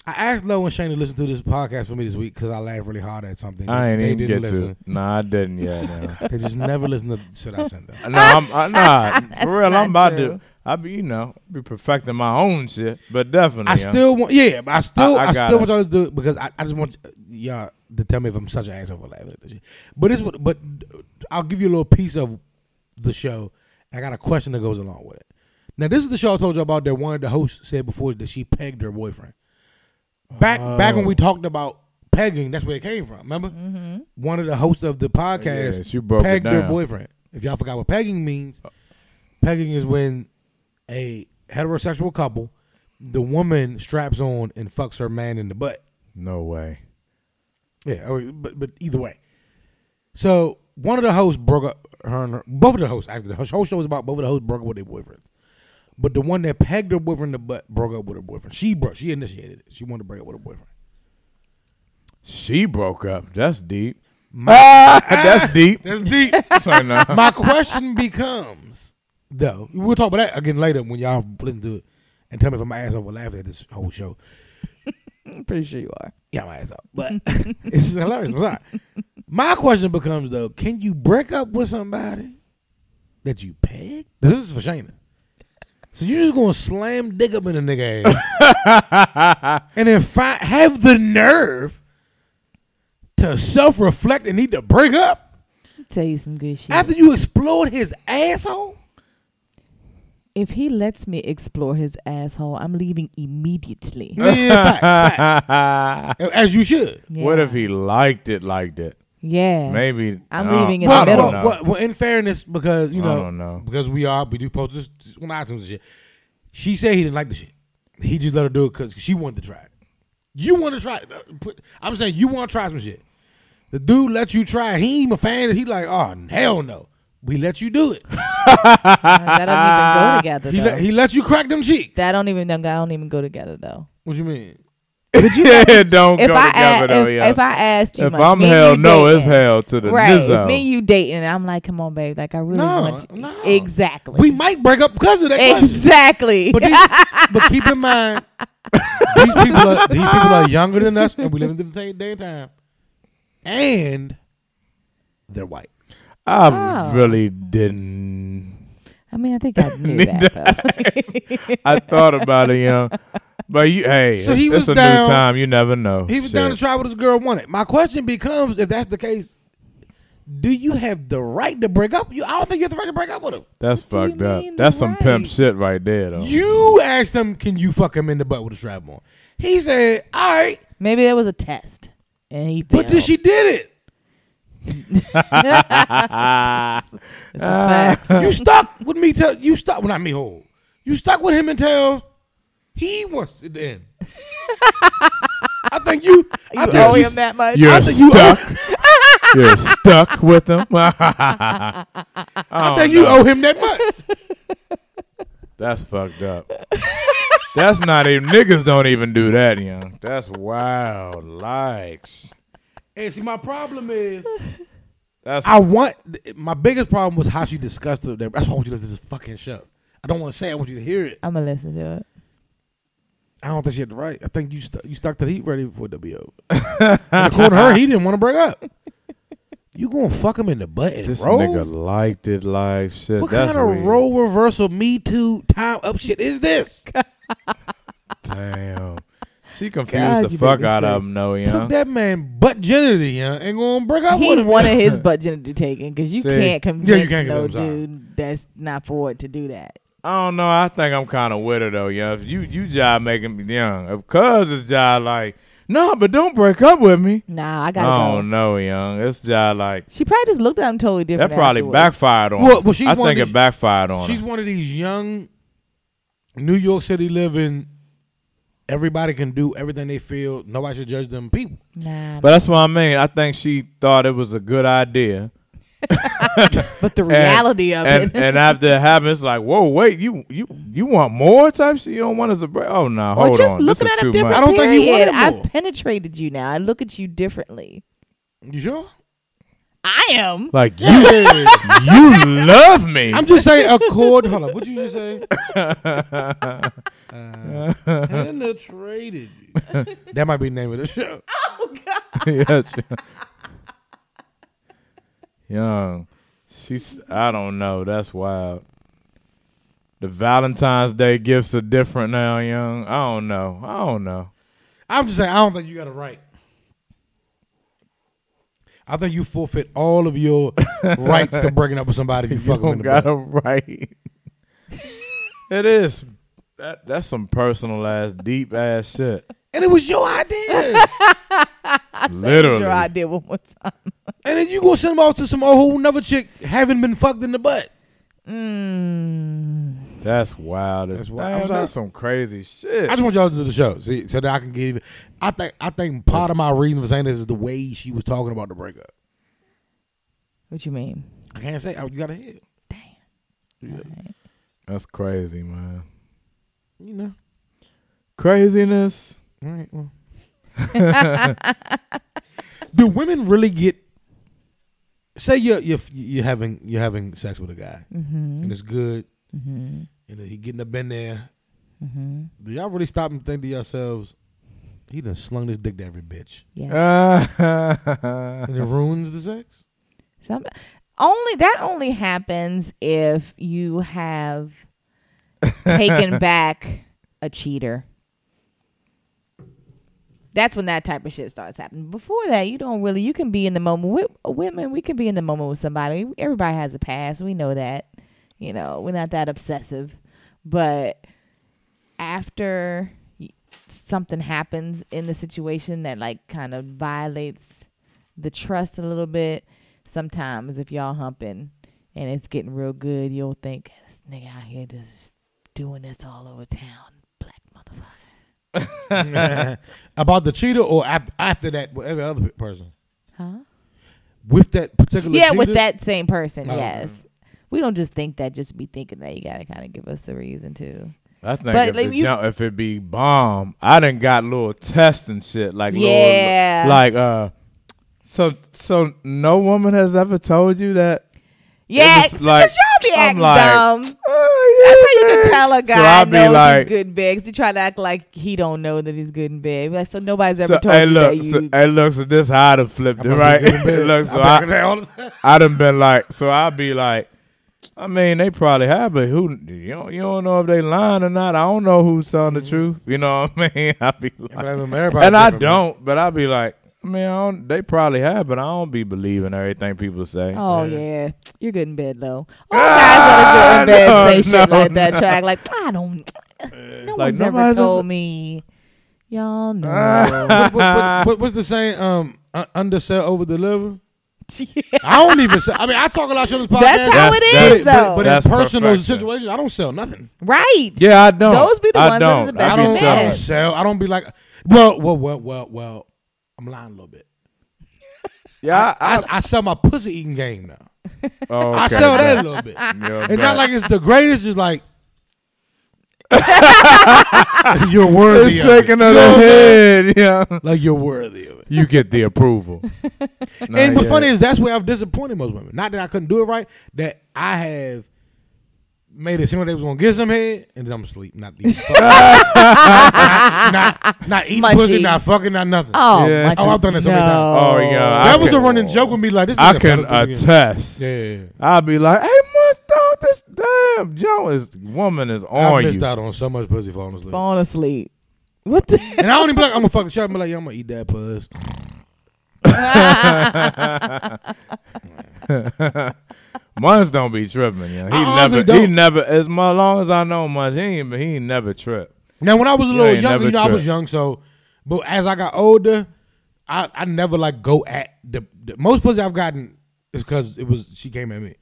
Speaker 1: I asked Lo and Shane to listen to this podcast for me this week because I laughed really hard at something.
Speaker 3: I ain't
Speaker 1: They
Speaker 3: even
Speaker 1: didn't
Speaker 3: get
Speaker 1: listen.
Speaker 3: to. Nah, I didn't yet. man.
Speaker 1: They just never listen to shit I sent them.
Speaker 3: no, I'm I, nah. For real,
Speaker 2: not
Speaker 3: I'm about
Speaker 2: true.
Speaker 3: to. I be you know be perfecting my own shit, but definitely.
Speaker 1: I
Speaker 3: uh,
Speaker 1: still want, yeah, but I still,
Speaker 3: I-
Speaker 1: I,
Speaker 3: I got
Speaker 1: still
Speaker 3: it.
Speaker 1: want y'all to do it because I, I just want y'all to tell me if I'm such an asshole for laughing at this shit. But it's what, but I'll give you a little piece of the show. I got a question that goes along with it. Now, this is the show I told you about that one of the hosts said before that she pegged her boyfriend. Back back
Speaker 3: Oh.
Speaker 1: when we talked about pegging, that's where it came from. Remember, one of the hosts of the podcast
Speaker 3: Yeah, she broke it
Speaker 1: pegged her
Speaker 3: down.
Speaker 1: boyfriend. If y'all forgot what pegging means, pegging is when a heterosexual couple, the woman straps on and fucks her man in the butt.
Speaker 3: no way.
Speaker 1: Yeah, or- but but either way. So one of the hosts broke up her and her, both of the hosts actually the whole show was about both of the hosts broke up with their boyfriends. But the one that pegged her boyfriend in the butt broke up with her boyfriend. She broke she initiated it. She wanted to break up with her boyfriend.
Speaker 3: She broke up. That's deep. ah, that's deep.
Speaker 1: That's deep.
Speaker 3: So, no.
Speaker 1: My question becomes though, we'll talk about that again later when y'all listen to it and tell me if I'm an asshole for laughing at this whole show.
Speaker 2: I'm pretty sure you are.
Speaker 1: Yeah, my ass up. But it's hilarious. I'm sorry. My question becomes though, can you break up with somebody that you pegged? This is for Shayna. So you're just gonna slam dick up in a nigga ass and then fi- have the nerve to self reflect and need to break up
Speaker 2: Tell you some good shit.
Speaker 1: after you explode his asshole?
Speaker 2: if he lets me explore his asshole, I'm leaving
Speaker 1: Uh,
Speaker 2: immediately.
Speaker 1: Yeah, fact, fact. As you should.
Speaker 2: Yeah.
Speaker 3: What if he liked it? Liked it?
Speaker 2: Yeah.
Speaker 3: Maybe
Speaker 2: I'm
Speaker 3: I don't-
Speaker 2: leaving it In the
Speaker 1: Well,
Speaker 3: I don't
Speaker 1: well,
Speaker 2: middle.
Speaker 3: know.
Speaker 1: well, well, in fairness, because you
Speaker 3: I
Speaker 1: know,
Speaker 3: don't know.
Speaker 1: because we are, we do post this on iTunes and shit. She said he didn't like the shit. He just let her do it because she wanted to try it. You want to try it? Uh, put- I'm saying you want to try some shit. The dude let you try. it. He ain't even a fan. He like, oh hell no. We let you do it.
Speaker 2: that don't even go together.
Speaker 1: He
Speaker 2: though.
Speaker 1: let, he let you crack them cheeks.
Speaker 2: that don't even that don't even go together though.
Speaker 1: What you mean?
Speaker 3: yeah, don't
Speaker 2: If
Speaker 3: go
Speaker 2: I
Speaker 3: together
Speaker 2: a-
Speaker 3: though.
Speaker 2: if,
Speaker 3: yeah.
Speaker 2: if I asked you,
Speaker 3: If
Speaker 2: much,
Speaker 3: I'm
Speaker 2: me and
Speaker 3: hell
Speaker 2: you
Speaker 3: no, it's
Speaker 2: dating,
Speaker 3: hell to the
Speaker 2: right?
Speaker 3: nizzo.
Speaker 2: Me and you dating, and I'm like, come on, babe, like I really
Speaker 1: No,
Speaker 2: want you.
Speaker 1: no.
Speaker 2: Exactly.
Speaker 1: We might break up because of that. question.
Speaker 2: exactly.
Speaker 1: But, these, but keep in mind, these people are these people are younger than us, and we live in the day, day and time, and they're white.
Speaker 3: I
Speaker 2: Oh.
Speaker 3: really didn't.
Speaker 2: I mean, I think I knew that. Though.
Speaker 3: I thought about it, you know. But you, hey,
Speaker 1: So
Speaker 3: it's,
Speaker 1: he was
Speaker 3: it's a
Speaker 1: down-
Speaker 3: new time. You never know.
Speaker 1: He was
Speaker 3: Shit.
Speaker 1: down to try what this girl wanted. My question becomes: If that's the case, do you have the right to break up? You, I don't think you have the right to break up with him.
Speaker 3: That's
Speaker 2: do you
Speaker 3: fucked up.
Speaker 2: mean,
Speaker 3: That's some pimp
Speaker 2: right?
Speaker 3: shit right there, though.
Speaker 1: You asked him, "Can you fuck him in the butt with a strap on?" He said, "All right,"
Speaker 2: Maybe there was a test, and he.
Speaker 1: but then
Speaker 2: failed.
Speaker 1: she did it.
Speaker 2: This is facts.
Speaker 1: You stuck with me till you stuck. Well, not me whole. You stuck with him until he wants it to end. I think you. I
Speaker 2: You
Speaker 1: think
Speaker 2: owe
Speaker 1: you-
Speaker 2: him that much.
Speaker 3: You're
Speaker 1: I think you
Speaker 3: stuck. You're stuck with them. I
Speaker 1: I think you owe him that much.
Speaker 3: That's fucked up. That's not even niggas don't even do that, you know. That's wild likes.
Speaker 1: and see, my problem is,
Speaker 3: That's
Speaker 1: I want my biggest problem was how she discussed it. That's why I want you to listen to this fucking show. I don't want to say. it, I want you to hear it.
Speaker 2: I'm gonna listen to it.
Speaker 1: I don't think she had the right. I think you stuck. You stuck to the heat ready before WO. And According to her, he didn't want to break up. You gonna fuck him in the butt and
Speaker 3: this
Speaker 1: roll?
Speaker 3: nigga liked it like shit.
Speaker 1: What
Speaker 3: That's
Speaker 1: kind of
Speaker 3: weird.
Speaker 1: role reversal, me too, time up shit is this?
Speaker 3: Damn. She confused
Speaker 2: God,
Speaker 3: the
Speaker 2: you
Speaker 3: fuck
Speaker 2: made me
Speaker 3: out
Speaker 2: sick.
Speaker 3: of him though, you know.
Speaker 1: Took that man butt genity, huh? Ain't gonna break up with
Speaker 2: He
Speaker 1: him.
Speaker 2: wanted his butt genital taken because you
Speaker 3: See.
Speaker 2: can't convince
Speaker 1: Yeah, you can't
Speaker 2: no
Speaker 1: convince him.
Speaker 2: dude that's not for it to do that.
Speaker 3: I don't know. I think I'm kind of with her though, young. If you you job making me young, of course it's job like no, but don't break up with me.
Speaker 2: Nah, I
Speaker 3: I
Speaker 2: gotta go.
Speaker 3: don't know, young. It's job like
Speaker 2: She probably just looked at him totally different.
Speaker 3: that probably
Speaker 2: afterwards.
Speaker 3: backfired on.
Speaker 1: Well,
Speaker 3: her.
Speaker 1: well, she's
Speaker 3: I
Speaker 1: one of
Speaker 3: think it
Speaker 1: these-
Speaker 3: backfired on.
Speaker 1: She's
Speaker 3: her.
Speaker 1: one of these young New York City living, everybody can do everything they feel. Nobody should judge them people.
Speaker 2: Nah,
Speaker 3: But
Speaker 2: but,
Speaker 3: that's what I mean. I think she thought it was a good idea.
Speaker 2: the reality of
Speaker 3: and,
Speaker 2: it.
Speaker 3: and after it happened, it's like, whoa, wait, you you you want more type shit? You don't want us to break? Oh no, hold
Speaker 2: or just
Speaker 3: on.
Speaker 2: looking
Speaker 3: this
Speaker 2: at
Speaker 3: is
Speaker 2: him
Speaker 3: too
Speaker 2: different.
Speaker 1: I
Speaker 3: much.
Speaker 1: don't think he
Speaker 2: period.
Speaker 1: wanted more.
Speaker 2: I've penetrated you now. I look at you differently.
Speaker 1: You sure?
Speaker 2: I am.
Speaker 3: Like you, you love me.
Speaker 1: I'm just saying accord. Hold on, what you just say? Uh, penetrated you. That might be the name of the show.
Speaker 3: yes. Young. She's I don't know. That's wild. The Valentine's Day gifts are different now, young. I don't know. I don't know.
Speaker 1: I'm just saying I don't think you got it right. I think you forfeit all of your rights to breaking up with somebody if you,
Speaker 3: You
Speaker 1: fuck them in
Speaker 3: don't
Speaker 1: the
Speaker 3: got
Speaker 1: bed.
Speaker 3: them right. it is. That that's some personal ass, deep ass shit.
Speaker 1: And it was your idea.
Speaker 3: Literally.
Speaker 2: Sure, I did one more time.
Speaker 1: and then you gonna send them off to some old whole another chick haven't been fucked in the butt.
Speaker 2: Mm.
Speaker 3: That's wild. That's,
Speaker 1: That's wild. I'm sorry.
Speaker 3: that's some crazy shit.
Speaker 1: I just want y'all to do the show, see, so that I can get even. I think I think part of my reason for saying this is the way she was talking about the breakup.
Speaker 2: What you mean?
Speaker 1: I can't say I, you gotta hear. it.
Speaker 3: that's crazy, man.
Speaker 1: You know.
Speaker 3: Craziness.
Speaker 1: All right. Well. do women really get? Say you're you're you're having you're having sex with a guy
Speaker 2: Mm-hmm.
Speaker 1: and it's good
Speaker 2: Mm-hmm.
Speaker 1: and he getting up in there.
Speaker 2: Mm-hmm.
Speaker 1: Do y'all really stop and think to yourselves? He done slung this dick to every bitch,
Speaker 2: Yeah.
Speaker 3: Ah.
Speaker 1: and it ruins the sex.
Speaker 2: Some, only that only happens if you have taken back a cheater. That's when that type of shit starts happening. Before that, you don't really. You can be in the moment with women. We can be in the moment with somebody. Everybody has a past. We know that. You know, we're not that obsessive. But after y- something happens in the situation that like kind of violates the trust a little bit. Sometimes if y'all humping and it's getting real good, you'll think this nigga out here just doing this all over town, black motherfucker.
Speaker 1: about the cheater or af- after that with every other person
Speaker 2: Huh?
Speaker 1: with that particular
Speaker 2: yeah,
Speaker 1: cheater?
Speaker 2: with that same person.
Speaker 1: Oh,
Speaker 2: yes. We don't just think that, just be thinking that. You gotta kind of give us a reason to.
Speaker 3: I think
Speaker 2: But,
Speaker 3: if,
Speaker 2: like,
Speaker 3: it
Speaker 2: you-
Speaker 3: jump, if it be bomb, I done got little tests and shit like
Speaker 2: Yeah.
Speaker 3: little, like uh. So so no woman has ever told you that.
Speaker 2: Yeah,
Speaker 3: It's
Speaker 2: because
Speaker 3: like-
Speaker 2: y'all be
Speaker 3: I'm
Speaker 2: acting
Speaker 3: like,
Speaker 2: dumb. That's
Speaker 3: "Oh,
Speaker 2: how
Speaker 3: yeah,
Speaker 2: you can
Speaker 3: babe."
Speaker 2: tell a
Speaker 3: So
Speaker 2: guy
Speaker 3: I be
Speaker 2: knows he's
Speaker 3: like-
Speaker 2: good and bad. 'cause he try to act like he don't know that he's good and bad. Like, so nobody's ever
Speaker 3: So,
Speaker 2: told
Speaker 3: hey,
Speaker 2: you
Speaker 3: look,
Speaker 2: that you.
Speaker 3: so, hey, look, so this how I done flipped it,
Speaker 1: I'm
Speaker 3: right?
Speaker 1: gonna be in
Speaker 3: look,
Speaker 1: bed.
Speaker 3: so
Speaker 1: I'm
Speaker 3: I,
Speaker 1: back all the time.
Speaker 3: I done been like, so I be like, I mean, they probably have, but who, you don't, you don't know if they lying or not. I don't know who's telling the truth. You know what I mean? I be like,
Speaker 1: Mm-hmm. But I remember everybody
Speaker 3: and I
Speaker 1: different, man.
Speaker 3: don't, but I be like, I mean, I don't, they probably have, but I don't be believing everything people say.
Speaker 2: Oh
Speaker 1: Yeah.
Speaker 2: yeah. you're good in bed though. All
Speaker 3: Ah,
Speaker 2: guys that are good in bed
Speaker 3: no,
Speaker 2: say shit
Speaker 3: no,
Speaker 2: like that.
Speaker 3: no.
Speaker 2: Track like I don't. No
Speaker 3: Like,
Speaker 2: one's ever
Speaker 3: nobody's
Speaker 2: told
Speaker 3: ever- Ah.
Speaker 2: me. Y'all know.
Speaker 1: What- what- what- what- what's the saying? Um, uh, undersell, over deliver.
Speaker 2: Yeah,
Speaker 1: I don't even sell. I mean, I talk a lot shit on this podcast.
Speaker 2: That's how
Speaker 3: That's-
Speaker 2: it
Speaker 3: that's-
Speaker 2: is though.
Speaker 1: But
Speaker 3: That's
Speaker 1: in personal
Speaker 3: perfection.
Speaker 1: situations, I don't sell nothing.
Speaker 2: right.
Speaker 3: Yeah, I don't.
Speaker 2: Those be the
Speaker 3: I
Speaker 2: ones that
Speaker 3: don't.
Speaker 2: are the best
Speaker 1: I
Speaker 3: I be
Speaker 1: don't
Speaker 2: and
Speaker 1: sell. I
Speaker 3: selling.
Speaker 1: don't
Speaker 2: best.
Speaker 1: sell. I don't be like, well, well, well, well, well. I'm lying a little bit.
Speaker 3: Yeah, I,
Speaker 1: I, I sell my pussy eating game now.
Speaker 3: oh,
Speaker 1: I
Speaker 3: okay,
Speaker 1: sell
Speaker 3: bet.
Speaker 1: that a little bit.
Speaker 3: Yeah,
Speaker 1: It's not
Speaker 3: bet.
Speaker 1: like it's the greatest. It's like you're worthy.
Speaker 3: it's
Speaker 1: of it.
Speaker 3: shaking of
Speaker 1: You know
Speaker 3: the
Speaker 1: what I'm saying?
Speaker 3: head. Yeah,
Speaker 1: Like you're worthy of it.
Speaker 3: you get the approval. Not
Speaker 1: and what's
Speaker 3: yet.
Speaker 1: funny is that's where I've disappointed most women. Not that I couldn't do it right. That I have made it seem like they was gonna get some head, and then I'm asleep, not eating, fucking- not, not, not eating
Speaker 2: Munchie.
Speaker 1: pussy, not fucking, not nothing.
Speaker 2: Oh,
Speaker 3: Yeah.
Speaker 2: my
Speaker 1: Oh, I've done that so many times.
Speaker 3: Oh, yeah, I
Speaker 1: that was a
Speaker 3: can-
Speaker 1: running joke with me. Like this,
Speaker 3: I
Speaker 1: nigga
Speaker 3: can
Speaker 1: fell asleep again.
Speaker 3: attest.
Speaker 1: Yeah, yeah, yeah.
Speaker 3: I'll be like, "Hey, Mustang, this damn Jones woman is
Speaker 1: I
Speaker 3: on
Speaker 1: missed
Speaker 3: you."
Speaker 1: out on so much pussy falling asleep.
Speaker 2: Falling asleep. What the?
Speaker 1: And I don't even be like, I'm gonna fuck the shot and be like, yo, I'm gonna eat that puss.
Speaker 3: Munz don't be tripping. Yeah, he
Speaker 1: I honestly
Speaker 3: never. He
Speaker 1: don't.
Speaker 3: never. As mu- long as I know Munz, he ain't, he ain't never trip.
Speaker 1: Now, when I was a
Speaker 3: You
Speaker 1: little
Speaker 3: ain't
Speaker 1: younger,
Speaker 3: never
Speaker 1: you know, I was
Speaker 3: tripped.
Speaker 1: young, so, but as I got older, I, I never like go at the, the most pussy I've gotten is because it was she came at me.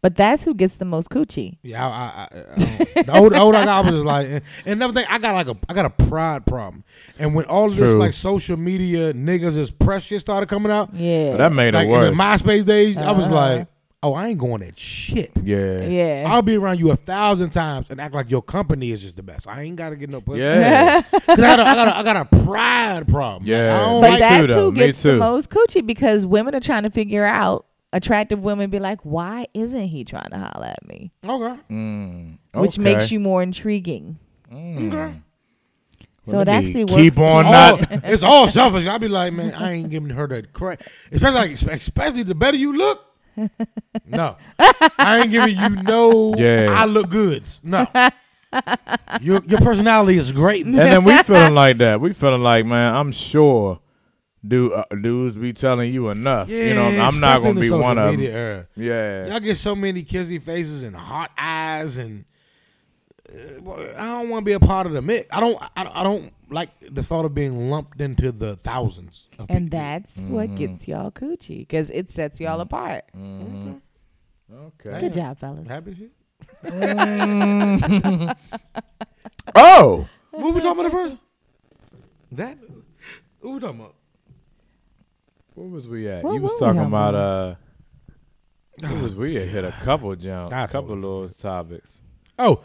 Speaker 2: But that's who gets the most coochie.
Speaker 1: Yeah, I, I, I, I don't- the older, older I got, I was just like, and another thing, I got like a, I got a pride problem, and when all of this
Speaker 3: True.
Speaker 1: like social media niggas is press shit started coming out,
Speaker 2: Yeah.
Speaker 3: That made
Speaker 1: like in
Speaker 3: it
Speaker 1: the
Speaker 3: worse.
Speaker 1: MySpace days, I was
Speaker 2: Uh-huh.
Speaker 1: like, oh, I ain't going at shit.
Speaker 3: yeah.
Speaker 2: yeah.
Speaker 1: I'll be around you a thousand times and act like your company is just the best. I ain't gotta get no pussy.
Speaker 3: Yeah.
Speaker 1: 'Cause I, got a, I, got a, I got a pride problem. Like,
Speaker 3: Yeah.
Speaker 1: I don't
Speaker 2: But
Speaker 1: like
Speaker 3: that-
Speaker 2: that's
Speaker 3: too, though.
Speaker 2: who
Speaker 3: Me
Speaker 2: gets the
Speaker 3: too.
Speaker 2: most coochie because women are trying to figure out attractive women be like, why isn't he trying to holler at me?
Speaker 1: Okay.
Speaker 3: Mm,
Speaker 2: Which makes
Speaker 3: okay.
Speaker 2: you more intriguing.
Speaker 1: Okay.
Speaker 2: So it
Speaker 3: Let me
Speaker 2: actually works.
Speaker 3: Keep on
Speaker 1: All-
Speaker 3: Mm. not.
Speaker 1: it's all selfish. I'd be like, man, I ain't giving her that crap. Especially, like, especially the better you look. No, I ain't giving you no.
Speaker 3: Yeah.
Speaker 1: I look goods. No, your your personality is great.
Speaker 3: and then we feeling like that. We feeling like, man, I'm sure dude, uh, dudes be telling you enough. you know, I'm
Speaker 1: especially
Speaker 3: not
Speaker 1: in
Speaker 3: going
Speaker 1: the
Speaker 3: to be
Speaker 1: social
Speaker 3: one of
Speaker 1: media
Speaker 3: them.
Speaker 1: era.
Speaker 3: Yeah.
Speaker 1: Y'all get so many kissy faces and hot eyes, and uh, well, I don't want to be a part of the mix. I don't. I, I don't like the thought of being lumped into the thousands. Of
Speaker 2: And
Speaker 1: people.
Speaker 2: that's
Speaker 3: Mm-hmm.
Speaker 2: what gets y'all coochie because it sets y'all apart.
Speaker 3: Okay.
Speaker 2: Good job, fellas.
Speaker 1: Happy to hear.
Speaker 3: Oh,
Speaker 1: What we talking about at first? That? What we talking about?
Speaker 3: what was we at?
Speaker 2: What
Speaker 3: you was
Speaker 2: were we
Speaker 3: talking
Speaker 2: talking
Speaker 3: about uh. What was we at? Hit a couple jump,
Speaker 1: I
Speaker 3: a
Speaker 1: told
Speaker 3: couple
Speaker 1: you.
Speaker 3: little topics.
Speaker 1: Oh.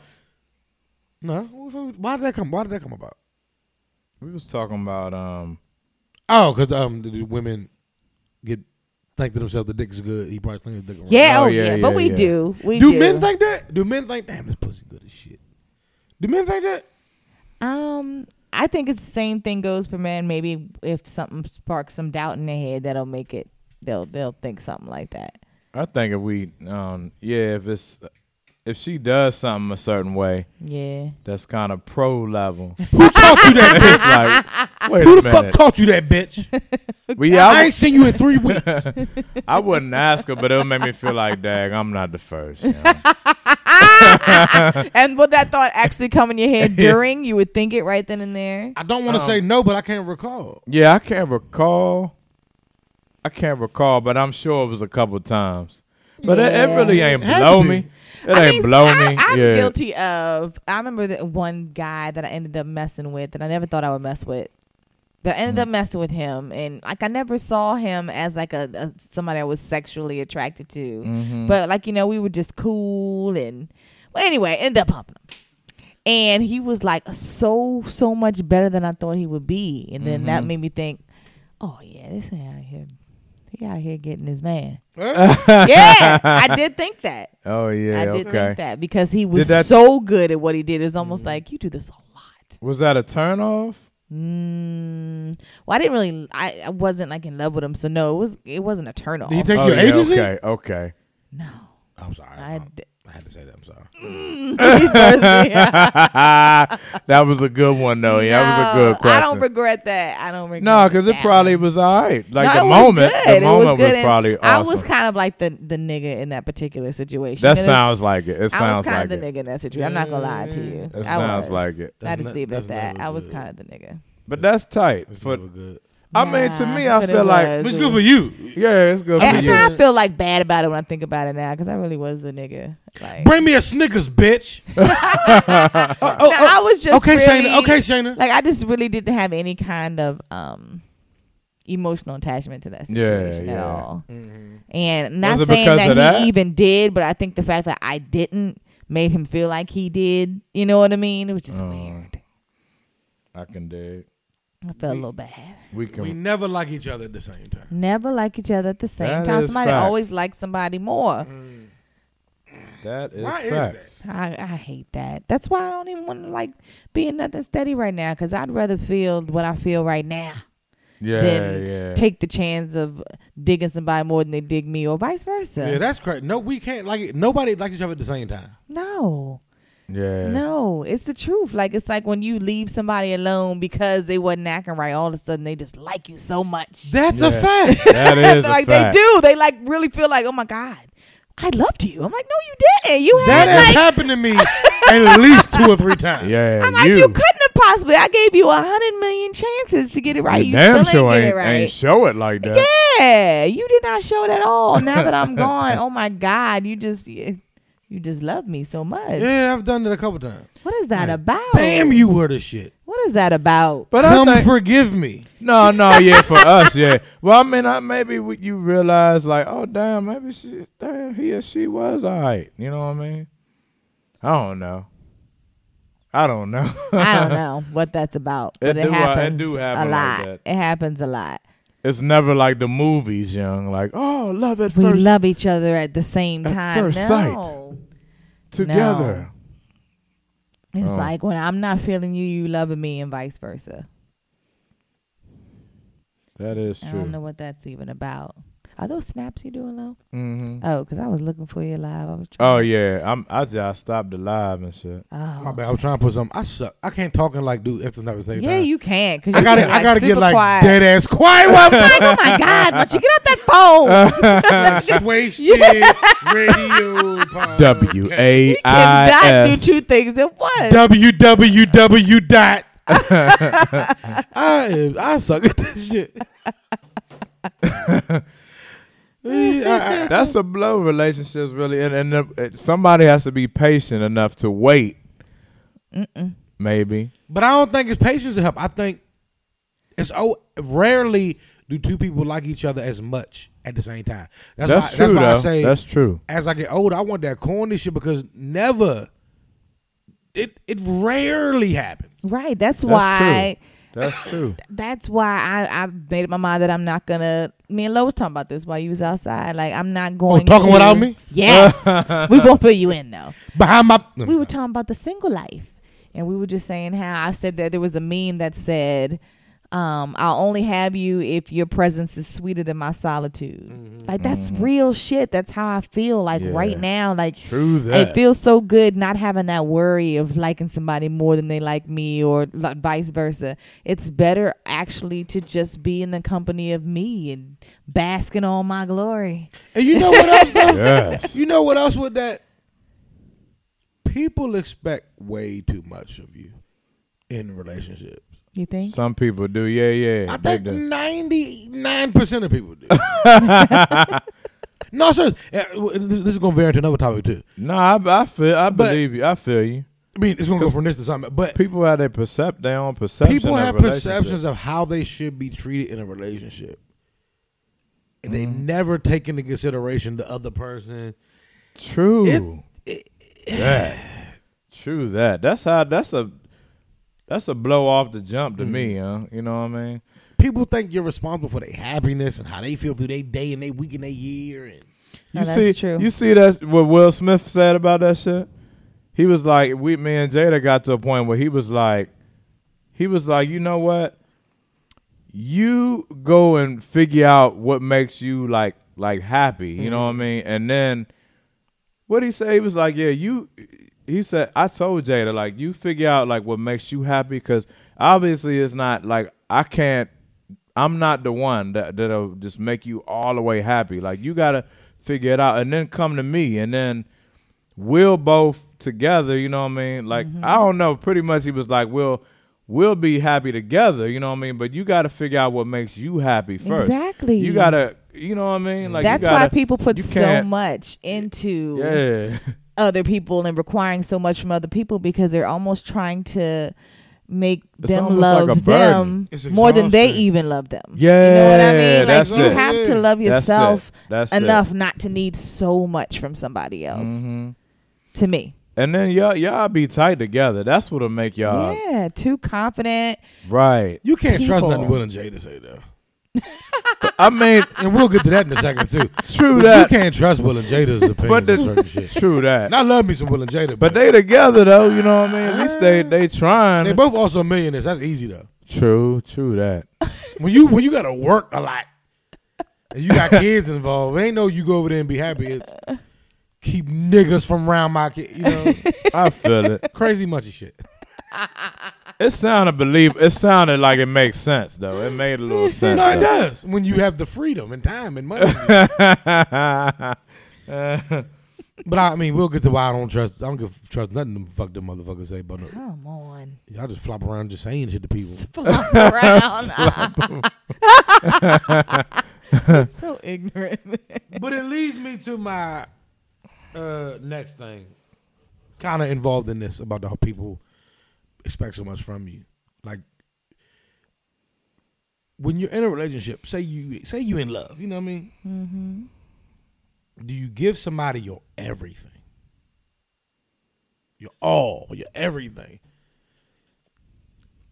Speaker 1: No. what was- Why did that come? Why did that come about?
Speaker 3: We was talking about um.
Speaker 1: Oh, because um, the, the women get think to themselves the dick is good. He probably thinks his dick. around.
Speaker 2: Yeah,
Speaker 3: Oh,
Speaker 2: oh,
Speaker 3: yeah,
Speaker 2: yeah,
Speaker 3: yeah,
Speaker 2: But we
Speaker 3: yeah.
Speaker 2: do. We
Speaker 1: Do
Speaker 2: do.
Speaker 1: men think that? Do men think damn this pussy good as shit? Do men think that?
Speaker 2: Um, I think it's the same thing goes for men. Maybe if something sparks some doubt in their head, that'll make it. They'll they'll think something like that.
Speaker 3: I think if we um yeah if it's if she does something a certain way
Speaker 2: Yeah.
Speaker 3: that's kind of pro level.
Speaker 1: Who taught you that?
Speaker 3: it's like wait
Speaker 1: Who
Speaker 3: a
Speaker 1: the fuck
Speaker 3: minute.
Speaker 1: taught you that, bitch?
Speaker 3: we,
Speaker 1: I
Speaker 3: I,
Speaker 1: ain't seen you in three weeks.
Speaker 3: I wouldn't ask her, but it'll make me feel like, dag, I'm not the first. you know.
Speaker 2: And would that thought actually come in your head during? You would think it right then and there.
Speaker 1: I don't want to say no, but I can't recall.
Speaker 3: Yeah, I can't recall. I can't recall, but I'm sure it was a couple times. But it, it really ain't
Speaker 1: had to
Speaker 3: blow
Speaker 1: be.
Speaker 3: me. It
Speaker 2: I
Speaker 3: ain't
Speaker 2: mean,
Speaker 3: blow
Speaker 2: I,
Speaker 3: me.
Speaker 2: I'm
Speaker 3: yeah.
Speaker 2: guilty of. I remember that one guy that I ended up messing with that I never thought I would mess with. But I ended
Speaker 3: Mm.
Speaker 2: up messing with him, and like I never saw him as like a, a somebody I was sexually attracted to.
Speaker 3: Mm. Mm-hmm.
Speaker 2: But like you know, we were just cool, and well, anyway, ended up humping him. And he was like so so much better than I thought he would be, and then
Speaker 3: Mm-hmm.
Speaker 2: that made me think, oh yeah, this ain't out here. He out here getting his man. yeah, I did think that.
Speaker 3: Oh yeah.
Speaker 2: I did
Speaker 3: okay.
Speaker 2: think that because he was
Speaker 3: Did that- Mm.
Speaker 2: so good at what he did. It's almost like you do this a lot.
Speaker 3: Was that a turn off?
Speaker 2: Mm. Well, I didn't really. I, I wasn't like in love with him, so no, it was it wasn't a turn off.
Speaker 1: Did he take
Speaker 3: oh,
Speaker 1: your
Speaker 3: yeah,
Speaker 1: agency?
Speaker 3: Okay. Okay.
Speaker 2: no,
Speaker 1: I'm sorry. I,
Speaker 2: I d-
Speaker 1: I had to say that. I'm sorry.
Speaker 3: that was a good one though. Oh, Yeah, that was a
Speaker 2: No,
Speaker 3: good question.
Speaker 2: I don't regret that. I don't regret.
Speaker 3: no, because it
Speaker 2: that
Speaker 3: probably
Speaker 2: one.
Speaker 3: was all right.
Speaker 2: No,
Speaker 3: Like the
Speaker 2: it
Speaker 3: moment,
Speaker 2: was
Speaker 3: the
Speaker 2: good.
Speaker 3: moment
Speaker 2: it was, good. and
Speaker 3: probably
Speaker 2: I
Speaker 3: awesome.
Speaker 2: was kind of like the the nigga in that particular situation.
Speaker 3: that
Speaker 2: It is-
Speaker 3: sounds like it. It
Speaker 2: I was
Speaker 3: sounds
Speaker 2: kind
Speaker 3: like
Speaker 2: of the
Speaker 3: it.
Speaker 2: nigga in that situation. I'm not gonna lie to you.
Speaker 3: That
Speaker 2: I
Speaker 3: sounds
Speaker 2: was.
Speaker 3: like it.
Speaker 2: I
Speaker 1: That's
Speaker 2: just
Speaker 1: ne-
Speaker 2: leave it
Speaker 1: that's
Speaker 2: at that.
Speaker 1: never
Speaker 2: I was
Speaker 1: good.
Speaker 2: kind of the nigga.
Speaker 3: But that's tight. For,
Speaker 1: Never good.
Speaker 3: I mean, to
Speaker 2: Nah,
Speaker 3: me, I
Speaker 2: but it
Speaker 3: feel like
Speaker 2: was.
Speaker 1: It's good for you.
Speaker 3: yeah, it's good
Speaker 1: I
Speaker 3: for
Speaker 1: mean,
Speaker 2: And
Speaker 3: you.
Speaker 1: yeah.
Speaker 2: I feel like bad about it when I think about it now because I really was the nigga. Like,
Speaker 1: Bring me a Snickers, bitch. oh,
Speaker 2: No, I was just
Speaker 1: okay,
Speaker 2: really,
Speaker 1: Shayna. Okay, Shayna.
Speaker 2: Like I just really didn't have any kind of um emotional attachment to that
Speaker 3: Yeah,
Speaker 2: situation at
Speaker 3: yeah.
Speaker 2: all. Mm-hmm. And not
Speaker 3: Was it
Speaker 2: saying
Speaker 3: because
Speaker 2: that
Speaker 3: of
Speaker 2: he
Speaker 3: that?
Speaker 2: even did, but I think the fact that I didn't made him feel like he did. You know what I mean? It was just
Speaker 3: Oh.
Speaker 2: weird.
Speaker 3: I can dig.
Speaker 2: I felt a little bad.
Speaker 3: We
Speaker 1: We
Speaker 3: can.
Speaker 1: never like each other at the same time.
Speaker 2: Never like each other at the same
Speaker 3: That
Speaker 2: time.
Speaker 3: is
Speaker 2: Somebody
Speaker 3: fact.
Speaker 2: always likes somebody more.
Speaker 3: That is
Speaker 1: Why is
Speaker 3: facts.
Speaker 2: I, I hate that. That's why I don't even want to like be in nothing steady right now because I'd rather feel what I feel right now
Speaker 3: Yeah,
Speaker 2: than
Speaker 3: yeah.
Speaker 2: take the chance of digging somebody more than they dig me or vice versa.
Speaker 1: Yeah, that's correct. No, we can't like it. Nobody likes each other at the same time.
Speaker 2: no,
Speaker 3: yeah.
Speaker 2: no, it's the truth. Like it's like when you leave somebody alone because they wasn't acting right, all of a sudden they just like you so much.
Speaker 1: That's a
Speaker 3: Yeah.
Speaker 1: fact.
Speaker 3: That is a
Speaker 2: like
Speaker 3: fact.
Speaker 2: they do. They like really feel like, oh my god, I loved you. I'm like, no, you didn't. You
Speaker 1: That
Speaker 2: had
Speaker 1: has
Speaker 2: like
Speaker 1: happened to me at least two or three times.
Speaker 3: Yeah,
Speaker 2: I'm like, you. couldn't have possibly. I gave you a hundred million chances to get it right. You,
Speaker 3: You damn
Speaker 2: still
Speaker 3: sure
Speaker 2: ain't get
Speaker 3: ain't,
Speaker 2: it
Speaker 3: ain't
Speaker 2: right.
Speaker 3: show it like that.
Speaker 2: Yeah, you did not show it at all. Now that I'm gone, oh my God, you just you just love me so much.
Speaker 1: Yeah, I've done it a couple times.
Speaker 2: What is that about?
Speaker 1: Damn, you were the shit.
Speaker 2: What is that about?
Speaker 3: But
Speaker 1: Come
Speaker 3: I think,
Speaker 1: forgive me.
Speaker 3: no, no, yeah, for us, yeah. Well, I mean, I, maybe we, you realize like, oh damn, maybe she, damn, he or she was all right. You know what I mean? I don't know. I don't know.
Speaker 2: I don't know what that's about.
Speaker 3: It
Speaker 2: But it,
Speaker 3: do, uh, it
Speaker 2: happens
Speaker 3: do
Speaker 2: a
Speaker 3: happen like
Speaker 2: lot.
Speaker 3: that.
Speaker 2: it happens a lot.
Speaker 3: It's never like the movies, young. Like, oh, love at
Speaker 2: We
Speaker 3: first
Speaker 2: love each other at the same
Speaker 3: at
Speaker 2: time.
Speaker 3: first
Speaker 2: no.
Speaker 3: together.
Speaker 2: It's
Speaker 3: Oh.
Speaker 2: like when I'm not feeling you, you loving me, and vice versa.
Speaker 3: That is
Speaker 2: I don't know
Speaker 3: true.
Speaker 2: what that's even about. Are those snaps you doing low?
Speaker 3: hmm
Speaker 2: Oh, because I was looking for you live. I was trying.
Speaker 3: Oh yeah, I'm. I just stopped the live and shit.
Speaker 2: Oh.
Speaker 1: My bad. I was trying to put something. I suck. I can't talk and like do extra numbers.
Speaker 2: Yeah, you can't. Cause
Speaker 1: I
Speaker 2: you
Speaker 1: gotta.
Speaker 2: get,
Speaker 1: I gotta
Speaker 2: super
Speaker 1: get like
Speaker 2: quiet.
Speaker 1: dead ass quiet. While I'm
Speaker 2: Like, oh my god! Once you get out that phone,
Speaker 1: Wasted radio.
Speaker 3: W A
Speaker 2: you
Speaker 3: E I
Speaker 2: cannot do
Speaker 3: S.
Speaker 2: two things at once.
Speaker 1: www dot. I am- I suck at this shit. I- I-
Speaker 3: That's a blow. Relationships really, and and the, somebody has to be patient enough to wait. Maybe.
Speaker 1: but I don't think it's patience to help. I think it's oh rarely do two people like each other as much at the same time. That's,
Speaker 3: That's,
Speaker 1: why,
Speaker 3: true.
Speaker 1: that's why
Speaker 3: though.
Speaker 1: I say
Speaker 3: that's true.
Speaker 1: as I get older, I want that corny shit because never it it rarely happens.
Speaker 2: Right. That's,
Speaker 3: That's
Speaker 2: why.
Speaker 3: true. That's true.
Speaker 2: That's why I I made up my mind that I'm not gonna. Me and Lo was talking about this while you was outside. Like I'm not going.
Speaker 1: talking
Speaker 2: to-
Speaker 1: without me?
Speaker 2: Yes. we won't fill you in though.
Speaker 1: Behind my
Speaker 2: we were talking about the single life and we were just saying how i said that there was a meme that said um, i'll only have you if your presence is sweeter than my solitude like that's real shit that's how i feel like
Speaker 3: Yeah.
Speaker 2: right now like
Speaker 3: True
Speaker 2: it
Speaker 3: that.
Speaker 2: feels so good not having that worry of liking somebody more than they like me or li- vice versa. It's better actually to just be in the company of me and bask in all my glory.
Speaker 1: and you know what else though?
Speaker 3: yes.
Speaker 1: You know what else with that? People expect way too much of you in relationships.
Speaker 2: You think?
Speaker 3: Some people do. Yeah, yeah.
Speaker 1: I
Speaker 3: they
Speaker 1: think
Speaker 3: do.
Speaker 1: ninety nine percent of people do. no, sir. This, this is gonna vary into another topic too.
Speaker 3: No, I, I feel. I
Speaker 1: But-
Speaker 3: believe you. I feel you.
Speaker 1: I mean, it's gonna go from this to something, but
Speaker 3: People have their percept their own perception.
Speaker 1: people
Speaker 3: of
Speaker 1: have
Speaker 3: relationship.
Speaker 1: perceptions of how they should be treated in a relationship, and they never take into consideration the other person.
Speaker 3: True. that. True that. That's how. That's a. That's a blow off the jump to me, huh? You know what I mean?
Speaker 1: People think you're responsible for their happiness and how they feel through their day and their week and their year. And
Speaker 2: No,
Speaker 3: You
Speaker 2: that's
Speaker 3: see,
Speaker 2: true.
Speaker 3: you see that what Will Smith said about that shit. He was like, we, me and Jada got to a point where he was like, he was like, you know what? You go and figure out what makes you like, like happy. You
Speaker 2: Mm.
Speaker 3: know what I mean? And then what he say? He was like, yeah, you. He said, I told Jada like, you figure out like what makes you happy because obviously it's not like I can't. I'm not the one that that'll just make you all the way happy. Like you gotta figure it out and then come to me and then we'll both together, you know what I mean? Like
Speaker 2: Mm-hmm.
Speaker 3: I don't know, pretty much he was like, We'll we'll be happy together, you know what I mean? But you gotta figure out what makes you happy first.
Speaker 2: Exactly.
Speaker 3: You gotta you know what I mean? Like you
Speaker 2: that's why
Speaker 3: gotta-
Speaker 2: people put
Speaker 3: you
Speaker 2: so
Speaker 3: can't-
Speaker 2: much into
Speaker 3: Yeah.
Speaker 2: other people and requiring so much from other people because they're almost trying to make
Speaker 3: It's
Speaker 2: them
Speaker 3: almost like
Speaker 2: love
Speaker 3: a burden.
Speaker 2: them
Speaker 1: It's
Speaker 2: more than they
Speaker 1: exhausting.
Speaker 2: even love them.
Speaker 3: Yeah,
Speaker 2: you know what I mean. Like
Speaker 3: that's
Speaker 2: you
Speaker 3: it.
Speaker 2: have to love
Speaker 3: That's it.
Speaker 2: yourself
Speaker 3: That's it.
Speaker 2: enough not to need so much from somebody else.
Speaker 1: Mm-hmm.
Speaker 3: Mhm.
Speaker 2: To me,
Speaker 3: And then y'all y'all be tight together. That's what'll make
Speaker 1: Uh,
Speaker 3: y'all
Speaker 2: yeah, too confident.
Speaker 3: right.
Speaker 1: you can't trust
Speaker 2: People.
Speaker 1: nothing Will and Jay to say though.
Speaker 3: I mean,
Speaker 1: And we'll get to that in a second too.
Speaker 3: true
Speaker 1: But
Speaker 3: that.
Speaker 1: you can't trust Will and Jada's opinion
Speaker 3: But
Speaker 1: on
Speaker 3: this-
Speaker 1: certain shit.
Speaker 3: True that.
Speaker 1: And I love me some Will and Jada,
Speaker 3: But they together though, you know what I mean? At least they they trying.
Speaker 1: Uh, they both also millionaires. That's easy though.
Speaker 3: true, true that.
Speaker 1: When you when you gotta work a lot and you got kids involved, ain't no you go over there and be happy. It's keep niggas from round my kid. You know,
Speaker 3: I feel it.
Speaker 1: crazy munchy shit.
Speaker 3: It sounded believe. It sounded like it makes sense though. It made a little sense.
Speaker 1: No, it
Speaker 3: though.
Speaker 1: does when you have the freedom and time and money. but I mean, we'll get to why I don't trust. I don't give trust nothing. Them fuck them motherfuckers say, but no,
Speaker 2: Come on,
Speaker 1: y'all just flop around just saying shit to people.
Speaker 2: flop around. so ignorant.
Speaker 1: but it leads me to my uh, next thing, kind of involved in this about the how people expect so much from you. Like when you're in a relationship, say you say you in love, you know what I mean? Mm-hmm. Do you give somebody your everything, your all, your everything,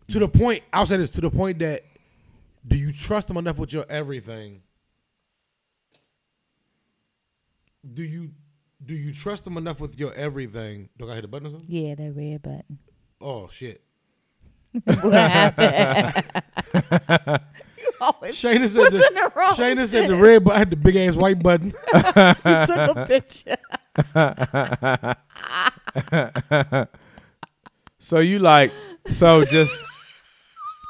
Speaker 1: to the point? I'll say this to the point that Do you trust them enough with your everything? Do you do you trust them enough with your everything? Do I hit the button or something?
Speaker 4: Yeah, that red button.
Speaker 1: Oh shit!
Speaker 4: what happened? you always
Speaker 1: Shayna said
Speaker 4: What's
Speaker 1: the,
Speaker 4: in the wrong
Speaker 1: Shayna said the red button had the big ass white button.
Speaker 4: took a picture.
Speaker 3: So you like so just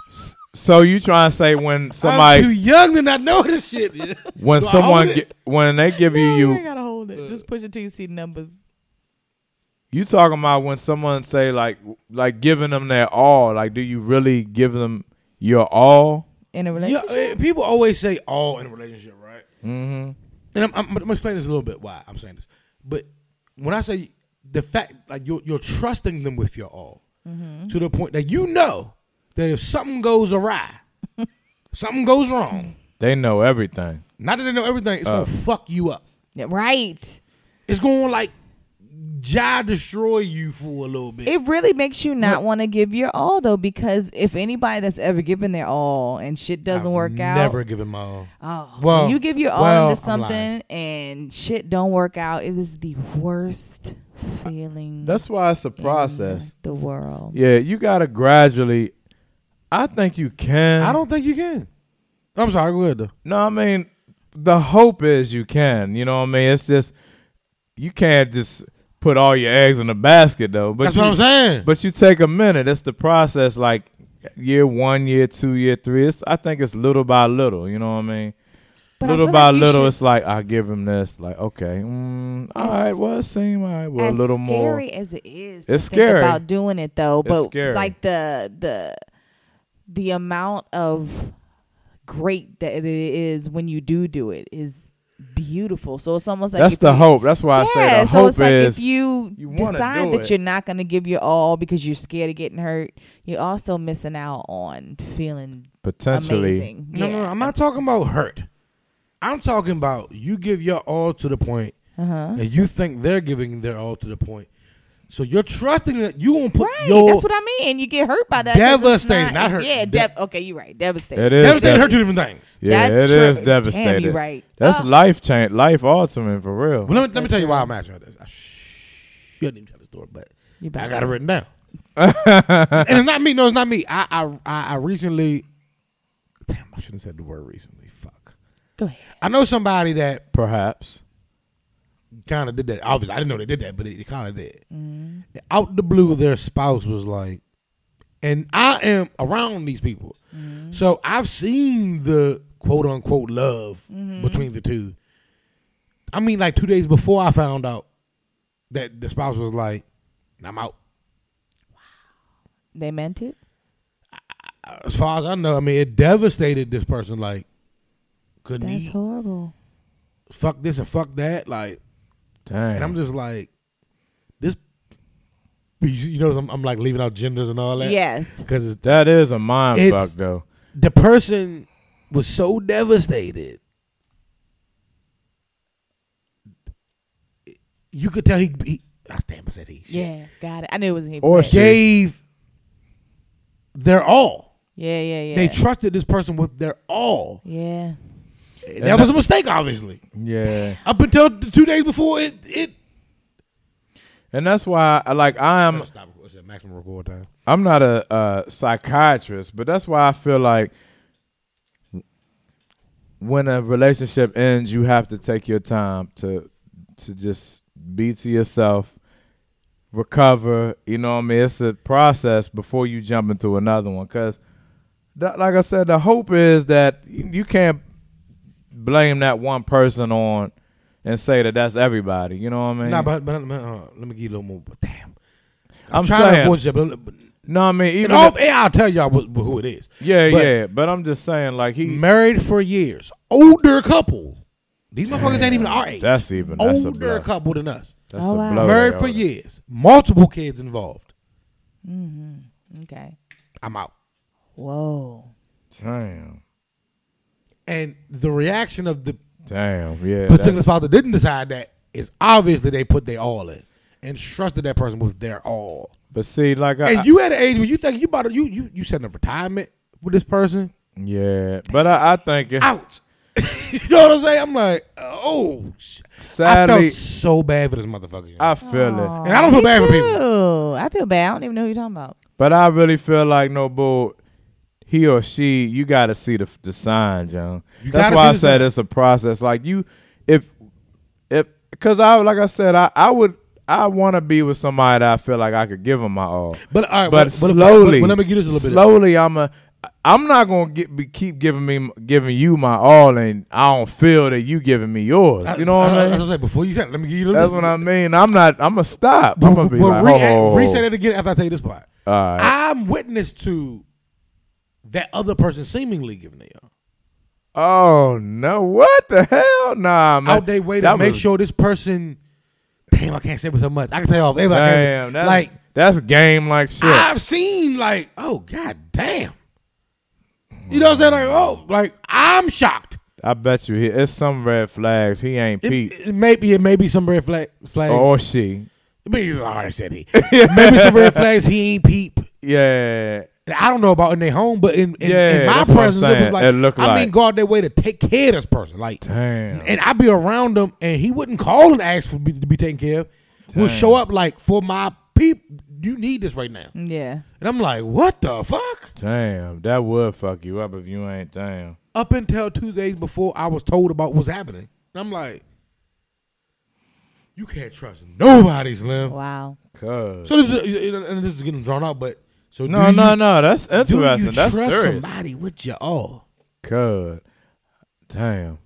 Speaker 3: s- so you trying to say when
Speaker 1: I'm too
Speaker 3: somebody
Speaker 1: young to not know this shit.
Speaker 3: when
Speaker 1: Do I
Speaker 3: someone
Speaker 1: own it? Oh
Speaker 3: get, when they give you
Speaker 2: No, ain't
Speaker 3: you
Speaker 2: gotta hold it. Just push it till you see the numbers.
Speaker 3: you talking about when someone say like like giving them their all like do you really give them your all?
Speaker 2: In a
Speaker 1: Yeah,
Speaker 2: relationship,
Speaker 1: eh, people always say all in a relationship, right?
Speaker 3: Mhm.
Speaker 1: And I'm, I'm, I'm gonna explain this a little bit why I'm saying this. But when I say the fact, like you're, you're trusting them with your all to the point that you know that if something goes awry, something goes wrong,
Speaker 3: They know everything.
Speaker 1: not that they know everything,
Speaker 3: Uh.
Speaker 1: it's gonna fuck you up.
Speaker 4: Yeah, right.
Speaker 1: It's gonna like jaw destroy you for a little bit.
Speaker 2: it really makes you not want to give your all though, because if anybody that's ever given their all and shit doesn't
Speaker 1: I've
Speaker 2: work
Speaker 1: Never
Speaker 2: out,
Speaker 1: given my all.
Speaker 2: oh,
Speaker 1: Well,
Speaker 2: when you give your all
Speaker 1: well, I'm
Speaker 2: into something
Speaker 1: lying.
Speaker 2: and shit don't work out, it is the worst feeling.
Speaker 3: That's why it's a
Speaker 2: in
Speaker 3: process.
Speaker 2: The world.
Speaker 3: Yeah, you got to gradually I think you can.
Speaker 1: I don't think you can. I'm sorry, go ahead though.
Speaker 3: No, I mean, the hope is you can. You know what I mean? It's just you can't just put all your eggs in a basket though. But
Speaker 1: That's
Speaker 3: you,
Speaker 1: what I'm saying.
Speaker 3: But you take a minute. It's the process. Like year one, year two, year three. It's I think it's little by little. You know what I mean?
Speaker 2: But I
Speaker 3: little
Speaker 2: feel
Speaker 3: by
Speaker 2: like you
Speaker 3: little,
Speaker 2: should-
Speaker 3: it's like I give him this. Like okay, mm, all right. Well, it seemed all right. Well, a
Speaker 2: as
Speaker 3: little more.
Speaker 2: scary as it is. to
Speaker 3: It's
Speaker 2: think
Speaker 3: scary.
Speaker 2: about doing it though, but
Speaker 3: scary.
Speaker 2: like the the the amount of great that it is when you do do it is beautiful. So it's almost like
Speaker 3: That's
Speaker 2: if
Speaker 3: the
Speaker 2: you-
Speaker 3: hope. That's why I say
Speaker 2: Yeah,
Speaker 3: the
Speaker 2: so
Speaker 3: hope
Speaker 2: it's like
Speaker 3: is
Speaker 2: if you,
Speaker 3: you wanna do
Speaker 2: decide that
Speaker 3: it.
Speaker 2: you're not going to give your all because you're scared of getting hurt, you're also missing out on feeling
Speaker 3: potentially.
Speaker 2: amazing.
Speaker 1: No, no, no, I'm not talking about hurt. I'm talking about you give your all to the point
Speaker 2: Uh-huh.
Speaker 1: and you think they're giving their all to the point. So you're trusting that you won't put
Speaker 2: Right,
Speaker 1: your
Speaker 2: that's what I mean. You get hurt by that. 'cause it's
Speaker 1: Devastating, not hurt.
Speaker 2: Yeah,
Speaker 1: De-
Speaker 2: dev okay, you're right. Devastating.
Speaker 3: It is
Speaker 1: devastating
Speaker 3: dev-
Speaker 1: hurt two different things.
Speaker 3: Yeah,
Speaker 2: That's
Speaker 3: it
Speaker 2: true.
Speaker 3: is
Speaker 2: Damn, you
Speaker 3: devastating.
Speaker 2: right. Oh,
Speaker 3: That's
Speaker 2: Ugh.
Speaker 3: life change, life ultimate for real.
Speaker 1: Well, let me,
Speaker 2: so
Speaker 1: let me tell you
Speaker 2: true.
Speaker 1: why I'm asking you this. I shouldn't even tell the story, but
Speaker 2: You better.
Speaker 1: I got it written down. and it's not me. No, it's not me. I I I, I recently. Damn, I shouldn't have said the word recently. Fuck.
Speaker 2: Go ahead.
Speaker 1: I know somebody that
Speaker 3: Perhaps.
Speaker 1: kind of did that. Obviously, I didn't know they did that, but they kind of did. Out the blue, their spouse was like, and I am around these people, so I've seen the quote unquote love between the two. I mean, like two days before I found out that the spouse was like, "I'm out."
Speaker 2: They meant it.
Speaker 1: As far as I know, I mean, it devastated this person. Like, couldn't
Speaker 2: That's
Speaker 1: eat,
Speaker 2: horrible.
Speaker 1: fuck this and fuck that. Like,
Speaker 3: Dang.
Speaker 1: and I'm just like, this. You, you notice I'm, I'm like leaving out genders and all that.
Speaker 2: Yes.
Speaker 1: because
Speaker 3: that is a mind
Speaker 1: It's-
Speaker 3: fuck though.
Speaker 1: the person was so devastated. You could tell he, he I damn, I said he. shit.
Speaker 2: Yeah, got it. I knew it wasn't him.
Speaker 3: Or
Speaker 2: Right.
Speaker 3: she-
Speaker 1: gave their all.
Speaker 2: Yeah, yeah, yeah.
Speaker 1: They trusted this person with their all.
Speaker 2: yeah.
Speaker 1: that
Speaker 3: And
Speaker 1: was
Speaker 3: I-
Speaker 1: a mistake, obviously.
Speaker 3: Yeah.
Speaker 1: Up until the two days before it, it.
Speaker 3: And that's why I like I'm
Speaker 1: stop. It's at maximum record time.
Speaker 3: I'm not a, uh psychiatrist, but that's why I feel like when a relationship ends, you have to take your time to to just be to yourself, recover. You know what I mean? It's a process before you jump into another one. Because, like I said, the hope is that you you can't blame that one person on and say that that's everybody. You know what I mean?
Speaker 1: Nah, but, but but, uh, let me give you a little more. but Damn,
Speaker 3: I'm
Speaker 1: trying to
Speaker 3: saying-
Speaker 1: avoid you, but, but
Speaker 3: no, I mean even
Speaker 1: and off
Speaker 3: if-
Speaker 1: air, I'll tell y'all what, who it is.
Speaker 3: yeah,
Speaker 1: But-
Speaker 3: yeah. But I'm just saying, like he.
Speaker 1: married for years, older couple. These motherfuckers ain't even our age.
Speaker 3: That's even that's a
Speaker 1: older
Speaker 3: blow.
Speaker 1: couple than us.
Speaker 3: That's
Speaker 2: Oh,
Speaker 3: a
Speaker 2: wow.
Speaker 3: blow.
Speaker 1: married
Speaker 3: there,
Speaker 1: for
Speaker 3: Oda.
Speaker 1: years, multiple kids involved.
Speaker 2: Okay.
Speaker 1: I'm out.
Speaker 2: Whoa.
Speaker 3: Damn,
Speaker 1: And the reaction of the
Speaker 3: damn, yeah.
Speaker 1: particular
Speaker 3: that's-
Speaker 1: spouse that didn't decide that is obviously they put their all in and trusted that person with their all.
Speaker 3: But see, like I,
Speaker 1: And you at an age where you think you about to, you you you setting a retirement with this person.
Speaker 3: Yeah, but I, I think it,
Speaker 1: out. you know what I'm saying? I'm like, oh, sh- I
Speaker 3: sadly
Speaker 1: felt so bad for this motherfucker. yo.
Speaker 3: I feel it.
Speaker 1: and I don't feel bad for people.
Speaker 4: Ooh,
Speaker 2: I feel bad. I don't even know who you're talking about.
Speaker 3: But I really feel like no bull. He or she, you got to see the the sign, John.
Speaker 1: You
Speaker 3: That's
Speaker 1: gotta
Speaker 3: why
Speaker 1: see
Speaker 3: I
Speaker 1: the
Speaker 3: said
Speaker 1: sign.
Speaker 3: it's a process. Like you, if if because I like I said I I would I want to be with somebody that I feel like I could give them my all.
Speaker 1: But all right,
Speaker 3: but,
Speaker 1: but- but-
Speaker 3: slowly,
Speaker 1: but- but let me get this a little bit.
Speaker 3: Slowly, I'm a. I'm not gonna get, be, keep giving me giving you my all, and I don't feel that you giving me yours. You know what I,
Speaker 1: That's
Speaker 3: mean?
Speaker 1: what saying. Before you said, let me give you
Speaker 3: That's
Speaker 1: this.
Speaker 3: what I mean. I'm not. I'm gonna stop. I'm gonna
Speaker 1: But,
Speaker 3: be
Speaker 1: but
Speaker 3: like,
Speaker 1: re-
Speaker 3: oh,
Speaker 1: reset it again after I tell you this part.
Speaker 3: All right.
Speaker 1: I'm witness to that other person seemingly giving it. yo.
Speaker 3: Oh no! What the hell? Nah, man.
Speaker 1: Out they way to
Speaker 3: That
Speaker 1: make
Speaker 3: was-
Speaker 1: sure this person. Damn, I can't say it so much. I can tell you off. air, but I
Speaker 3: Damn,
Speaker 1: can't say-
Speaker 3: that's,
Speaker 1: like
Speaker 3: that's game like shit.
Speaker 1: I've seen like, oh god damn. You know what I'm saying? Like, oh, like I'm shocked.
Speaker 3: I bet you he, it's some red flags. He Oh. ain't
Speaker 1: It,
Speaker 3: Pete
Speaker 1: it may be it may be some red flag flags.
Speaker 3: or she.
Speaker 1: I mean, you already said he. Maybe some red flags. He ain't peep.
Speaker 3: Yeah,
Speaker 1: And I don't know about in their home, but in, in,
Speaker 3: Yeah,
Speaker 1: in my
Speaker 3: that's what I'm
Speaker 1: presence, it was
Speaker 3: saying.
Speaker 1: like
Speaker 3: It looked
Speaker 1: I
Speaker 3: like-
Speaker 1: mean, go out their way to take care of this person. Like,
Speaker 3: Damn.
Speaker 1: And I'd be around him, and he wouldn't call and ask for me to be taken care of. Would
Speaker 3: Damn.
Speaker 1: show up like for my peep. You need this right now,
Speaker 2: Yeah.
Speaker 1: and I'm like, what the fuck?
Speaker 3: damn, that would fuck you up if you ain't. Damn,
Speaker 1: Up until two days before, I was told about what's happening. And I'm like, you can't trust nobody, Slim.
Speaker 2: Wow.
Speaker 3: cause
Speaker 1: So this is, and this is getting drawn out, but so
Speaker 3: no,
Speaker 1: do
Speaker 3: no,
Speaker 1: you-
Speaker 3: no. That's
Speaker 1: Do you
Speaker 3: interesting. That's
Speaker 1: trust
Speaker 3: serious.
Speaker 1: somebody with your all?
Speaker 3: Cause damn,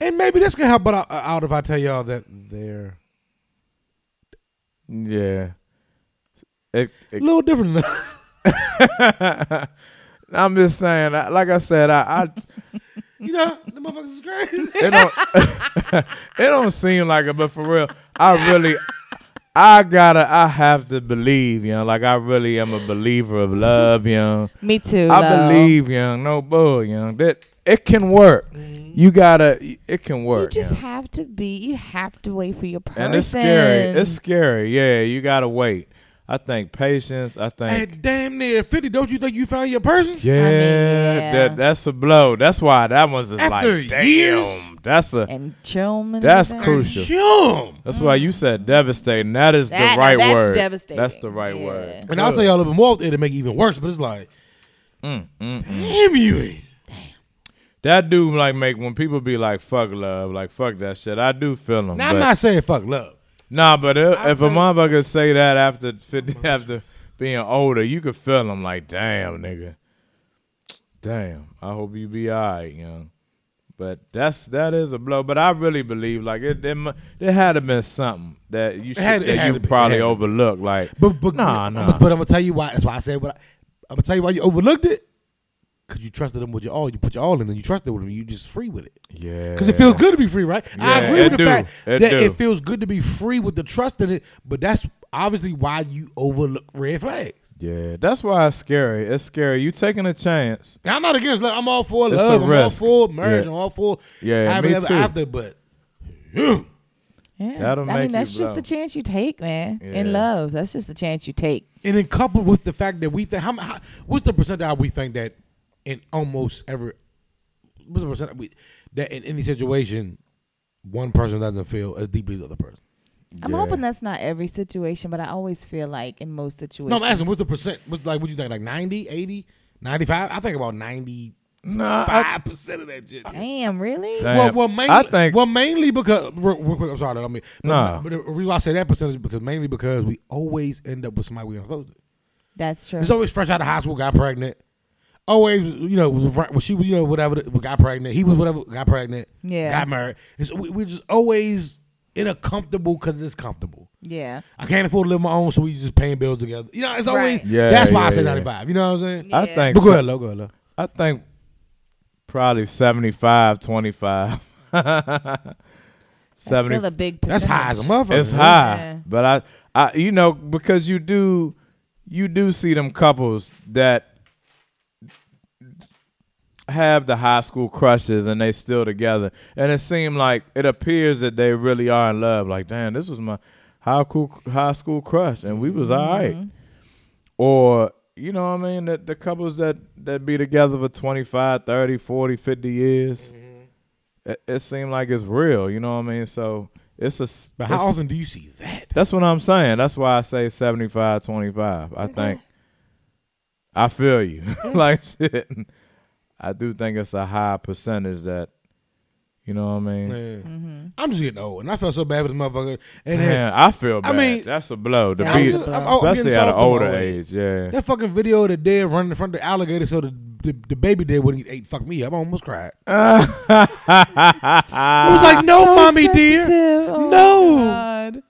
Speaker 1: And maybe this can help out, out if I tell y'all that they're
Speaker 3: yeah. It,
Speaker 1: a
Speaker 3: it
Speaker 1: little different. than-
Speaker 3: I'm just saying. I- Like I said, I, I
Speaker 1: you know, the motherfuckers is crazy.
Speaker 3: it don't it don't seem like it, but for real, I really I gotta I have to believe, you know, like I really am a believer of love, you know.
Speaker 2: Me too.
Speaker 3: I believe, you know, no bull, you know, that it can work.
Speaker 1: Mm-hmm.
Speaker 3: You gotta it can
Speaker 2: You
Speaker 3: work.
Speaker 2: just
Speaker 3: you know.
Speaker 2: have to be. You have to wait for your person.
Speaker 3: And it's scary. It's scary. Yeah, you gotta wait. I think patience, I think
Speaker 1: And damn near 50, don't you think you found your person?
Speaker 3: yeah,
Speaker 2: yeah.
Speaker 3: that that's a blow. That's why that one's just
Speaker 1: After
Speaker 3: like damn.
Speaker 1: years?
Speaker 3: That's a
Speaker 2: and chum. And
Speaker 3: that's
Speaker 2: everything.
Speaker 3: crucial.
Speaker 1: Jim.
Speaker 3: That's why you said devastating. That is
Speaker 2: That-
Speaker 3: the right
Speaker 2: that's
Speaker 3: word.
Speaker 2: devastating.
Speaker 3: That's the right
Speaker 2: Yeah.
Speaker 3: word.
Speaker 1: And I'll tell y'all a little bit more, it'll make it even worse, but it's like,
Speaker 3: Mm, mm, mm.
Speaker 1: damn you. ain't.
Speaker 3: That do like make when people be like "fuck love," like "fuck that shit." I do feel them.
Speaker 1: Now,
Speaker 3: but,
Speaker 1: I'm not saying fuck love.
Speaker 3: Nah, but if,
Speaker 1: I
Speaker 3: if a
Speaker 1: think-
Speaker 3: motherfucker say that after fifty, after being older, you could feel them. Like, damn, nigga, damn. I hope you be alright, you know. But that's that is a blow. But I really believe like it. There, mu- there had to been something that you should,
Speaker 1: had- it
Speaker 3: that
Speaker 1: had
Speaker 3: you
Speaker 1: to be- it
Speaker 3: probably
Speaker 1: had to be.
Speaker 3: overlooked. Like,
Speaker 1: But, but,
Speaker 3: nah,
Speaker 1: but,
Speaker 3: nah.
Speaker 1: But I'm going to tell you why. That's why I said what I, I'm going to tell you why you overlooked it. Because you trusted them with your all. You put your all in and you trusted with them. You just free with it.
Speaker 3: yeah,
Speaker 1: Because it feels good to be free, right? I
Speaker 3: Yeah,
Speaker 1: agree
Speaker 3: it
Speaker 1: with the
Speaker 3: do.
Speaker 1: fact
Speaker 3: It
Speaker 1: that
Speaker 3: do.
Speaker 1: it feels good to be free with the trust in it, but that's obviously why you overlook red flags.
Speaker 3: Yeah, that's why it's scary. It's scary. You taking a chance.
Speaker 1: Now, I'm not against love. I'm all for
Speaker 3: It's
Speaker 1: love.
Speaker 3: a
Speaker 1: I'm
Speaker 3: risk.
Speaker 1: all for marriage.
Speaker 3: Yeah.
Speaker 1: I'm all for
Speaker 3: Yeah,
Speaker 1: having
Speaker 3: me
Speaker 1: ever
Speaker 3: too.
Speaker 1: after, but yeah.
Speaker 2: Yeah.
Speaker 3: That'll
Speaker 2: I
Speaker 3: make
Speaker 2: mean,
Speaker 3: you
Speaker 2: that's just
Speaker 3: blow.
Speaker 2: the chance you take, man. In
Speaker 3: Yeah.
Speaker 2: love, that's just the chance you take.
Speaker 1: and then coupled with the fact that we think how, how what's the percentile we think that in almost every what's the percent we, that in any situation one person doesn't feel as deeply as the other person.
Speaker 2: I'm
Speaker 3: Yeah.
Speaker 2: hoping that's not every situation, but I always feel like in most situations.
Speaker 1: No, I'm asking what's the percent? What's like what you think? Like 90, 80, 95? I think about 90
Speaker 3: Nah, I,
Speaker 1: five percent of that shit.
Speaker 2: Damn, really?
Speaker 3: Damn.
Speaker 1: Well, well, mainly,
Speaker 3: I think-
Speaker 1: well, mainly because real, real quick. I'm sorry, I don't mean. But,
Speaker 3: Nah.
Speaker 1: but the reason why I say that percentage is because mainly because we always end up with somebody we aren't supposed to.
Speaker 2: That's true.
Speaker 1: It's always fresh out of high school, got pregnant. Always, you know, was right- well, she was, you know, whatever, got pregnant. He was whatever, got pregnant.
Speaker 2: Yeah.
Speaker 1: got married. It's, we, we're just always in a comfortable because it's comfortable.
Speaker 2: yeah.
Speaker 1: I can't afford to live my own, so we just paying bills together. You know, it's always
Speaker 2: Right.
Speaker 3: Yeah,
Speaker 1: that's why I
Speaker 3: yeah,
Speaker 1: say
Speaker 3: yeah.
Speaker 1: 95. You know what I'm saying?
Speaker 3: I
Speaker 2: Yeah.
Speaker 3: think
Speaker 1: But go ahead, Lo, go ahead, Lo.
Speaker 3: I think probably 75 25.
Speaker 2: That's
Speaker 3: 70
Speaker 2: still a big. Percentage.
Speaker 1: That's high as a motherfucker.
Speaker 3: It's high.
Speaker 2: Yeah.
Speaker 3: But I I you know because you do you do see them couples that have the high school crushes and they still together. And it seemed like it appears that they really are in love. Like, damn,
Speaker 2: Mm-hmm.
Speaker 3: this was my high cool high school crush and we was all right. Or you know what I mean? That the couples that that be together for 25, 30, 40, 50 years, it, it seems like it's real. You know what I mean? So it's a. s-
Speaker 1: But how
Speaker 3: it's-
Speaker 1: often do you see that?
Speaker 3: That's what I'm saying. That's why I say 75, 25. I think. I feel you. like shit. I do think it's a high percentage that. You know what I mean?
Speaker 1: Man. I'm just getting old, and I felt so bad for this motherfucker. And then
Speaker 3: Man, I feel bad.
Speaker 1: mean,
Speaker 3: that's a blow to
Speaker 4: Yeah,
Speaker 3: be,
Speaker 4: I'm just- I'm- I'm
Speaker 3: especially
Speaker 1: getting
Speaker 3: at an
Speaker 1: soft in my
Speaker 3: older
Speaker 1: way.
Speaker 3: age. Yeah,
Speaker 1: that fucking video of the dead running in front of the alligator so the the, the baby dead wouldn't get ate. Fuck me up. I almost cried. I was like, no,
Speaker 2: Ah. so
Speaker 1: mommy
Speaker 2: sensitive.
Speaker 1: dear.
Speaker 2: Oh,
Speaker 1: No.
Speaker 2: God.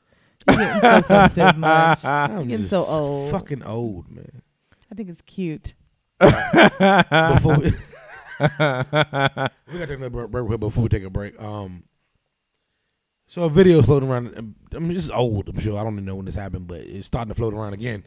Speaker 2: You're getting so sensitive, Munch. I
Speaker 1: I'm
Speaker 2: Getting
Speaker 1: just
Speaker 2: so old.
Speaker 1: Fucking old, man.
Speaker 2: think it's cute.
Speaker 1: Before we,
Speaker 3: Ah.
Speaker 1: we got to take another break real quick before we take a break. Um, so a video is floating around. I mean, this is old. I'm sure. I don't even know when this happened, but it's starting to float around again.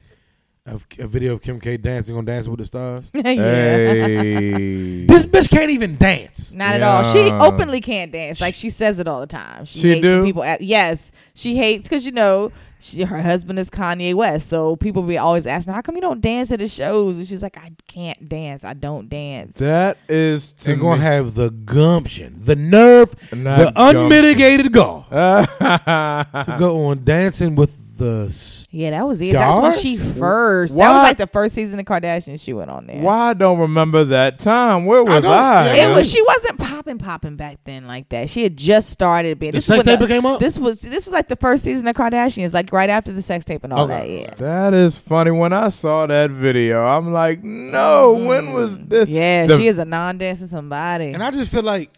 Speaker 1: Of a video of Kim K dancing on Dancing with the Stars.
Speaker 2: yeah.
Speaker 3: Hey.
Speaker 1: This bitch can't even dance.
Speaker 2: Not at all. She
Speaker 3: Yeah.
Speaker 2: openly can't dance. Like she says it all the time. She,
Speaker 3: She
Speaker 2: hates when
Speaker 3: do?
Speaker 2: people. a- yes, she hates because you know she, her husband is Kanye West, so people be always asking, "How come you don't dance at the shows?" And she's like, "I can't dance. I don't dance."
Speaker 3: that is to
Speaker 1: They're gonna
Speaker 3: me-
Speaker 1: have the gumption, the nerve,
Speaker 3: Not
Speaker 1: the
Speaker 3: gumption.
Speaker 1: unmitigated gall to go on dancing with the. St-
Speaker 2: Yeah, that was it. That's when
Speaker 1: Stars?
Speaker 2: she first. That was
Speaker 3: What?
Speaker 2: like the first season of Kardashians. She went on there.
Speaker 3: Why I don't remember that time? Where was
Speaker 1: don't-
Speaker 3: I?
Speaker 1: Yeah.
Speaker 2: It was she wasn't popping popping back then like that. She had just started being.
Speaker 1: The
Speaker 2: this is
Speaker 1: sex
Speaker 2: when
Speaker 1: tape came up?
Speaker 2: This was this was like the first season of Kardashians, like right after the sex tape and all
Speaker 1: Okay.
Speaker 2: that. Yeah.
Speaker 3: That is funny. When I saw that video, I'm like, no. When was this?
Speaker 2: Mm. Yeah,
Speaker 3: The-
Speaker 2: she is a non-dancing somebody.
Speaker 1: Mm. and I just feel like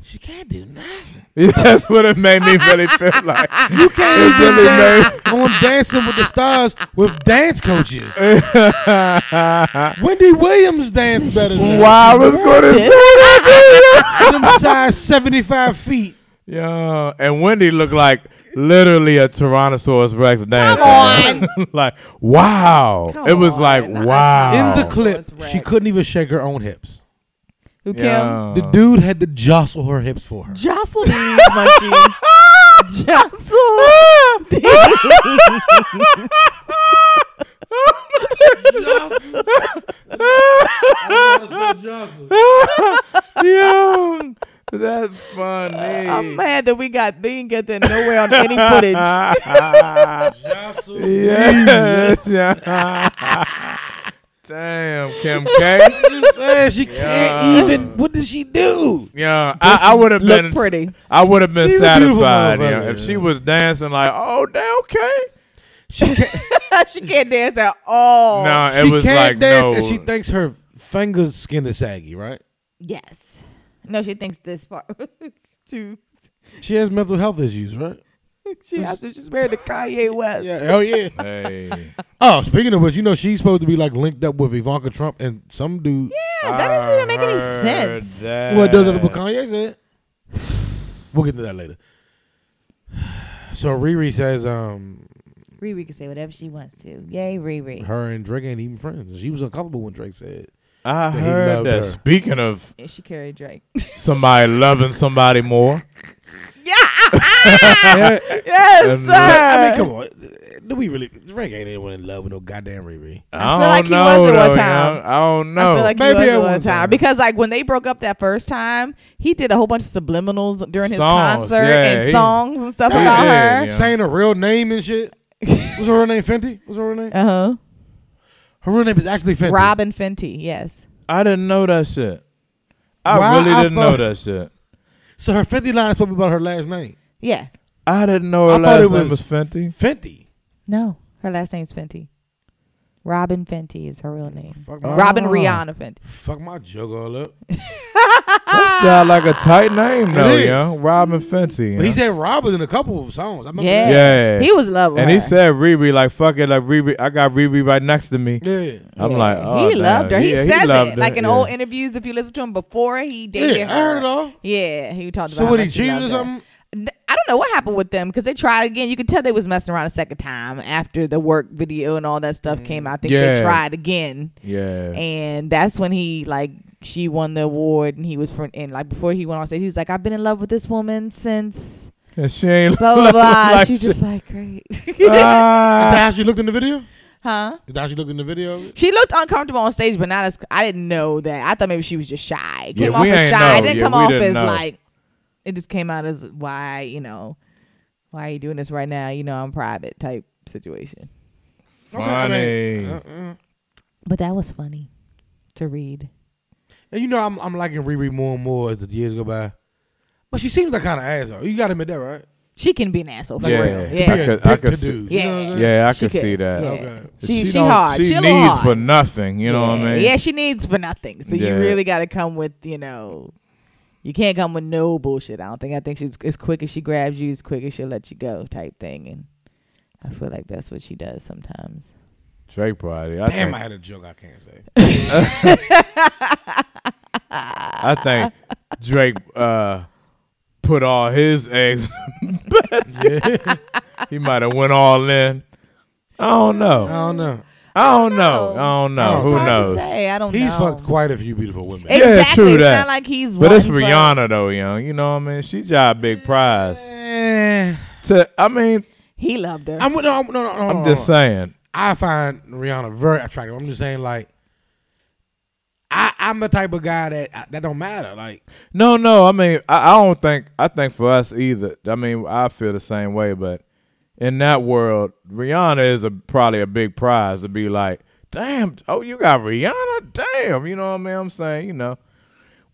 Speaker 1: she can't do nothing.
Speaker 3: That's what it made me really feel like.
Speaker 1: You can't
Speaker 3: It really made-
Speaker 1: on Dancing with the Stars with dance coaches. Wendy Williams danced better than
Speaker 3: Why I was going to say that video.
Speaker 1: her. them size seventy five feet.
Speaker 3: Yeah, and Wendy looked like literally a Tyrannosaurus Rex dancer. like, wow.
Speaker 2: Come
Speaker 3: it was
Speaker 2: on.
Speaker 3: like,
Speaker 2: Nah, that's
Speaker 3: wow.
Speaker 1: In the
Speaker 2: Oh.
Speaker 1: clip,
Speaker 2: So it's
Speaker 1: she
Speaker 2: Rex.
Speaker 1: couldn't even shake her own hips.
Speaker 2: Who Kim?
Speaker 3: Yeah.
Speaker 1: The dude had to jostle her hips for her.
Speaker 2: Jostle these, munchie. Jostle these.
Speaker 3: Yo, that's funny.
Speaker 2: I'm mad that we got they didn't get that nowhere on any footage.
Speaker 3: yes. Damn, Kim K.
Speaker 1: Man, she can't even. What did she do?
Speaker 3: Yeah, I, I would have
Speaker 2: look
Speaker 3: been
Speaker 2: pretty.
Speaker 3: I would have been
Speaker 1: She's a beautiful
Speaker 3: satisfied yeah,
Speaker 1: motherfucker,
Speaker 3: if
Speaker 1: yeah.
Speaker 3: she was dancing like, oh, damn, okay.
Speaker 1: She can't,
Speaker 2: she can't dance at all.
Speaker 3: no, it
Speaker 1: Oh. she
Speaker 3: was
Speaker 1: can't
Speaker 3: like
Speaker 1: dance,
Speaker 3: no.
Speaker 1: and she thinks her fingers skin is saggy. Right?
Speaker 2: Yes. No, she thinks this part is too.
Speaker 1: She has mental health issues, right?
Speaker 2: She also she's married to Kanye West.
Speaker 1: Oh yeah.
Speaker 3: hey,
Speaker 1: Oh, speaking of which, you know she's supposed to be like linked up with Ivanka Trump and some dude.
Speaker 2: Yeah, that doesn't even make any sense.
Speaker 1: Well, it does have to Kanye said. We'll get to that later. So Riri says, um,
Speaker 2: Riri can say whatever she wants to. Yay, Riri.
Speaker 1: her and Drake ain't even friends. She was uncomfortable when Drake said,
Speaker 3: I
Speaker 1: He
Speaker 3: heard
Speaker 1: loved
Speaker 3: that.
Speaker 1: her.
Speaker 3: Speaking of
Speaker 2: And she carried Drake.
Speaker 3: somebody loving somebody more,
Speaker 1: Yeah,
Speaker 2: yes,
Speaker 3: Um,
Speaker 1: I mean,
Speaker 2: sir.
Speaker 1: come on, do we really? Drake ain't anyone in love with no goddamn Riri.
Speaker 3: I,
Speaker 2: feel
Speaker 3: don't
Speaker 2: like he
Speaker 3: know,
Speaker 2: was at one
Speaker 3: though,
Speaker 2: time.
Speaker 3: yeah. I don't
Speaker 2: I
Speaker 3: know.
Speaker 2: feel like
Speaker 1: maybe
Speaker 2: he was
Speaker 1: at
Speaker 2: at one
Speaker 1: one
Speaker 2: time
Speaker 1: time.
Speaker 2: because, like, when they broke up that first time, he did a whole bunch of subliminals during his
Speaker 3: Songs,
Speaker 2: concert
Speaker 3: yeah,
Speaker 2: and
Speaker 3: he-
Speaker 2: songs and stuff
Speaker 3: he
Speaker 2: about
Speaker 3: did,
Speaker 2: her.
Speaker 3: Yeah.
Speaker 1: Saying her real name and shit. What's her real name? Fenty. What's her real name?
Speaker 2: Uh huh.
Speaker 1: Her real name is actually Fenty.
Speaker 2: Robin Fenty. Yes.
Speaker 3: I didn't know that shit. I
Speaker 1: Why
Speaker 3: really
Speaker 1: I
Speaker 3: didn't
Speaker 1: thought-
Speaker 3: know that shit.
Speaker 1: So her Fenty line is probably about her last name,
Speaker 2: Yeah.
Speaker 3: I didn't know her
Speaker 1: I
Speaker 3: last
Speaker 1: thought it
Speaker 3: name was
Speaker 1: was-
Speaker 3: Fenty.
Speaker 1: Fenty.
Speaker 2: No, her last name's Fenty. Robin Fenty is her real name.
Speaker 1: Fuck my,
Speaker 3: Oh.
Speaker 2: Robin
Speaker 3: Ah.
Speaker 2: Rihanna Fenty.
Speaker 1: fuck my joke all up.
Speaker 3: That's
Speaker 2: Ah.
Speaker 3: got like a tight name though,
Speaker 1: is.
Speaker 3: yeah. Robin Fenty.
Speaker 1: But he
Speaker 3: yeah.
Speaker 1: said Robin in a couple of songs. I remember
Speaker 2: Yeah.
Speaker 3: Yeah.
Speaker 2: He was in love with
Speaker 3: and
Speaker 2: her.
Speaker 3: he said Riri like fuck it, like Riri. I got Riri right next to me.
Speaker 1: that. Yeah.
Speaker 3: I'm
Speaker 2: Yeah.
Speaker 3: like, oh,
Speaker 2: he
Speaker 3: damn.
Speaker 2: loved her. He
Speaker 3: Yeah,
Speaker 2: says
Speaker 3: loved
Speaker 2: it
Speaker 3: her.
Speaker 2: like in
Speaker 3: yeah.
Speaker 2: old interviews. If you listen to him before he dated
Speaker 1: Yeah,
Speaker 2: her,
Speaker 1: I heard it all.
Speaker 2: Yeah, he talked about.
Speaker 1: So
Speaker 2: how
Speaker 1: what he
Speaker 2: much
Speaker 1: cheated
Speaker 2: loved
Speaker 1: or
Speaker 2: her.
Speaker 1: something?
Speaker 2: Th- I don't know what happened with them because they tried again. You could tell they was messing around a second time after the work video and all that
Speaker 1: Mm.
Speaker 2: stuff came out. I think they
Speaker 3: Yeah.
Speaker 2: tried again,
Speaker 3: Yeah.
Speaker 2: and that's when he like she won the award and he was pr- and like before he went on stage, he was like, "I've been in love with this woman since
Speaker 3: And she ain't
Speaker 2: blah blah blah."
Speaker 3: like
Speaker 2: she was
Speaker 3: shit.
Speaker 2: just like, "Great."
Speaker 1: Is that
Speaker 3: Ah.
Speaker 2: Uh,
Speaker 1: how she looked in the video?
Speaker 2: huh?
Speaker 1: Is that how she looked in the video?
Speaker 2: She looked uncomfortable on stage, but not as I didn't know that. I thought maybe she was just shy. It
Speaker 3: Yeah,
Speaker 2: Came off
Speaker 3: we
Speaker 2: as
Speaker 3: ain't
Speaker 2: shy. It
Speaker 3: know.
Speaker 2: didn't
Speaker 3: Yeah,
Speaker 2: come
Speaker 3: we
Speaker 2: off
Speaker 3: didn't
Speaker 2: as
Speaker 3: know.
Speaker 2: like it just came out as why you know why are you doing this right now? You know I'm private type situation.
Speaker 1: Okay, I mean,
Speaker 3: Funny.
Speaker 1: uh, uh.
Speaker 2: But that was funny to read.
Speaker 1: And you know, I'm I'm liking Riri more and more as the years go by. But she seems like kind of asshole. You gotta admit that, right?
Speaker 2: She can be an asshole for
Speaker 3: Yeah.
Speaker 2: real.
Speaker 3: I
Speaker 1: Be
Speaker 2: Yeah,
Speaker 1: a
Speaker 3: could- I
Speaker 1: dick
Speaker 3: could
Speaker 1: to
Speaker 3: see-
Speaker 1: dudes,
Speaker 2: yeah.
Speaker 1: You know what I'm saying?
Speaker 3: Yeah, I
Speaker 2: She
Speaker 3: could see
Speaker 2: could,
Speaker 3: that.
Speaker 2: yeah.
Speaker 1: Okay.
Speaker 2: She she,
Speaker 3: don't-
Speaker 2: hard.
Speaker 3: She
Speaker 2: She a little
Speaker 3: needs
Speaker 2: hard.
Speaker 3: for nothing. You know what I mean?
Speaker 2: Yeah, she needs for nothing. So
Speaker 3: Yeah.
Speaker 2: you really got to come with, you know, you can't come with no bullshit. I don't think. I think she's as quick as she grabs you, as quick as she'll let you go, type thing. And I feel like that's what she does sometimes.
Speaker 3: Drake probably. I
Speaker 1: Damn,
Speaker 3: think,
Speaker 1: I had a joke I can't say.
Speaker 3: I think Drake uh, put all his eggs. he might have went all in. I don't
Speaker 1: I
Speaker 3: know.
Speaker 2: Oh,
Speaker 1: don't know.
Speaker 3: I don't know.
Speaker 2: know.
Speaker 3: I don't know.
Speaker 1: It's
Speaker 3: Who
Speaker 2: Hard
Speaker 3: knows?
Speaker 2: To say. I don't
Speaker 1: He's
Speaker 2: know.
Speaker 1: fucked quite a few beautiful women.
Speaker 3: It-
Speaker 2: Exactly.
Speaker 3: Yeah, true
Speaker 2: it's
Speaker 3: that.
Speaker 2: not like he's.
Speaker 3: But it's
Speaker 2: wanting for-
Speaker 3: Rihanna though, young. You know what I mean? She job big prize.
Speaker 1: Eh,
Speaker 3: To I mean,
Speaker 2: He loved her.
Speaker 1: I'm with no, no, no, no.
Speaker 3: I'm
Speaker 1: no,
Speaker 3: just
Speaker 1: no.
Speaker 3: saying.
Speaker 1: I find Rihanna very attractive. I'm just saying, like, I I'm the type of guy that that don't matter. Like,
Speaker 3: No, no. I mean, I, I don't think. I think for us either. I mean, I feel the same way. But in that world, Rihanna is a probably a big prize to be like, damn. Oh, you got Rihanna. Damn. You know what I mean? I'm saying. You know,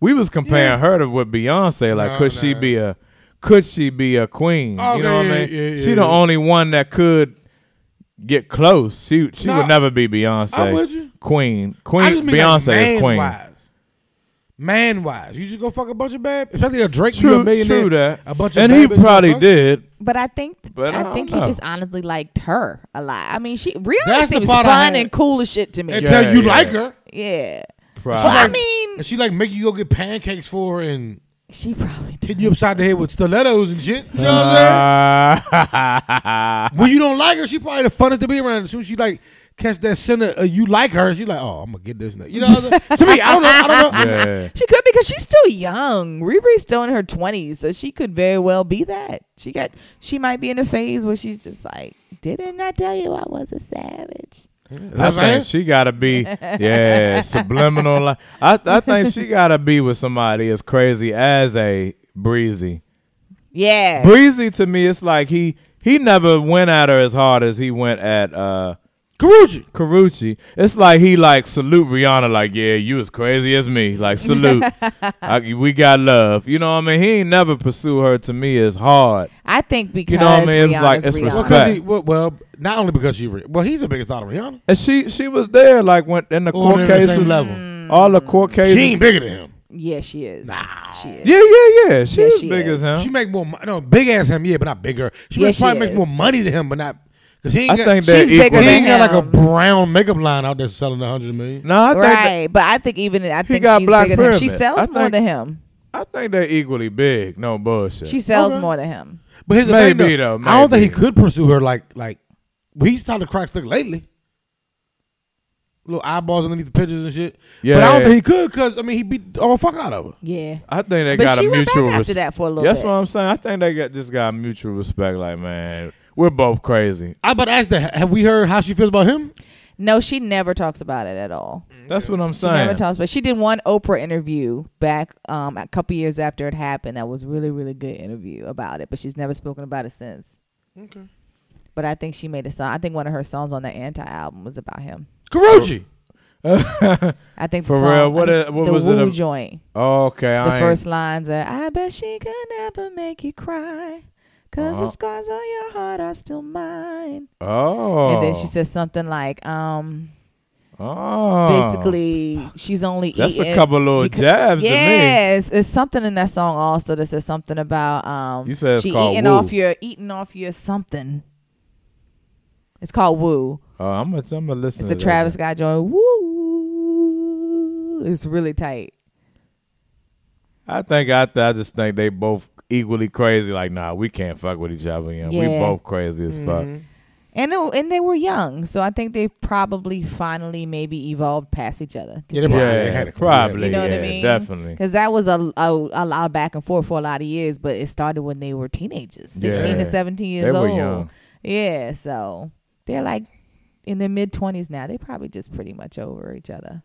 Speaker 3: we was comparing her to with Beyonce. Like,
Speaker 1: No,
Speaker 3: could she
Speaker 1: no.
Speaker 3: be a? Could she be a queen?
Speaker 1: Oh,
Speaker 3: you know
Speaker 1: yeah,
Speaker 3: what I mean?
Speaker 1: yeah, yeah,
Speaker 3: she
Speaker 1: yeah,
Speaker 3: the
Speaker 1: yeah.
Speaker 3: only one that could get close. She she
Speaker 1: No,
Speaker 3: would never be Beyonce.
Speaker 1: I'm with you.
Speaker 3: Queen.
Speaker 1: I
Speaker 3: Queen.
Speaker 1: just mean
Speaker 3: Beyonce
Speaker 1: like man
Speaker 3: is queen.
Speaker 1: Wise. Man wise, you just go fuck a bunch of bad, especially a Drake. you
Speaker 3: True,
Speaker 1: a millionaire,
Speaker 3: true that.
Speaker 1: A bunch of
Speaker 3: and
Speaker 1: bad
Speaker 3: he
Speaker 1: bitches you
Speaker 3: probably
Speaker 1: fuck.
Speaker 3: did.
Speaker 2: but I think
Speaker 3: But I
Speaker 2: I
Speaker 3: don't
Speaker 2: think
Speaker 3: know.
Speaker 2: he just honestly liked her a lot. I mean, she Rihanna
Speaker 1: That's the
Speaker 2: seems
Speaker 1: part I
Speaker 2: fun
Speaker 1: had.
Speaker 2: and cool as shit to me.
Speaker 1: And
Speaker 3: Yeah,
Speaker 1: tell you
Speaker 3: yeah.
Speaker 1: like her,
Speaker 2: yeah.
Speaker 3: Probably.
Speaker 2: Well, I mean,
Speaker 1: and she like make you go get pancakes for her and
Speaker 2: she probably did.
Speaker 1: hit you upside the head with stilettos and shit. You know what I'm saying?
Speaker 3: Ah.
Speaker 1: when you don't like her, she probably the funnest to be around. As soon as she like catch that center, uh, you like her, she like, oh, I'm gonna get this. Nigga. You know what I'm saying? to me, I don't know. I don't know.
Speaker 3: yeah.
Speaker 2: She could because she's still young. Riri's still in her twenties, so she could very well be that. She got she might be in a phase where she's just like, didn't I tell you I was a savage?
Speaker 1: Is
Speaker 3: I
Speaker 1: that what I'm
Speaker 3: think
Speaker 1: saying?
Speaker 3: she gotta be yeah subliminal. Li- I I think she gotta be with somebody as crazy as a breezy.
Speaker 2: Yeah.
Speaker 3: Breezy to me, it's like he he never went at her as hard as he went at uh
Speaker 1: Karuchi.
Speaker 3: Carucci. It's like he like salute Rihanna like yeah you as crazy as me like salute I, we got love. You know what I mean? He ain't never pursue her to me as hard.
Speaker 2: I think because
Speaker 3: know what I mean? It was like,
Speaker 2: Rihanna's
Speaker 3: it's
Speaker 2: Rihanna.
Speaker 1: Well, 'cause he, well, well, not only because she, re- well, he's the biggest thought of Rihanna.
Speaker 3: And she she was there like when in the
Speaker 1: All on
Speaker 3: court
Speaker 1: the same
Speaker 3: cases, Mm.
Speaker 1: level.
Speaker 3: all the court cases.
Speaker 1: She ain't bigger than him.
Speaker 2: Yeah, she is. She is.
Speaker 3: Yeah, yeah, yeah. She
Speaker 2: Yeah,
Speaker 3: was
Speaker 2: she
Speaker 3: big
Speaker 2: is.
Speaker 3: as
Speaker 1: She
Speaker 3: him.
Speaker 1: make more, mo- no, big ass him, yeah, but not bigger. She
Speaker 2: Yeah,
Speaker 1: make- probably
Speaker 2: she
Speaker 1: makes
Speaker 2: is.
Speaker 1: more money than him, but not because he ain't
Speaker 3: I
Speaker 1: got,
Speaker 3: think
Speaker 2: She's
Speaker 3: that
Speaker 2: bigger
Speaker 1: he
Speaker 3: equal.
Speaker 2: than
Speaker 1: ain't got like
Speaker 2: him.
Speaker 1: a brown makeup line out there selling a hundred million.
Speaker 3: No, I think that,
Speaker 2: Right, but I think even I think
Speaker 3: got
Speaker 2: she's
Speaker 3: Black
Speaker 2: bigger than him. She
Speaker 3: Pyramid.
Speaker 2: sells
Speaker 3: I
Speaker 2: more
Speaker 3: think-
Speaker 2: than him.
Speaker 3: I think they're equally big. No bullshit.
Speaker 2: She sells
Speaker 1: Okay.
Speaker 2: more than him.
Speaker 1: But here's the
Speaker 3: Maybe,
Speaker 1: thing, though,
Speaker 3: though,
Speaker 1: I don't think he
Speaker 3: maybe.
Speaker 1: could pursue her like like well, he's started to crack slick lately. Little eyeballs underneath the pictures and shit.
Speaker 3: yeah,
Speaker 1: But I don't think he could because I mean he beat all fuck out of her.
Speaker 2: Yeah.
Speaker 3: I think they
Speaker 2: But
Speaker 3: got
Speaker 2: she
Speaker 3: a
Speaker 2: went back
Speaker 3: mutual
Speaker 2: after
Speaker 3: respect.
Speaker 2: that for a little
Speaker 3: That's
Speaker 2: bit.
Speaker 3: what I'm saying. I think they got just got mutual respect. Like, man, we're both crazy.
Speaker 1: I about to ask that. Have we heard how she feels about him?
Speaker 2: No, she never talks about it at all.
Speaker 1: Mm-hmm.
Speaker 3: That's what I'm
Speaker 2: She never
Speaker 3: saying.
Speaker 2: talks, but she did one Oprah interview back um, a couple years after it happened. That was really, really good interview about it, but she's never spoken about it since.
Speaker 1: Okay.
Speaker 2: But I think she made a song. I think one of her songs on the Anti album was about him.
Speaker 1: Karuchi.
Speaker 2: I think
Speaker 3: For
Speaker 2: the song,
Speaker 3: real? What
Speaker 2: I think
Speaker 3: it- what
Speaker 2: the
Speaker 3: was it
Speaker 2: Woo
Speaker 3: ab-
Speaker 2: joint?
Speaker 3: okay,
Speaker 2: The
Speaker 3: I ain't-
Speaker 2: first lines are, "I bet she could never make you cry, cause
Speaker 3: Uh-huh.
Speaker 2: the scars on your heart are still mine."
Speaker 3: Oh,
Speaker 2: And then she says something like, "Um,
Speaker 3: "Oh,
Speaker 2: basically, she's only
Speaker 3: that's
Speaker 2: eating."
Speaker 3: a couple little
Speaker 2: because-
Speaker 3: Oh, jabs to me."
Speaker 2: Yes, it's something in that song also that says something about um
Speaker 3: You said it's
Speaker 2: she
Speaker 3: called
Speaker 2: eating
Speaker 3: Woo.
Speaker 2: off your eating off your something. It's called Woo.
Speaker 3: Oh, I'm gonna I'm gonna listen.
Speaker 2: It's
Speaker 3: to
Speaker 2: a
Speaker 3: that.
Speaker 2: Travis Scott joint. Woo. It's really tight.
Speaker 3: I think I, th- I just think they both equally crazy. Like, nah, we can't fuck with each other. You know, we
Speaker 2: Yeah. Mm-hmm.
Speaker 3: both crazy as fuck.
Speaker 1: Mm-hmm.
Speaker 2: And it, and they were young, so I think they probably finally maybe evolved past each other.
Speaker 1: Yeah, they probably
Speaker 3: Yeah,
Speaker 1: had a
Speaker 3: probably.
Speaker 2: You know what
Speaker 3: yeah,
Speaker 2: I mean?
Speaker 3: definitely.
Speaker 2: Because that was a, a a lot of back and forth for a lot of years, but it started when they were teenagers, sixteen
Speaker 3: Yeah.
Speaker 2: to seventeen years
Speaker 3: They were
Speaker 2: old.
Speaker 3: young.
Speaker 2: Yeah, so they're like in their mid twenties now. They probably just pretty much over each other.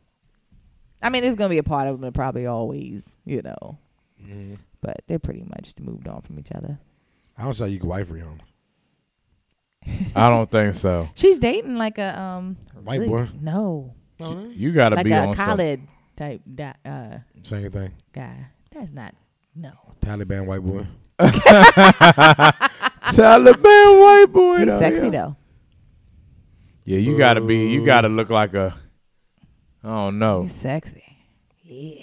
Speaker 2: I mean, there's gonna be a part of them that probably always, you know,
Speaker 1: Mm-hmm.
Speaker 2: but they're pretty much moved on from each other.
Speaker 1: I don't say you can wife Rihanna.
Speaker 3: I don't think so.
Speaker 2: She's dating like a um
Speaker 1: White boy.
Speaker 2: No,
Speaker 3: You got to
Speaker 2: like
Speaker 3: be
Speaker 2: a
Speaker 3: on something.
Speaker 2: college type da- uh,
Speaker 1: Same thing.
Speaker 2: guy. That's not no.
Speaker 1: Taliban white boy.
Speaker 3: Taliban white boy.
Speaker 2: He's
Speaker 3: though,
Speaker 2: sexy
Speaker 3: yeah.
Speaker 2: though.
Speaker 3: Yeah, you got to be. You got to look like a. I don't know.
Speaker 2: He's sexy.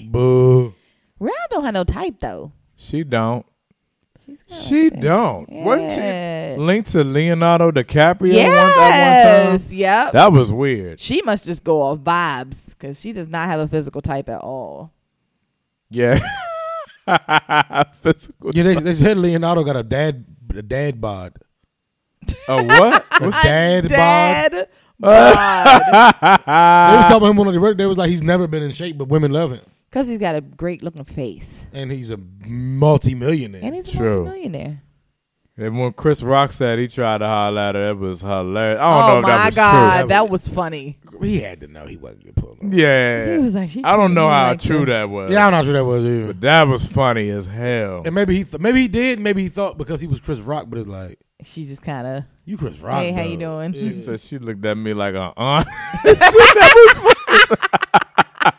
Speaker 1: Boo.
Speaker 2: Rihanna don't have no type though.
Speaker 3: She don't.
Speaker 2: She's got
Speaker 3: She don't. Wasn't
Speaker 2: Yeah.
Speaker 3: she linked to Leonardo DiCaprio one, at one time?
Speaker 2: Yes. Yep.
Speaker 3: That was weird.
Speaker 2: she must just go off vibes because she does not have a physical type at all.
Speaker 3: Yeah. Physical.
Speaker 1: Yeah, they, they said Leonardo got a dad a dad bod.
Speaker 3: Oh what?
Speaker 1: A dad, bod.
Speaker 2: Dad bod.
Speaker 1: they was talking about him on the record. They was like, he's never been in shape, but women love him,
Speaker 2: Because he's got a great looking face.
Speaker 1: and he's a multimillionaire.
Speaker 2: And he's a
Speaker 3: True.
Speaker 2: multimillionaire.
Speaker 3: and when Chris Rock said he tried to holler at her, it was hilarious. I don't know
Speaker 2: oh
Speaker 3: if
Speaker 2: my
Speaker 3: that was
Speaker 2: God.
Speaker 3: true.
Speaker 2: That was funny.
Speaker 1: he had to know he wasn't good pulling.
Speaker 3: yeah.
Speaker 2: He was like, she
Speaker 3: I don't
Speaker 2: treated
Speaker 3: know
Speaker 2: me
Speaker 3: how
Speaker 2: like
Speaker 3: true
Speaker 2: this.
Speaker 3: that was.
Speaker 1: Yeah, I'm not sure that was either.
Speaker 3: But that was funny as hell.
Speaker 1: And maybe he th- maybe he did, maybe he thought because he was Chris Rock, but it's like
Speaker 2: She just kind of.
Speaker 1: you Chris Rock.
Speaker 2: Hey, how you
Speaker 1: though.
Speaker 2: doing?
Speaker 3: He
Speaker 1: Yeah.
Speaker 3: said she looked at me like an aunt. that was funny.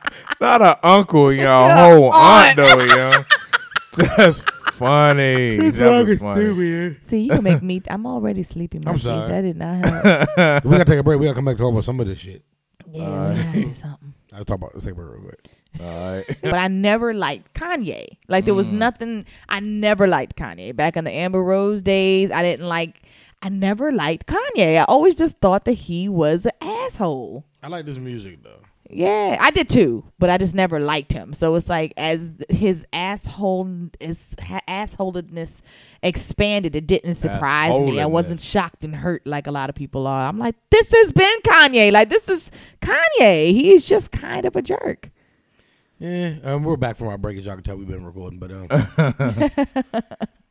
Speaker 3: Not an uncle, you know, a whole aunt, though, yo. That's funny.
Speaker 1: Chris
Speaker 3: That
Speaker 1: Rock
Speaker 3: was
Speaker 1: is
Speaker 3: funny.
Speaker 1: stupid.
Speaker 2: See, you can make me. I'm already sleepy. My
Speaker 1: I'm
Speaker 2: sheep.
Speaker 1: sorry.
Speaker 2: That did not help.
Speaker 1: we gotta take a break. We gotta come back and talk about some of this shit.
Speaker 2: yeah, we gotta do something.
Speaker 1: I talk about let's take a break real quick.
Speaker 3: All right.
Speaker 2: but I never liked Kanye. Like there was nothing I never liked Kanye. Back in the Amber Rose days, I didn't like I never liked Kanye. I always just thought that he was an asshole.
Speaker 1: I like this music though.
Speaker 2: Yeah, I did too, but I just never liked him. So it's like as his asshole his ha- assholedness expanded, it didn't surprise me. I wasn't
Speaker 3: Assholedness.
Speaker 2: shocked and hurt like a lot of people are. I'm like, this has been Kanye. Like this is Kanye. He is just kind of a jerk.
Speaker 1: Yeah, um, we're back from our break. As y'all can tell, we've been recording, but um,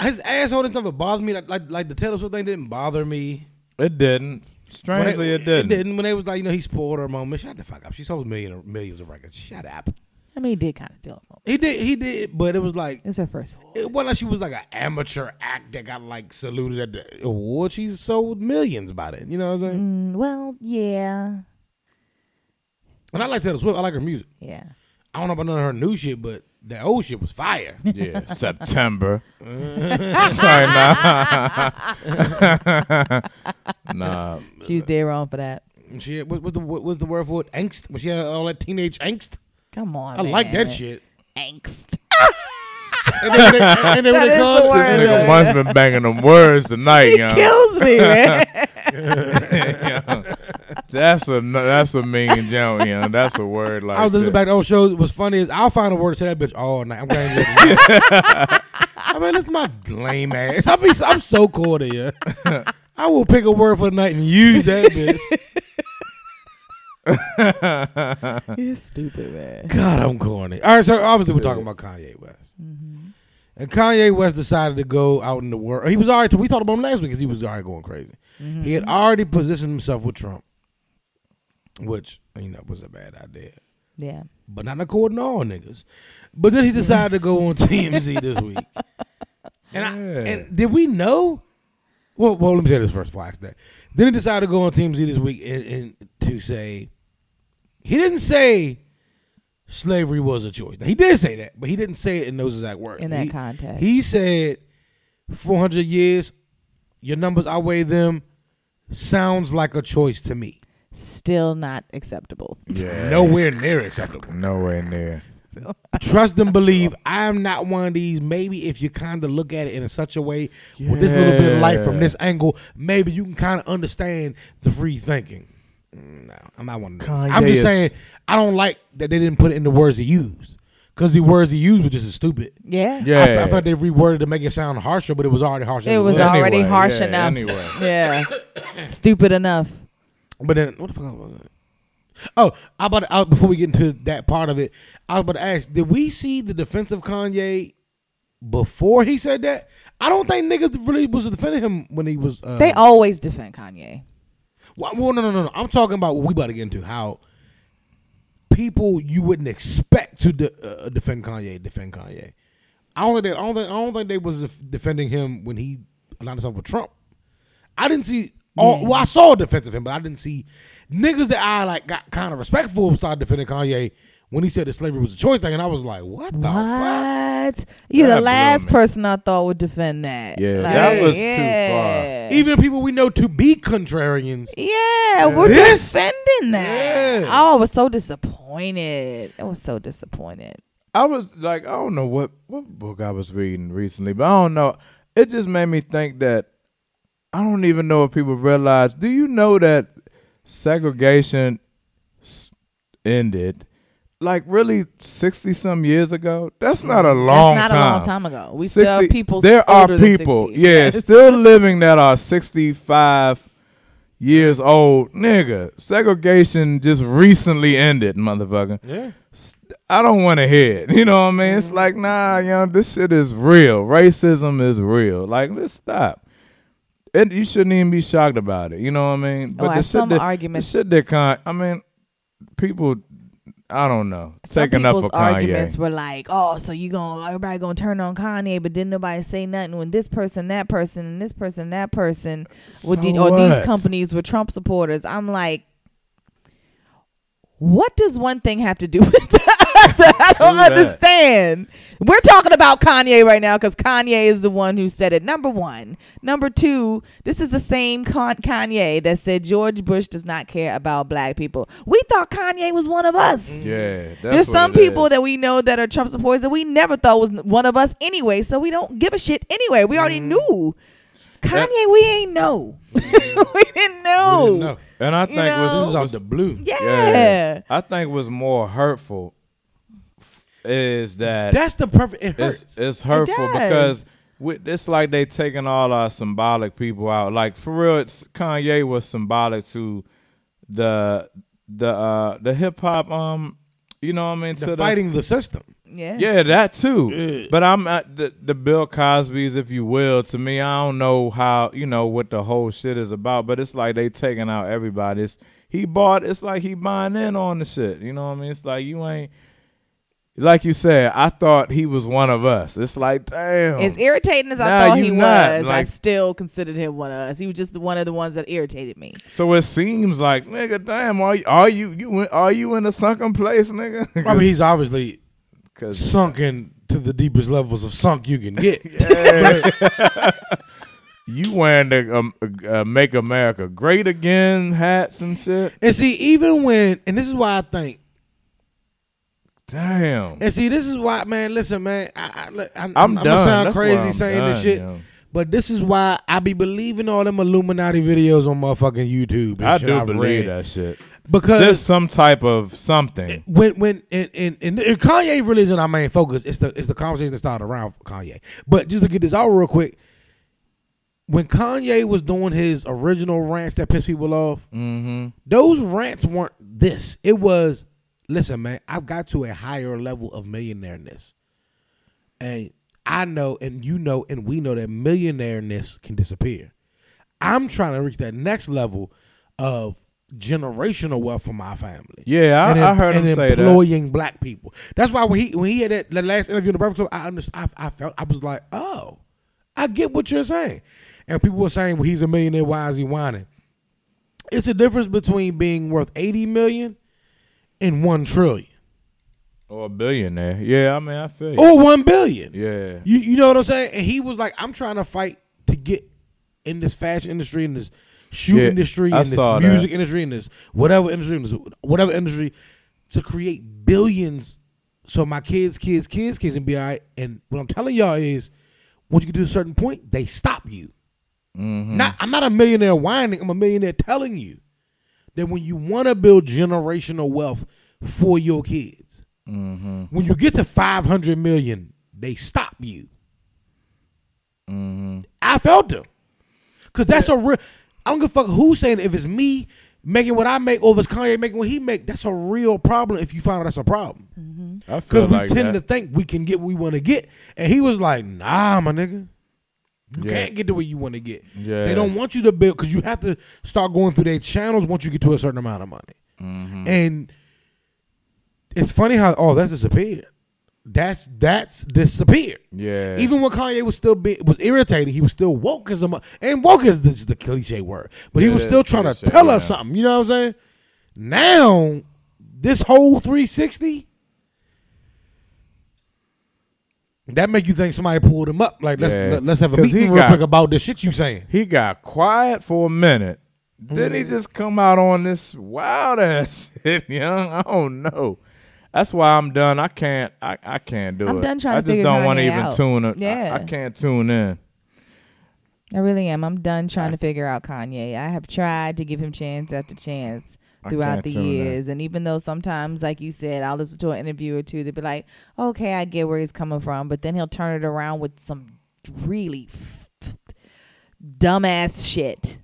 Speaker 1: his asshole didn't ever bother me. Like, like like the Taylor Swift thing didn't bother me.
Speaker 3: It didn't.
Speaker 1: When
Speaker 3: Strangely,
Speaker 1: they-
Speaker 3: it didn't.
Speaker 1: It didn't when they was like, you know, he spoiled her moment. Shut the fuck up. She sold million millions of records. Shut up.
Speaker 2: I mean, he did kind of steal him.
Speaker 1: He did. He did. But it was like
Speaker 2: It's her first award.
Speaker 1: it wasn't like she was like an amateur act that got like saluted at the award. She sold millions by it. You know what I'm saying?
Speaker 2: Mm, well, yeah,
Speaker 1: And I like Taylor Swift. I like her music.
Speaker 2: yeah.
Speaker 1: I don't know about none of her new shit, but that old shit was fire.
Speaker 3: Yeah, September. Sorry, nah. nah.
Speaker 2: She was dead wrong for that.
Speaker 1: She what, what's the what, what's the word for it? Angst. Was she had all that teenage angst?
Speaker 2: Come on,
Speaker 1: I like
Speaker 2: man.
Speaker 1: that shit.
Speaker 2: Angst.
Speaker 1: And then when they, and uh, then when
Speaker 2: That
Speaker 1: they
Speaker 2: is
Speaker 1: called
Speaker 2: the
Speaker 1: this
Speaker 3: This
Speaker 2: word.
Speaker 3: nigga must been banging them words tonight,
Speaker 2: It
Speaker 3: yo.
Speaker 2: kills me, man.
Speaker 3: That's a that's a mean joke, you know. That's a word like
Speaker 1: I was listening
Speaker 3: that.
Speaker 1: back to old shows. What's funny is I'll find a word to say that bitch all night. I'm going to I mean, listen, to my lame ass. I mean, I'm so cool to you. I will pick a word for the night and use that bitch.
Speaker 2: You're stupid, man.
Speaker 1: God, I'm corny. All right, so obviously we're talking about Kanye West. And Kanye West decided to go out in the world. He was already. We talked about him last week because he was already going crazy. He had already positioned himself with Trump, which you know was a bad idea.
Speaker 2: Yeah.
Speaker 1: but not according to all niggas. But then he decided to go on TMZ this week. And, I,
Speaker 3: Yeah.
Speaker 1: and did we know? Well, well, let me say this first before I ask that. Then he decided to go on TMZ this week and, and to say he didn't say slavery was a choice. Now, he did say that, but he didn't say it in those exact words.
Speaker 2: In that
Speaker 1: He-
Speaker 2: context.
Speaker 1: he said four hundred years. Your numbers outweigh them. Sounds like a choice to me.
Speaker 2: Still not acceptable.
Speaker 3: Yeah.
Speaker 1: Nowhere near acceptable.
Speaker 3: Nowhere near.
Speaker 1: trust and believe I am not one of these. Maybe if you kind of look at it in such a way with this little bit of light from
Speaker 3: Yeah.
Speaker 1: this angle, maybe you can kind of understand the free thinking. Mm, No, I'm not one of those. I'm
Speaker 3: Kanye
Speaker 1: just
Speaker 3: is-
Speaker 1: saying I don't like that they didn't put it in the words he used because the words he used were just as stupid.
Speaker 2: Yeah.
Speaker 3: Yeah.
Speaker 1: I, fe- I felt they reworded to make it sound harsher, but it was already harsher.
Speaker 2: It
Speaker 1: than
Speaker 2: was
Speaker 1: it
Speaker 2: already
Speaker 3: Anyway,
Speaker 2: harsh
Speaker 3: yeah,
Speaker 2: enough.
Speaker 3: anyway.
Speaker 2: Yeah. stupid enough.
Speaker 1: But then what the fuck was it? Oh, I about to, uh, before we get into that part of it, I was about to ask: Did we see the defense of Kanye before he said that? I don't think niggas really was defending him when he was. Uh,
Speaker 2: They always defend Kanye.
Speaker 1: Well, well, no, no, no, no. I'm talking about what we about to get into. How people you wouldn't expect to de- uh, defend Kanye defend Kanye. I don't think they, I don't think, I don't think they was def- defending him when he aligned himself with Trump. I didn't see. All, Well, I saw a defense of him, but I didn't see niggas that I like got kind of respectful started defending Kanye when he said that slavery was a choice thing, and I was like, what the Oh, fuck?
Speaker 2: What? You're
Speaker 3: That
Speaker 2: the
Speaker 3: blew
Speaker 2: last
Speaker 3: me.
Speaker 2: person I thought would defend that.
Speaker 3: Yeah, that was too
Speaker 2: yeah.
Speaker 1: Even people we know to be contrarians.
Speaker 2: Yeah, we're
Speaker 1: This?
Speaker 2: defending that.
Speaker 1: Yeah.
Speaker 2: Oh, I was so disappointed. I was so disappointed.
Speaker 3: I was like, I don't know what what book I was reading recently, but I don't know. It just made me think that I don't even know if people realize. Do you know that segregation s- ended like really sixty some years ago? That's not a long
Speaker 2: That's not
Speaker 3: time.
Speaker 2: a long time ago. We still have
Speaker 3: 60
Speaker 2: people.
Speaker 3: There are
Speaker 2: older than
Speaker 3: people,
Speaker 2: 60.
Speaker 3: yeah,
Speaker 2: Yes.
Speaker 3: still living that are sixty five years old. Nigga, segregation just recently ended, motherfucker.
Speaker 1: Yeah.
Speaker 3: I don't want to hear it. You know what I mean? It's like, nah, you know, this shit is real. Racism is real. Like, let's stop. It, you shouldn't even be shocked about it. You know what I mean?
Speaker 2: Oh,
Speaker 3: the
Speaker 2: and some
Speaker 3: that,
Speaker 2: arguments-
Speaker 3: the shit that con, I mean, people, I don't know,
Speaker 2: Some
Speaker 3: taking up
Speaker 2: people's
Speaker 3: for Kanye.
Speaker 2: arguments were like, "Oh, so you gonna everybody gonna turn on Kanye, but didn't nobody say nothing when this person, that person, and this person, that person, were
Speaker 3: So
Speaker 2: de- or these
Speaker 3: what?
Speaker 2: companies were Trump supporters." I'm like, what does one thing have to do with the other? I don't
Speaker 3: True that.
Speaker 2: understand. We're talking about Kanye right now because Kanye is the one who said it. Number one. Number two, this is the same Con- Kanye that said George Bush does not care about black people. We thought Kanye was one of us.
Speaker 3: Yeah, that's
Speaker 2: There's
Speaker 3: what
Speaker 2: some
Speaker 3: it is.
Speaker 2: people that we know that are Trump supporters that we never thought was one of us anyway, so we don't give a shit anyway. We already knew. Kanye,
Speaker 3: Mm. That-
Speaker 2: we ain't know. we didn't know.
Speaker 1: We didn't know.
Speaker 3: and I think was
Speaker 2: know-
Speaker 1: This is out the blue.
Speaker 2: yeah.
Speaker 3: I think was more hurtful is that
Speaker 1: That's the perfect. It hurts.
Speaker 3: it's it's hurtful
Speaker 2: does.
Speaker 3: because we, it's like they taking all our symbolic people out. Like for real, it's Kanye was symbolic to the the uh the hip hop um you know what I mean
Speaker 1: the
Speaker 3: to
Speaker 1: fighting the system.
Speaker 2: Yeah.
Speaker 3: yeah, that too. But I'm at the, the Bill Cosby's, if you will. To me, I don't know how you know what the whole shit is about, but it's like they taking out everybody. It's, he bought. It's like he buying in on the shit. You know what I mean? It's like you ain't. Like you said, I thought he was one of us. It's like damn.
Speaker 2: As irritating as I
Speaker 3: Nah,
Speaker 2: thought
Speaker 3: you
Speaker 2: he
Speaker 3: not,
Speaker 2: was, I
Speaker 3: like-
Speaker 2: still considered him one of us. He was just the- one of the ones that irritated me.
Speaker 3: so it seems like nigga, damn. Are you are you you in- are you in a sunken place, nigga?
Speaker 1: I mean, he's obviously
Speaker 3: 'Cause-
Speaker 1: sunk in to the deepest levels of sunk you can get.
Speaker 3: you wearing the um, uh, "Make America Great Again" hats and shit.
Speaker 1: and see, even when, and this is why I think,
Speaker 3: Damn.
Speaker 1: and see, this is why, man. Listen, man, I, I, I, I'm,
Speaker 3: I'm
Speaker 1: I'ma
Speaker 3: done.
Speaker 1: sound
Speaker 3: That's why
Speaker 1: crazy
Speaker 3: I'm
Speaker 1: saying this
Speaker 3: done,
Speaker 1: shit,
Speaker 3: yo.
Speaker 1: but this is why I be believing all them Illuminati videos on motherfucking YouTube. and
Speaker 3: I
Speaker 1: shit
Speaker 3: do
Speaker 1: I've
Speaker 3: believe
Speaker 1: read.
Speaker 3: that shit.
Speaker 1: because
Speaker 3: There's some type of something.
Speaker 1: when when and, and, and Kanye really isn't our main focus. It's the it's the conversation that started around Kanye. But just to get this out real quick, when Kanye was doing his original rants that pissed people off,
Speaker 3: Mm-hmm.
Speaker 1: those rants weren't this. It was, listen, man, I've got to a higher level of millionaireness, and I know, and you know, and we know that millionaireness can disappear. I'm trying to reach that next level of generational wealth for my family
Speaker 3: Yeah, I,
Speaker 1: and
Speaker 3: I
Speaker 1: em-
Speaker 3: heard
Speaker 1: and
Speaker 3: him say that.
Speaker 1: employing black people. That's why when he when he had that the last interview in the Breakfast Club, I understood. I, I felt I was like, oh, I get what you're saying. And people were saying, well, he's a millionaire. Why is he whining? It's a difference between being worth eighty million and one trillion
Speaker 3: Or a billionaire. Yeah, I mean, I feel you.
Speaker 1: or one billion.
Speaker 3: Yeah.
Speaker 1: Oh, You you know what I'm saying? And he was like, I'm trying to fight to get in this fashion industry, in this shoe
Speaker 3: Yeah,
Speaker 1: industry,
Speaker 3: I
Speaker 1: in this
Speaker 3: saw that.
Speaker 1: music industry, in this whatever industry, in this whatever industry, to create billions so my kids, kids, kids, kids can be all right. And what I'm telling y'all is once you get to a certain point, they stop you.
Speaker 3: Mm-hmm.
Speaker 1: Not I'm not a millionaire whining, I'm a millionaire telling you that when you want to build generational wealth for your kids,
Speaker 3: Mm-hmm.
Speaker 1: when you get to 500 million, they stop you. I felt them. Cause that's a real. I don't give a fuck who's saying it. if it's me making what I make or if it's Kanye making what he make. That's a real problem. If you find out that's a problem,
Speaker 3: I feel
Speaker 1: because we
Speaker 3: like
Speaker 1: tend to
Speaker 3: that.
Speaker 1: think we can get what we want to get, and he was like, "Nah, my nigga, You
Speaker 3: Yeah.
Speaker 1: can't get to where you want to get.
Speaker 3: Yeah.
Speaker 1: They don't want you to build because you have to start going through their channels once you get to a certain amount of money.
Speaker 3: Mm-hmm.
Speaker 1: And it's funny how oh that's disappeared. That's that's disappeared.
Speaker 3: Yeah.
Speaker 1: Even when Kanye was still be, was irritated, he was still woke as a mo- and woke is just the cliche word, but he
Speaker 3: Yeah,
Speaker 1: was
Speaker 3: it
Speaker 1: still
Speaker 3: is
Speaker 1: trying
Speaker 3: cliche,
Speaker 1: to tell
Speaker 3: yeah.
Speaker 1: us something. You know what I'm saying? Now this whole 360 that make you think somebody pulled him up. Like let's
Speaker 3: Yeah.
Speaker 1: let, us have a
Speaker 3: 'Cause he
Speaker 1: meeting real
Speaker 3: got-
Speaker 1: quick about this shit you saying.
Speaker 3: He got quiet for a minute. Then
Speaker 1: Mm.
Speaker 3: he just come out on this wild ass shit, young. I don't know. That's why I'm done. I can't. I, I can't do
Speaker 2: I'm
Speaker 3: it.
Speaker 2: done trying
Speaker 3: I
Speaker 2: to
Speaker 3: just
Speaker 2: figure
Speaker 3: don't wanna
Speaker 2: Kanye
Speaker 3: even
Speaker 2: out.
Speaker 3: tune in.
Speaker 2: Yeah.
Speaker 3: I, I can't tune in.
Speaker 2: I really am. I'm done trying to figure out Kanye. I have tried to give him chance after chance
Speaker 3: I
Speaker 2: throughout
Speaker 3: can't
Speaker 2: the
Speaker 3: tune in.
Speaker 2: years. And even though sometimes, like you said, I'll listen to an interview or two, they'll be like, okay, I get where he's coming from. But then he'll turn it around with some really dumbass shit.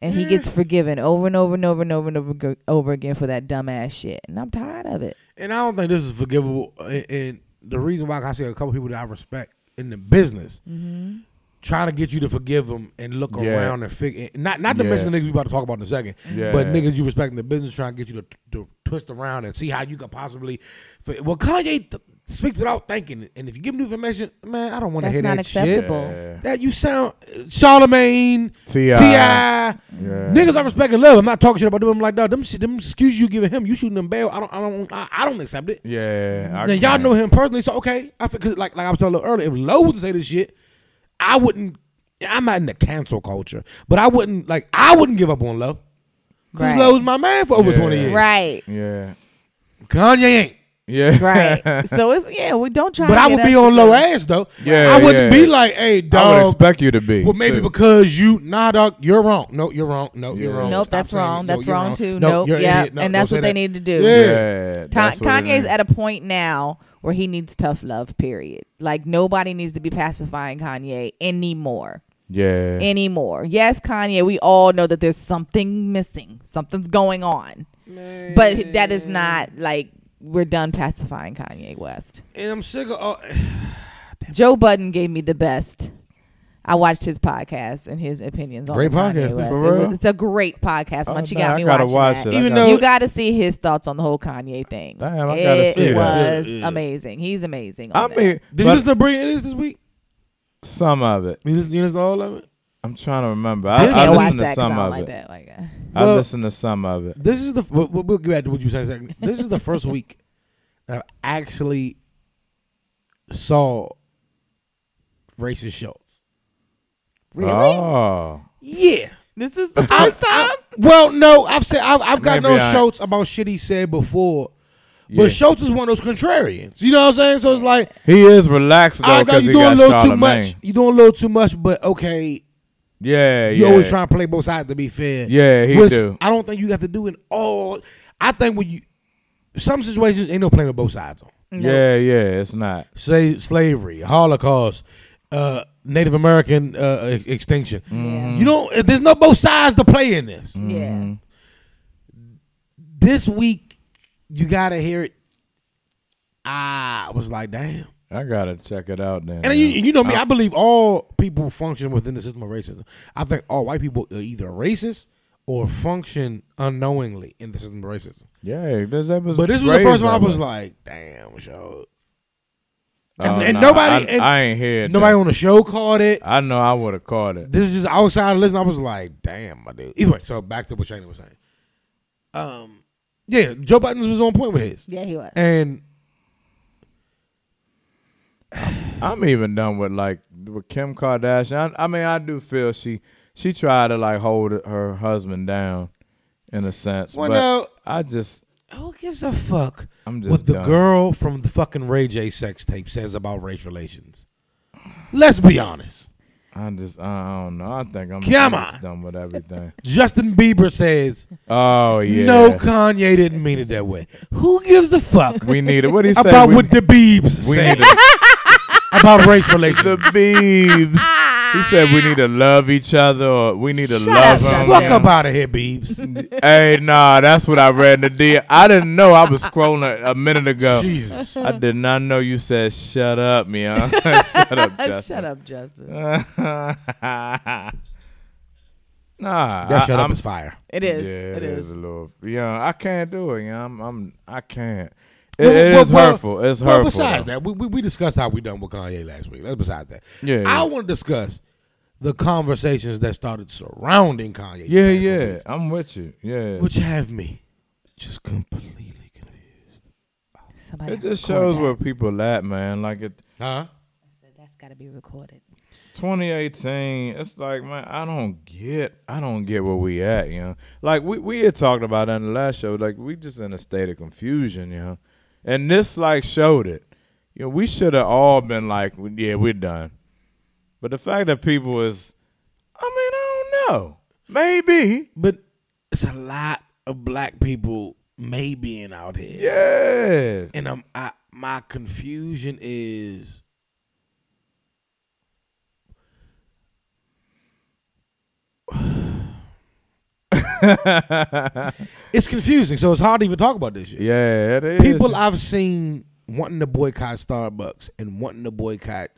Speaker 2: And he
Speaker 1: Mm.
Speaker 2: gets forgiven over and over and over and over and over, go- over again for that dumbass shit. And I'm tired of it.
Speaker 1: And I don't think this is forgivable. And, and the reason why I see a couple people that I respect in the business Mm-hmm. trying to get you to forgive them and look
Speaker 3: Yeah.
Speaker 1: around and figure. Not not to
Speaker 3: Yeah.
Speaker 1: mention the niggas we about to talk about in a second,
Speaker 3: Yeah.
Speaker 1: but niggas you respect in the business trying to get you to, to twist around and see how you could possibly. fi- Well, Kanye th- speaks without thinking, and if you give him new information, man, I don't want to
Speaker 2: That's
Speaker 1: hear
Speaker 2: not
Speaker 1: that shit.
Speaker 2: acceptable.
Speaker 3: Yeah.
Speaker 1: That you sound Charlemagne,
Speaker 3: T.I..
Speaker 1: Ti,
Speaker 3: Yeah.
Speaker 1: niggas I respect and love. I'm not talking shit about them. I'm like, dog, them shit, them excuses you giving him, you shooting them bail. I don't, I don't, I, I don't accept it.
Speaker 3: Yeah. I
Speaker 1: Now y'all
Speaker 3: can't.
Speaker 1: know him personally, so okay. I feel, cause like like I was telling you earlier, if Lowe was to say this shit, I wouldn't. I'm not in the cancel culture, but I wouldn't like I wouldn't give up on Lowe. Cause
Speaker 2: Right.
Speaker 1: Lowe's my man for over
Speaker 3: Yeah.
Speaker 1: twenty years.
Speaker 2: Right.
Speaker 3: Yeah.
Speaker 1: Kanye ain't.
Speaker 3: Yeah.
Speaker 2: Right. so it's, yeah, we don't try
Speaker 1: But
Speaker 2: to
Speaker 1: I
Speaker 2: get
Speaker 1: would
Speaker 2: us
Speaker 1: be
Speaker 2: to
Speaker 1: on
Speaker 2: go-
Speaker 1: low ass though.
Speaker 3: Yeah,
Speaker 1: I wouldn't
Speaker 3: yeah.
Speaker 1: be like, hey, dog.
Speaker 3: I would expect you to be.
Speaker 1: Well, maybe
Speaker 3: too.
Speaker 1: because you, nah, dog, you're wrong. No, you're wrong. No, you're
Speaker 3: Yeah.
Speaker 1: wrong.
Speaker 2: Nope,
Speaker 1: Stop
Speaker 2: that's
Speaker 1: saying it.
Speaker 2: wrong.
Speaker 1: No,
Speaker 2: That's
Speaker 1: you're
Speaker 2: wrong,
Speaker 1: wrong
Speaker 2: too.
Speaker 1: No,
Speaker 2: nope.
Speaker 1: you're an
Speaker 2: yeah.
Speaker 1: idiot. No,
Speaker 2: and
Speaker 1: don't
Speaker 2: that's
Speaker 1: say
Speaker 2: what they
Speaker 1: that.
Speaker 2: need to do.
Speaker 1: Yeah.
Speaker 3: Yeah.
Speaker 2: Ta-
Speaker 3: that's what it
Speaker 2: Kanye's
Speaker 3: is.
Speaker 2: at a point now where he needs tough love, period. Like nobody needs to be pacifying Kanye anymore.
Speaker 3: Yeah.
Speaker 2: Anymore. Yes, Kanye, we all know that there's something missing. Something's going on. But that is not like we're done pacifying Kanye West.
Speaker 1: And I'm sick of. all-
Speaker 2: Joe Budden gave me the best. I watched his podcast and his opinions on
Speaker 1: Great
Speaker 2: the Kanye
Speaker 1: podcast,
Speaker 2: West.
Speaker 3: for
Speaker 2: It
Speaker 3: real?
Speaker 2: was- It's a great podcast.
Speaker 3: Oh,
Speaker 2: Munchie
Speaker 3: nah,
Speaker 2: got
Speaker 3: I
Speaker 2: me
Speaker 3: gotta
Speaker 2: watching
Speaker 3: watch
Speaker 2: that.
Speaker 3: it. I
Speaker 1: Even
Speaker 3: gotta-
Speaker 1: though-
Speaker 2: You got to see his thoughts on the whole Kanye thing.
Speaker 3: Damn, I gotta
Speaker 2: it
Speaker 3: see
Speaker 1: that.
Speaker 2: was
Speaker 1: Yeah, yeah.
Speaker 2: amazing. He's amazing.
Speaker 3: I
Speaker 2: on that.
Speaker 3: mean,
Speaker 1: Did
Speaker 3: but
Speaker 1: you listen to Bring It Is this week?
Speaker 3: some of it.
Speaker 1: You listen, you listen to all of it?
Speaker 3: I'm trying to remember.
Speaker 2: I
Speaker 3: I, I
Speaker 2: can't watch
Speaker 3: listened to
Speaker 2: that 'cause I
Speaker 3: some
Speaker 2: don't
Speaker 3: of
Speaker 2: like
Speaker 3: it.
Speaker 2: that. Like, uh,
Speaker 3: I
Speaker 1: Well-
Speaker 3: listened to some of it.
Speaker 1: This is the we'll, we'll we'll get back to what you said. in a Second. This is the first week that I actually saw racist Schultz.
Speaker 2: really?
Speaker 3: Oh.
Speaker 1: Yeah,
Speaker 2: This is the first time.
Speaker 1: well, no, I've said I've, I've got
Speaker 3: Maybe
Speaker 1: no
Speaker 3: I-
Speaker 1: Schultz about shit he said before,
Speaker 3: Yeah.
Speaker 1: but Schultz is one of those contrarians. You know what I'm saying? So it's like,
Speaker 3: He is relaxed
Speaker 1: I
Speaker 3: though
Speaker 1: know Oh,
Speaker 3: because
Speaker 1: you
Speaker 3: he
Speaker 1: doing a
Speaker 3: got
Speaker 1: little
Speaker 3: Charlemagne.
Speaker 1: too much. You doing a little too much, but okay,
Speaker 3: Yeah,
Speaker 1: You
Speaker 3: yeah.
Speaker 1: always trying to play both sides to be fair.
Speaker 3: Yeah, he
Speaker 1: Which
Speaker 3: do.
Speaker 1: I don't think you have to do in all. I think when you some situations ain't no playing with both sides on.
Speaker 3: Yeah, yeah. It's not.
Speaker 1: Say slavery, Holocaust, uh, Native American uh, ex- extinction. You don't. There's no both sides to play in this.
Speaker 3: Mm-hmm.
Speaker 2: Yeah.
Speaker 1: This week, you gotta hear it. I was like, damn.
Speaker 3: I gotta check it out then.
Speaker 1: And you, you know me, I believe all people function within the system of racism. I think all white people are either racist or function unknowingly in the system of racism.
Speaker 3: yeah, this episode.
Speaker 1: But this was the
Speaker 3: crazy
Speaker 1: first one I
Speaker 3: that
Speaker 1: was like, damn, shows.
Speaker 3: Oh,
Speaker 1: and- and
Speaker 3: nah,
Speaker 1: nobody-
Speaker 3: I,
Speaker 1: and-
Speaker 3: I ain't here.
Speaker 1: Nobody on the show called it.
Speaker 3: I know I would have caught it.
Speaker 1: This is just outside listen. I was like, damn, my dude. Either way, so back to what Shane was saying. Um, yeah, Joe Buttons was on point with his.
Speaker 2: Yeah, he was.
Speaker 1: And
Speaker 3: I'm even done with like with Kim Kardashian. I, I mean, I do feel she she tried to like hold her husband down in a sense.
Speaker 1: Well,
Speaker 3: but
Speaker 1: no.
Speaker 3: I just
Speaker 1: who gives a fuck
Speaker 3: I'm just
Speaker 1: what the
Speaker 3: done.
Speaker 1: girl from the fucking Ray J sex tape says about race relations? Let's be honest.
Speaker 3: I just I don't know. I think I'm,
Speaker 1: Come
Speaker 3: I'm just
Speaker 1: on.
Speaker 3: done with everything.
Speaker 1: Justin Bieber says,
Speaker 3: Oh yeah.
Speaker 1: no, Kanye didn't mean it that way. Who gives a fuck
Speaker 3: we need it. What he say?
Speaker 1: about
Speaker 3: we,
Speaker 1: what the Biebs
Speaker 3: we
Speaker 1: say
Speaker 3: need it.
Speaker 1: about race relations?
Speaker 3: the beebs. He said we need to love each other or we need to
Speaker 4: Shut
Speaker 3: love
Speaker 4: up,
Speaker 3: him.
Speaker 1: Fuck
Speaker 4: Justin.
Speaker 1: up out of here, Biebs.
Speaker 3: Hey, nah, that's what I read in the deal. I didn't know I was scrolling a, a minute ago.
Speaker 1: Jesus.
Speaker 3: I did not know you said shut up, man. shut up, Justin.
Speaker 2: Shut up, Justin.
Speaker 3: nah,
Speaker 1: That
Speaker 3: I,
Speaker 1: shut up
Speaker 3: I'm-
Speaker 1: is fire.
Speaker 2: It is.
Speaker 3: Yeah,
Speaker 2: it is.
Speaker 3: a little. Yeah, I can't do it. Yeah, I'm. I'm I can't. It,
Speaker 1: But-
Speaker 3: it
Speaker 1: but-
Speaker 3: is
Speaker 1: but-
Speaker 3: hurtful. It's
Speaker 1: But
Speaker 3: hurtful.
Speaker 1: besides
Speaker 3: though.
Speaker 1: that, we, we, we discussed how we done with Kanye last week. That's besides that.
Speaker 3: Yeah, yeah.
Speaker 1: I want to discuss the conversations that started surrounding Kanye. the
Speaker 3: yeah,
Speaker 1: past few
Speaker 3: yeah.
Speaker 1: weeks,
Speaker 3: I'm with you. Yeah,
Speaker 1: Which have me just completely confused.
Speaker 4: Somebody
Speaker 3: it just
Speaker 4: record
Speaker 3: shows where people at, man. Like it.
Speaker 1: Huh?
Speaker 4: that. That's got to be recorded.
Speaker 3: 2018, it's like, man, I don't get, I don't get where we at, you know. Like we we had talked about that in the last show, like we just in a state of confusion, you know. And this like showed it. You know, we should have all been like, yeah, we're done. But the fact that people is, I mean, I don't know. Maybe,
Speaker 1: But it's a lot of black people maybe in out here.
Speaker 3: yeah.
Speaker 1: And I'm, I, my confusion is it's confusing, so it's hard to even talk about this shit.
Speaker 3: Yeah, it is.
Speaker 1: People I've seen wanting to boycott Starbucks and wanting to boycott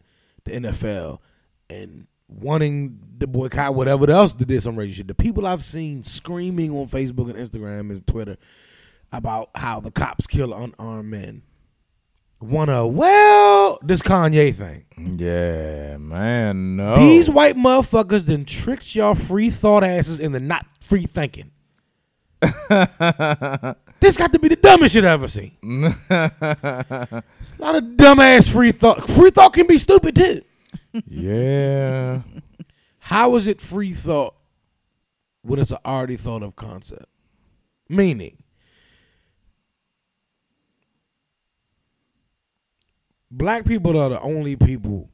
Speaker 1: the NFL and wanting to boycott whatever else that did some racist shit. The people I've seen screaming on Facebook and Instagram and Twitter about how the cops kill unarmed men. Wanna well this Kanye thing.
Speaker 3: yeah, man, no.
Speaker 1: These white motherfuckers then tricked y'all free thought asses into not free thinking. this got to be the dumbest shit I ever seen. It's a lot of dumbass free thought. Free thought can be stupid too.
Speaker 3: yeah.
Speaker 1: How is it free thought when it's an already thought of concept? Meaning, black people are the only people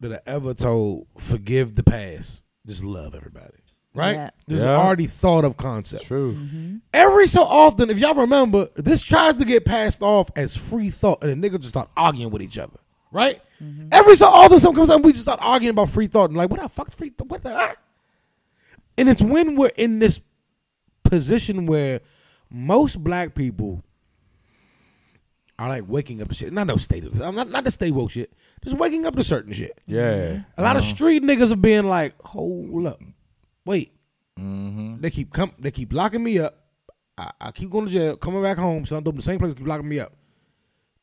Speaker 1: that are ever told forgive the past, just love everybody. Right?
Speaker 4: Yeah.
Speaker 1: This is
Speaker 3: Yeah.
Speaker 1: already thought of concept.
Speaker 3: True.
Speaker 1: Mm-hmm. Every so often, if y'all remember, this tries to get passed off as free thought, and the niggas just start arguing with each other, right? Every so often, something comes up, we just start arguing about free thought, and like, what the fuck, free thought? What the? ah? And it's when we're in this position where most black people are like waking up to shit. Not no state of I'm not not to stay woke shit. Just waking up to certain shit.
Speaker 3: Yeah.
Speaker 1: A lot of street niggas are being like, "Hold up, wait."
Speaker 3: Mm-hmm.
Speaker 1: They keep come, they keep locking me up. I, I keep going to jail, coming back home. So I'm doing the same place, keep locking me up.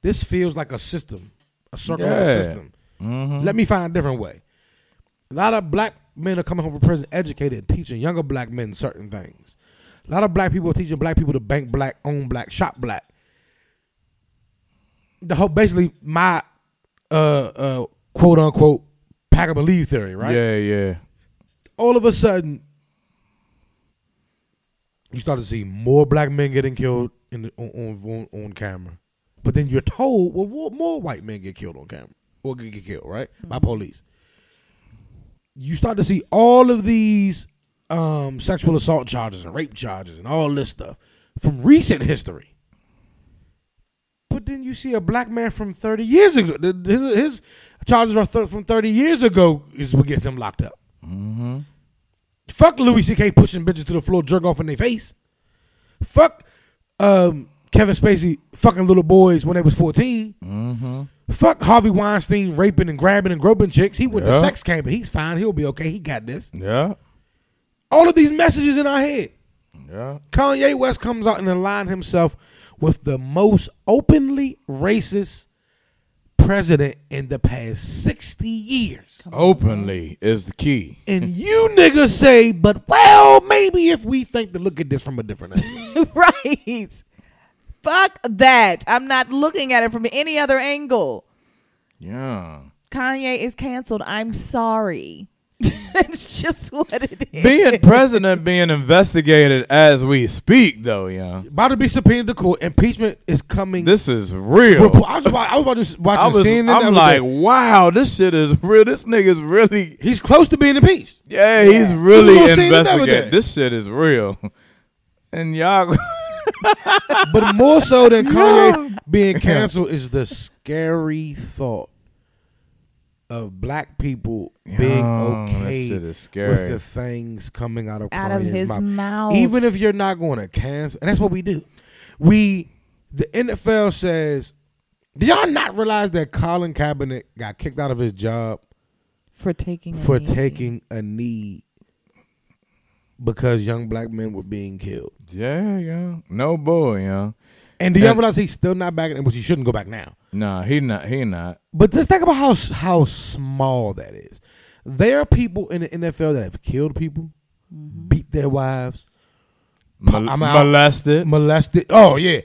Speaker 1: This feels like a system, a circular
Speaker 3: Yeah.
Speaker 1: system.
Speaker 3: Mm-hmm.
Speaker 1: Let me find a different way. A lot of black men are coming home from prison educated, teaching younger black men certain things. A lot of black people are teaching black people to bank black, own black, shop black. The whole basically my uh uh quote unquote pack up and leave theory, right?
Speaker 3: Yeah, yeah.
Speaker 1: all of a sudden, you start to see more black men getting killed in the, on, on on on camera. But then you're told, well, more, more white men get killed on camera or get, get killed, right, by police. You start to see all of these um, sexual assault charges and rape charges and all this stuff from recent history. But then you see a black man from 30 years ago. th- His, his charges are thir- from 30 years ago is what gets him locked up. Fuck Louis C.K. pushing bitches to the floor, jerk off in their face. Fuck um, Kevin Spacey fucking little boys when they was 14.
Speaker 3: Mm-hmm.
Speaker 1: Fuck Harvey Weinstein raping and grabbing and groping chicks. He went to
Speaker 3: Yeah.
Speaker 1: sex camp and he's fine. He'll be okay. He got this.
Speaker 3: Yeah.
Speaker 1: All of these messages in our head.
Speaker 3: Yeah.
Speaker 1: Kanye West comes out and aligned himself with the most openly racist president in the past 60 years.
Speaker 3: Openly is the key.
Speaker 1: And you niggas say, but well, maybe if we think to look at this from a different angle.
Speaker 2: right. Fuck that. I'm not looking at it from any other angle.
Speaker 3: Yeah.
Speaker 2: Kanye is canceled. I'm sorry. it's just what it is.
Speaker 3: Being president being investigated as we speak though, yeah.
Speaker 1: about to be subpoenaed to court. Impeachment is coming.
Speaker 3: This is real.
Speaker 1: Report- I was, wa- I was about to s- watch
Speaker 3: I was,
Speaker 1: CNN. the other
Speaker 3: I'm like,
Speaker 1: day.
Speaker 3: wow, this shit is real. This nigga's really
Speaker 1: he's close to being impeached.
Speaker 3: Yeah, he's
Speaker 1: This
Speaker 3: really
Speaker 1: is on CNN the other day.
Speaker 3: investigated. This shit is real. And y'all
Speaker 1: But more so than Kanye being canceled is the scary thought of black people being
Speaker 3: Yo, that
Speaker 1: okay
Speaker 3: shit is
Speaker 1: with
Speaker 3: scary.
Speaker 1: the things coming out of
Speaker 4: Out of
Speaker 1: Kanye's
Speaker 4: his mouth.
Speaker 1: Even if you're not going to cancel, and that's what we do. We the NFL says, do y'all not realize that Colin Kaepernick got kicked out of his job
Speaker 4: for taking a
Speaker 1: for
Speaker 4: knee.
Speaker 1: taking a knee because young black men were being killed?
Speaker 3: Yeah, yeah. No boy, yeah.
Speaker 1: And do y'all
Speaker 3: And-
Speaker 1: realize he's still not back, in- which he shouldn't go back now?
Speaker 3: Nah, he not. He not.
Speaker 1: But just think about how how small that is. There are people in the NFL that have killed people, beat their wives,
Speaker 3: Mol-
Speaker 1: I'm out.
Speaker 3: molested.
Speaker 1: molested. Oh yeah,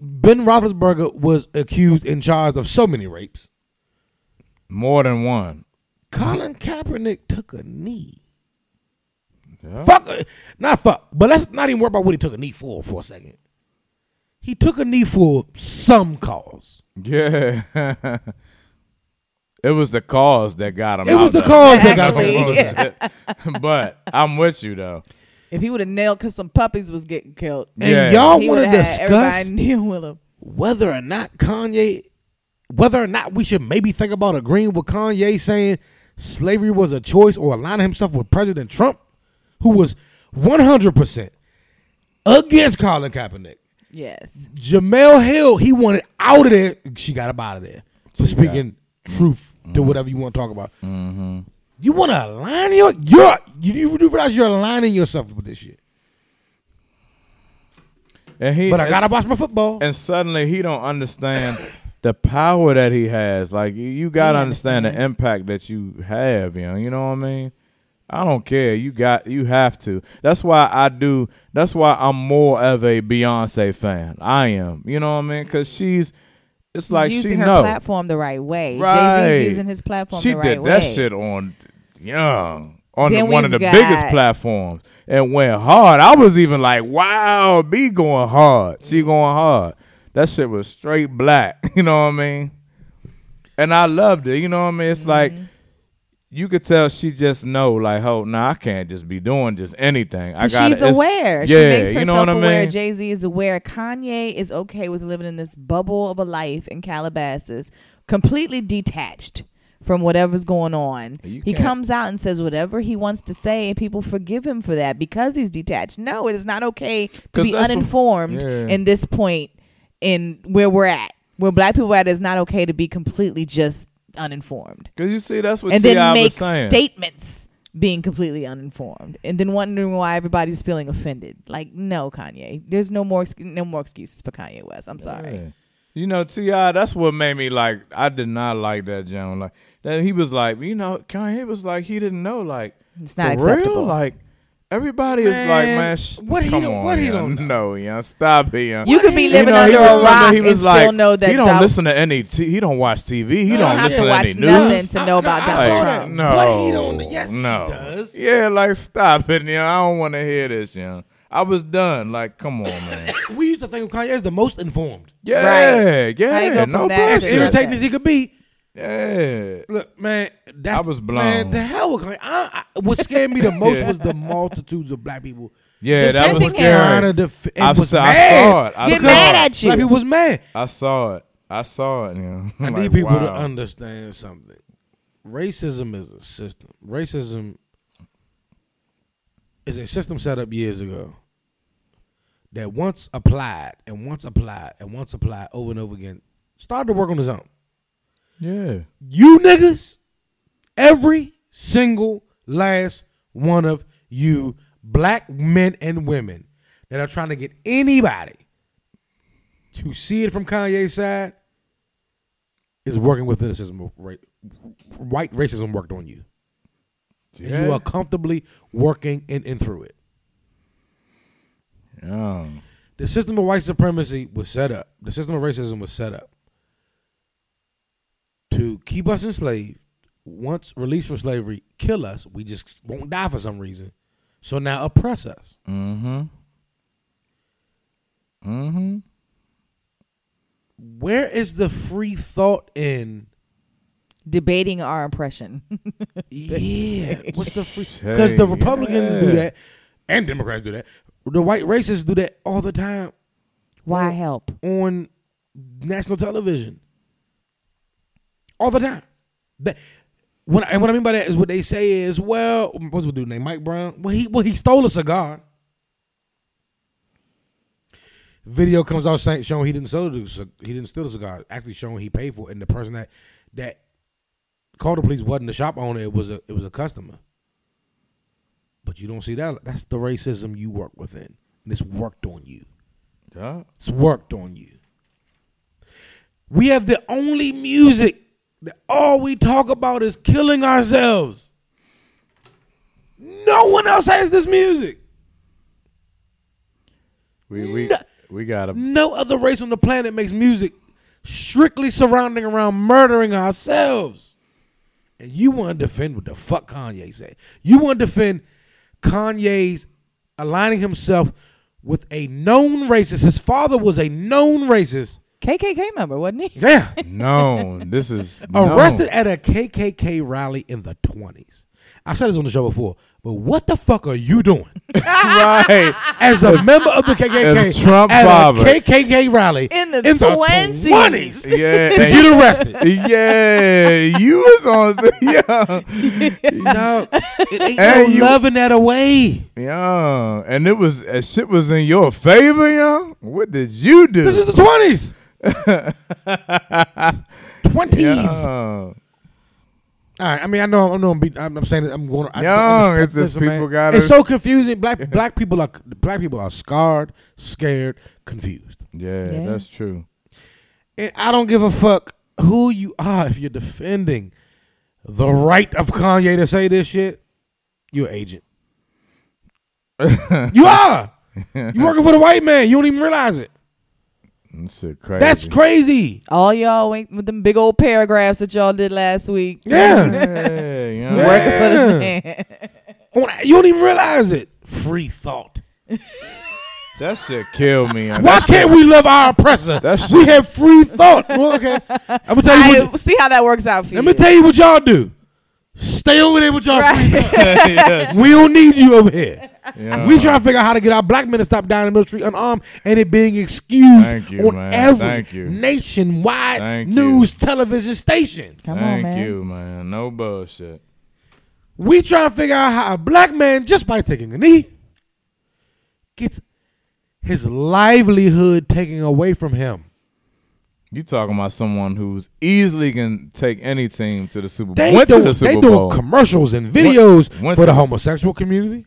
Speaker 1: Ben Roethlisberger was accused and charged of so many rapes.
Speaker 3: More than one.
Speaker 1: Colin Kaepernick took a knee.
Speaker 3: Yeah.
Speaker 1: Fuck, uh, not fuck. But let's not even worry about what he took a knee for for a second. He took a knee for some cause.
Speaker 3: Yeah. it was the cause that got him.
Speaker 1: It
Speaker 3: out
Speaker 1: was the
Speaker 3: there.
Speaker 1: cause that got
Speaker 2: Exactly.
Speaker 1: him.
Speaker 3: but I'm with you though.
Speaker 2: If he would have nailed, because some puppies was getting killed.
Speaker 1: And
Speaker 3: Yeah.
Speaker 1: y'all
Speaker 2: he
Speaker 1: want to
Speaker 2: would've had
Speaker 1: discuss
Speaker 2: Everybody kneel with him.
Speaker 1: whether or not Kanye, whether or not we should maybe think about agreeing with Kanye saying slavery was a choice or aligning himself with President Trump, who was 100% against Colin Kaepernick.
Speaker 2: Yes.
Speaker 1: Jamel Hill, he wanted out of there. She got him out of there for speaking truth to whatever you want to talk about. You want to align your, your you, you do realize you're aligning yourself with this shit.
Speaker 3: And he
Speaker 1: But I gotta watch my football.
Speaker 3: and suddenly he don't understand the power that he has. Like you, you gotta understand the impact that you have, you know, you know what I mean? I don't care. You got you have to. That's why I do that's why I'm more of a Beyonce fan. I am. You know what I mean? Cause she's it's like
Speaker 4: using
Speaker 3: she
Speaker 4: her
Speaker 3: know.
Speaker 4: platform the right way.
Speaker 3: Right.
Speaker 4: Jay-Z's using his platform
Speaker 3: she
Speaker 4: the right
Speaker 3: did
Speaker 4: way.
Speaker 3: that shit on young on
Speaker 2: Then
Speaker 3: the, one of the
Speaker 2: we've
Speaker 3: biggest
Speaker 2: got-
Speaker 3: platforms and went hard. I was even like, wow, B going hard. She going hard. That shit was straight black. You know what I mean? And I loved it. You know what I mean? It's
Speaker 4: Mm-hmm.
Speaker 3: like you could tell she just know like, oh, nah, I can't just be doing just anything. I
Speaker 4: 'Cause
Speaker 3: got
Speaker 4: she's aware. she makes herself aware. Jay Z is aware. Kanye is okay with living in this bubble of a life in Calabasas, completely detached from whatever's going on.
Speaker 3: You
Speaker 4: He
Speaker 3: can't-
Speaker 4: comes out and says whatever he wants to say, and people forgive him for that because he's detached. No, it is not okay to
Speaker 3: 'Cause
Speaker 4: be
Speaker 3: that's what-
Speaker 4: uninformed
Speaker 3: Yeah.
Speaker 4: in this point in where we're at. Where black people are at is not okay to be completely just uninformed.
Speaker 3: Cause you see, that's what
Speaker 4: and
Speaker 3: T.I.
Speaker 4: then
Speaker 3: was
Speaker 4: make
Speaker 3: saying.
Speaker 4: statements being completely uninformed and then wondering why everybody's feeling offended like no kanye there's no more ex- no more excuses for kanye west i'm sorry
Speaker 3: Yeah. You know, Ti, that's what made me like. I did not like that John. Like that, he was like, you know, Kanye was like, he didn't know, like,
Speaker 4: It's not
Speaker 3: for
Speaker 4: acceptable.
Speaker 3: Real? Like everybody is like,
Speaker 1: Man,
Speaker 3: man, sh-
Speaker 1: what he
Speaker 3: come
Speaker 1: don't-
Speaker 3: on,
Speaker 1: what he
Speaker 3: yeah.
Speaker 1: don't know?
Speaker 3: No, yeah, stop him.
Speaker 4: you could be
Speaker 3: You
Speaker 4: living
Speaker 3: know,
Speaker 4: under
Speaker 3: he
Speaker 4: a
Speaker 3: remember
Speaker 4: rock
Speaker 3: he was
Speaker 4: and
Speaker 3: like,
Speaker 4: still know that
Speaker 3: he don't
Speaker 4: Donald-
Speaker 3: listen to any. T- he don't watch TV. He
Speaker 4: don't
Speaker 3: don't
Speaker 4: have
Speaker 3: listen
Speaker 4: to
Speaker 3: to,
Speaker 4: watch
Speaker 3: any news.
Speaker 4: nothing to know about
Speaker 1: I
Speaker 4: Donald
Speaker 1: saw
Speaker 4: Trump.
Speaker 1: that.
Speaker 3: No,
Speaker 1: But he don't- yes, he
Speaker 3: no.
Speaker 1: does.
Speaker 3: Yeah, like stop it, yeah. I don't want to hear this, yeah. I was done. Like, come on, man.
Speaker 1: we used to think of Kanye as the most informed.
Speaker 3: Yeah,
Speaker 4: How you
Speaker 3: yeah,
Speaker 4: go
Speaker 3: no
Speaker 4: from that to
Speaker 1: As
Speaker 4: Sure.
Speaker 3: bullshit.
Speaker 4: nothing?
Speaker 1: irritating as he could be,
Speaker 3: Yeah.
Speaker 1: Look, man, that's,
Speaker 3: I was blown.
Speaker 1: Man, the hell with Kanye. I, I, what scared me the most
Speaker 3: Yeah.
Speaker 1: was the multitudes of black people.
Speaker 3: Yeah, that was
Speaker 4: Defending him.
Speaker 1: Trying to
Speaker 3: scary.
Speaker 1: def- and
Speaker 3: I
Speaker 1: was
Speaker 3: saw, I
Speaker 1: mad.
Speaker 3: saw it. I
Speaker 4: Get
Speaker 3: saw
Speaker 4: mad
Speaker 3: it.
Speaker 4: at you.
Speaker 1: Black people was mad.
Speaker 3: I saw it. I saw it. Yeah.
Speaker 1: I
Speaker 3: Like,
Speaker 1: need people to
Speaker 3: wow.
Speaker 1: understand something. Racism is a system. Racism is a system set up years ago that once applied and once applied and once applied over and over again started to work on its own.
Speaker 3: Yeah.
Speaker 1: You niggas, every single last one of you black men and women that are trying to get anybody to see it from Kanye's side is working within the system of ra- white racism worked on you. And
Speaker 3: Yeah.
Speaker 1: you are comfortably working in and through it.
Speaker 3: yeah.
Speaker 1: The system of white supremacy was set up. The system of racism was set up to keep us enslaved. Once released from slavery, kill us. We just won't die for some reason. So now oppress us.
Speaker 3: Mm-hmm. Mm-hmm.
Speaker 1: Where is the free thought in?
Speaker 4: debating our impression
Speaker 1: Yeah, what's the free? Because the
Speaker 3: Hey,
Speaker 1: Republicans
Speaker 3: yeah.
Speaker 1: do that, and Democrats do that. The white racists do that all the time
Speaker 4: why help
Speaker 1: on national television. All the time. That When and what I mean by that is what they say is, well, what's the dude named Mike Brown? Well, he well he stole a cigar. Video comes out saying showing he didn't sell the cig- he didn't steal the cigar. Actually, showing he paid for it, and the person that that called the police wasn't the shop owner. It was a it was a customer. But you don't see that. That's the racism you work within. And it's worked on you.
Speaker 3: Yeah.
Speaker 1: It's worked on you. We have the only music that all we talk about is killing ourselves. No one else has this music.
Speaker 3: We we
Speaker 1: No.
Speaker 3: we gotta
Speaker 1: No other race on the planet makes music strictly surrounding around murdering ourselves. And you want to defend what the fuck Kanye said. You want to defend Kanye's aligning himself with a known racist. His father was a known racist.
Speaker 2: KKK member, wasn't he?
Speaker 1: Yeah.
Speaker 3: no. This is
Speaker 1: arrested
Speaker 3: known.
Speaker 1: at a KKK rally in the 20s. I said this on the show before, but what the fuck are you doing
Speaker 3: right.
Speaker 1: as a member of the KKK
Speaker 3: As Trump
Speaker 1: at
Speaker 3: father.
Speaker 1: a KKK rally
Speaker 2: In the
Speaker 1: 20s?
Speaker 2: 20s.
Speaker 3: Yeah.
Speaker 1: and
Speaker 3: and-
Speaker 1: get arrested?
Speaker 3: yeah. You was on. Yeah.
Speaker 1: no, it ain't
Speaker 3: And
Speaker 1: no
Speaker 3: you-
Speaker 1: loving that away.
Speaker 3: Yeah, and it was uh, shit was in your favor, yo. What did you do?
Speaker 1: This is the 20s. 20s.
Speaker 3: yeah.
Speaker 1: All right. I mean, I know, I know. I'm, be, I'm, I'm saying that I'm going. I,
Speaker 3: Young,
Speaker 1: understand-
Speaker 3: it's just
Speaker 1: listen, man,
Speaker 3: people gotta-
Speaker 1: It's so confusing. Black black people are black people are scarred, scared, confused.
Speaker 3: yeah,
Speaker 2: Yeah.
Speaker 3: that's true.
Speaker 1: And I don't give a fuck who you are if you're defending the right of Kanye to say this shit. You're an agent. you are. You working for the white man. You don't even realize it.
Speaker 3: That shit crazy.
Speaker 1: That's crazy.
Speaker 2: All y'all went with them big old paragraphs that y'all did last week.
Speaker 1: Yeah.
Speaker 3: Yeah, you know.
Speaker 1: Yeah.
Speaker 2: Working for the man.
Speaker 1: On- You don't even realize it. Free thought.
Speaker 3: That shit killed me. yo.
Speaker 1: Why can't we love our oppressor?
Speaker 3: That shit.
Speaker 1: We have free thought. Well, okay. I'm gonna tell you.
Speaker 2: I
Speaker 1: What,
Speaker 2: see how that works out for
Speaker 1: let
Speaker 2: you.
Speaker 1: me tell you what y'all do. Stay over there with y'all. all free
Speaker 2: Right.
Speaker 3: Yeah,
Speaker 1: thought. We don't need you over here.
Speaker 3: yeah.
Speaker 1: We trying to figure out how to get our black men to stop dying in the military unarmed and it being excused
Speaker 3: Thank you,
Speaker 1: on
Speaker 3: man.
Speaker 1: every
Speaker 3: Thank you.
Speaker 1: nationwide
Speaker 3: Thank
Speaker 1: news television station.
Speaker 2: Come
Speaker 3: Thank
Speaker 2: on, man.
Speaker 3: you, man. No bullshit.
Speaker 1: We trying to figure out how a black man, just by taking a knee, gets his livelihood taken away from him.
Speaker 3: You talking about someone who's easily can take any team to the Super Bowl?
Speaker 1: They
Speaker 3: Went
Speaker 1: do,
Speaker 3: to the
Speaker 1: they
Speaker 3: Super
Speaker 1: doing
Speaker 3: Bowl.
Speaker 1: commercials and videos
Speaker 3: went
Speaker 1: for
Speaker 3: to
Speaker 1: the
Speaker 3: the-
Speaker 1: homosexual community.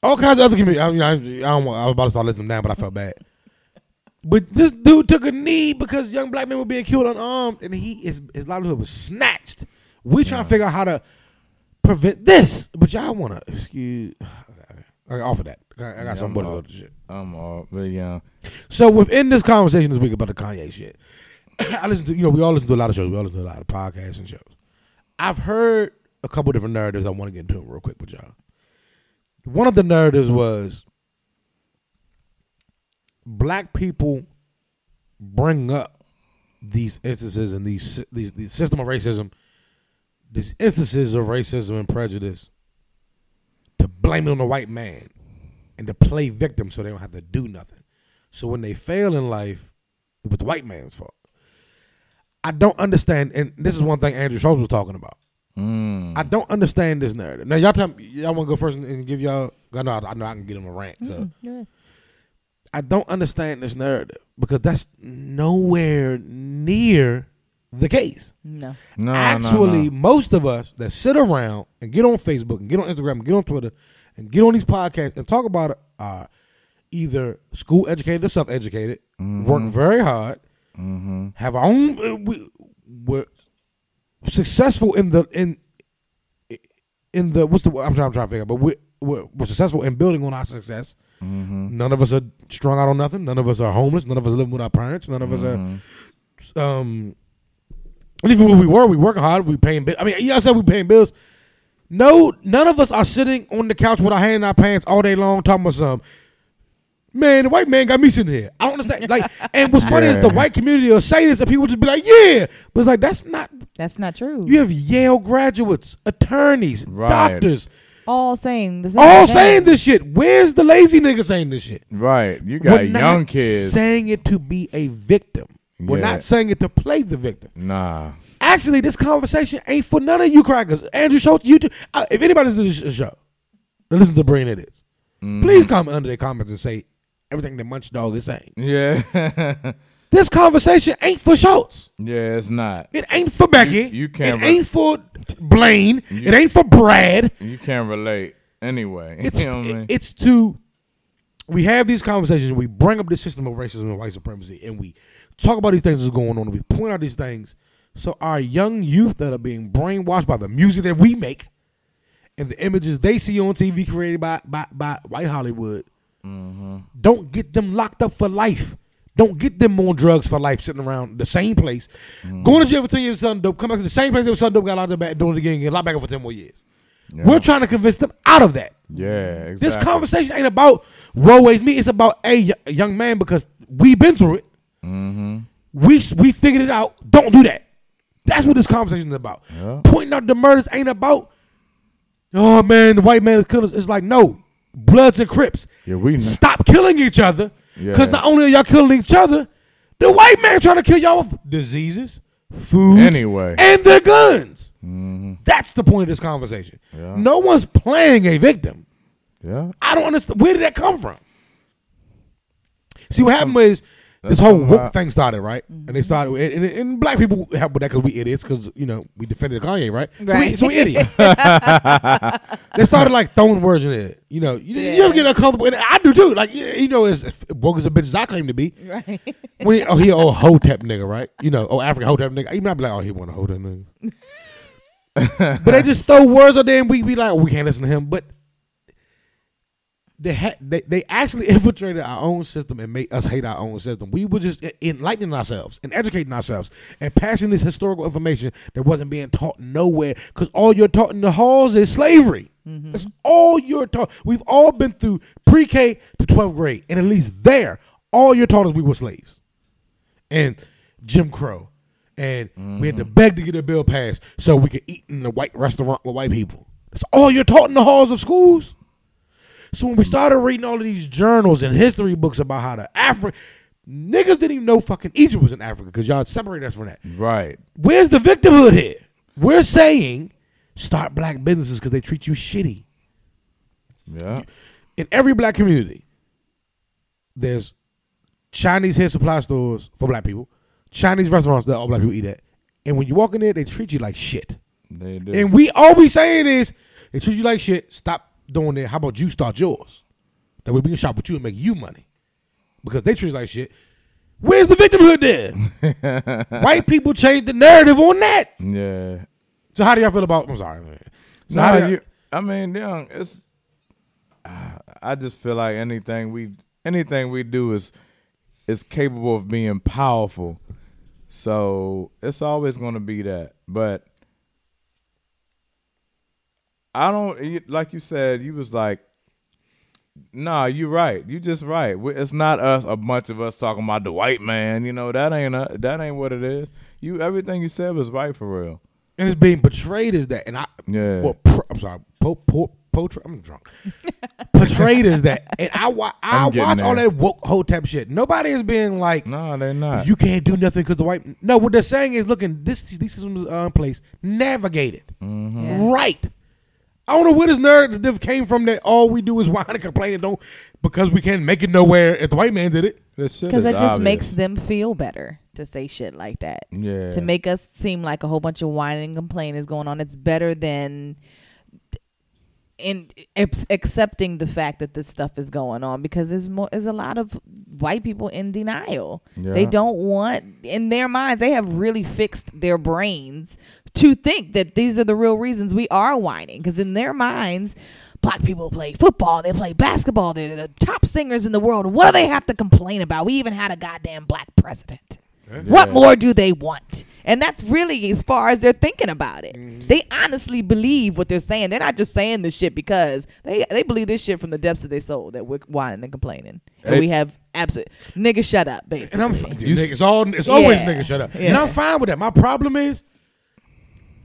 Speaker 1: All kinds of other community. I, mean, I, I don't. want- I was about to start listing them down, but I felt bad. But this dude took a knee because young black men were being killed unarmed, and he his, his livelihood was snatched. We trying to figure out how to prevent this, but y'all want to excuse. Okay, off of that. I, I got
Speaker 3: Yeah,
Speaker 1: something
Speaker 3: I'm
Speaker 1: better to
Speaker 3: off.
Speaker 1: do to shit.
Speaker 3: I'm all, but yeah,
Speaker 1: So within this conversation this week about the Kanye shit, I listen to you know we all listen to a lot of shows, we all listen to a lot of podcasts and shows. I've heard a couple different narratives. I want to get into them real quick with y'all. One of the narratives was black people bring up these instances and these these, these system of racism, these instances of racism and prejudice to blame it on the white man and to play victim so they don't have to do nothing. So when they fail in life, it was the white man's fault. I don't understand, and this is one thing Andrew Schultz was talking about.
Speaker 3: mm.
Speaker 1: I don't understand this narrative. Now y'all, tell me, y'all want to go first and, and give y'all? I know, I know, I can get him a rant. So I don't understand this narrative because that's nowhere near the case.
Speaker 2: No.
Speaker 3: no,
Speaker 1: Actually,
Speaker 3: no, no.
Speaker 1: most of us that sit around and get on Facebook and get on Instagram and get on Twitter and get on these podcasts and talk about it are either school educated or self educated,
Speaker 3: Mm-hmm.
Speaker 1: work very hard, have our own. uh, We, we're successful in the in in the what's the word? I'm trying, I'm trying to figure out, but we're, we're we're successful in building on our success.
Speaker 3: mm-hmm,
Speaker 1: None of us are strung out on nothing. None of us are homeless. None of us live with our parents. None of
Speaker 3: Mm-hmm.
Speaker 1: us are um and even when we were, we working hard, we paying bills. I mean, y'all said we paying bills. No, none of us are sitting on the couch with our hand in our pants all day long talking about something. Man, the white man got me sitting here. I don't understand. Like, and what's funny is the
Speaker 3: Yeah.
Speaker 1: white community will say this, and people just be like, "Yeah," but it's like that's not.
Speaker 2: That's not true.
Speaker 1: You have Yale graduates, attorneys,
Speaker 3: Right.
Speaker 1: doctors,
Speaker 2: all saying the same
Speaker 1: all
Speaker 2: thing.
Speaker 1: saying this shit. Where's the lazy nigga saying this shit?
Speaker 3: right? You got
Speaker 1: We're not
Speaker 3: young kids.
Speaker 1: saying it to be a victim. We're
Speaker 3: Yeah.
Speaker 1: not saying it to play the victim.
Speaker 3: nah,
Speaker 1: actually, this conversation ain't for none of you crackers. Andrew Schultz, you do. Uh, if anybody's listening to this show, that listen to Brain It Is,
Speaker 3: Mm-hmm.
Speaker 1: please comment under their comments and say everything that Munch Dog is saying.
Speaker 3: Yeah.
Speaker 1: This conversation ain't for Schultz.
Speaker 3: yeah, it's not.
Speaker 1: It ain't for Becky.
Speaker 3: you can't
Speaker 1: It
Speaker 3: re-
Speaker 1: ain't for Blaine.
Speaker 3: You-
Speaker 1: it ain't for Brad.
Speaker 3: You can't relate anyway.
Speaker 1: It's
Speaker 3: you know what I mean?
Speaker 1: it's to we have these conversations. We bring up the system of racism and white supremacy, and we talk about these things that's going on. And we point out these things so our young youth that are being brainwashed by the music that we make and the images they see on TV created by by, by white Hollywood
Speaker 3: Mm-hmm.
Speaker 1: don't get them locked up for life. Don't get them on drugs for life, sitting around the same place,
Speaker 3: Mm-hmm.
Speaker 1: going to jail for ten years, selling dope. Come back to the same place they were selling dope, got locked up, back, doing it again, get locked back up for ten more years.
Speaker 3: Yeah.
Speaker 1: We're trying to convince them out of that.
Speaker 3: yeah, exactly.
Speaker 1: This conversation ain't about roadways me. It's about a y- young man because we've been through it.
Speaker 3: Mm-hmm.
Speaker 1: We s- we figured it out. Don't do that. That's what this conversation is about.
Speaker 3: Yeah.
Speaker 1: Pointing out the murders ain't about. Oh man, the white man is killing us. It's like no, Bloods and Crips.
Speaker 3: Yeah, we kn-
Speaker 1: stop killing each other.
Speaker 3: Yeah.
Speaker 1: Because not only are y'all killing each other, the white man trying to kill y'all with diseases, foods,
Speaker 3: Anyway. Mm-hmm.
Speaker 1: and their guns. That's the point of this conversation.
Speaker 3: Yeah.
Speaker 1: No one's playing a victim.
Speaker 3: Yeah.
Speaker 1: I don't understand. Where did that come from? See, what happened was this whole
Speaker 3: come
Speaker 1: woke
Speaker 3: out-
Speaker 1: thing started, right? And they started, and, and, and black people help with that because we idiots, because you know we defended Kanye, right? So we-
Speaker 4: Right.
Speaker 1: So we, idiots. they started like throwing words in there. You know, you, you don't get uncomfortable. And I do too. Like you, you know, as as woke as a bitch as I claim to be.
Speaker 4: Right.
Speaker 1: When he, oh, he old hoe tap nigga, right? You know, oh African hoe tap nigga. You might be like, oh, he want to hoe that nigga. but they just throw words out there, and we be like, oh, we can't listen to him. But they ha- they they actually infiltrated our own system and made us hate our own system. We were just en- enlightening ourselves and educating ourselves and passing this historical information that wasn't being taught nowhere because all you're taught in the halls is slavery. That's all you're taught. We've all been through pre-K to 12th grade, and at least there, all you're taught is we were slaves and Jim Crow, and we had to beg to get a bill passed so we could eat in the white restaurant with white people. That's all you're taught in the halls of schools. So when we started reading all of these journals and history books about how the Africa niggas didn't even know fucking Egypt was in Africa because y'all separated us from that.
Speaker 3: Right.
Speaker 1: Where's the victimhood here? We're saying start black businesses because they treat you shitty
Speaker 3: Yeah.
Speaker 1: in every black community, there's Chinese hair supply stores for black people, Chinese restaurants that all black people eat at. And when you walk in there, they treat you like shit.
Speaker 3: They do.
Speaker 1: And we all be saying is, they treat you like shit. Stop doing that. How about you start yours? That way we can shop with you and make you money. Because they treat us like shit. Where's the victimhood there? White people change the narrative on that.
Speaker 3: yeah.
Speaker 1: So how do y'all feel about? I'm sorry. man. So how do
Speaker 3: No,
Speaker 1: y'all-
Speaker 3: you. I mean, young. It's. I- I just feel like anything we anything we do is is capable of being powerful. So it's always going to be that. But I don't you- like you said. You was like, "Nah, you right. You just right. We- It's not us. A bunch of us talking about the white man. You know that ain't a, that ain't what it is. You everything you said was right for real.
Speaker 1: and it's being portrayed as that. And I,
Speaker 3: Yeah.
Speaker 1: well, pr- I'm sorry, po, po, portray- I'm drunk. portrayed as that, and I, wa- I
Speaker 3: I'm getting
Speaker 1: watch all
Speaker 3: there.
Speaker 1: that woke whole type shit. Nobody is being like,
Speaker 3: No, they not.
Speaker 1: you can't do nothing because the white. No, what they're saying is, looking, this these systems are in place. Navigate it
Speaker 3: Mm-hmm.
Speaker 1: right. I don't know where this narrative came from that all we do is whine and complain and don't because we can't make it nowhere. If the white man did it,
Speaker 3: Because
Speaker 2: Because that just makes them feel better to say shit like that.
Speaker 3: Yeah.
Speaker 2: To make us seem like a whole bunch of whining and complaining is going on. It's better than in ex- accepting the fact that this stuff is going on because there's more there's a lot of white people in denial. They
Speaker 3: Yeah.
Speaker 2: don't want in their minds they have really fixed their brains to think that these are the real reasons we are whining because in their minds black people play football, they play basketball, they're the top singers in the world. What do they have to complain about? We even had a goddamn black president. What
Speaker 3: Yeah.
Speaker 2: more do they want? And that's really as far as they're thinking about it. They honestly believe what they're saying. They're not just saying this shit because they they believe this shit from the depths of their soul that we're whining and complaining. And
Speaker 3: Hey.
Speaker 2: we have absolute nigga shut up
Speaker 1: And
Speaker 2: basically.
Speaker 1: I'm fine.
Speaker 3: You s-
Speaker 1: It's all it's always
Speaker 2: Yeah.
Speaker 1: niggas shut up.
Speaker 2: Yeah.
Speaker 1: And I'm fine with that. My problem is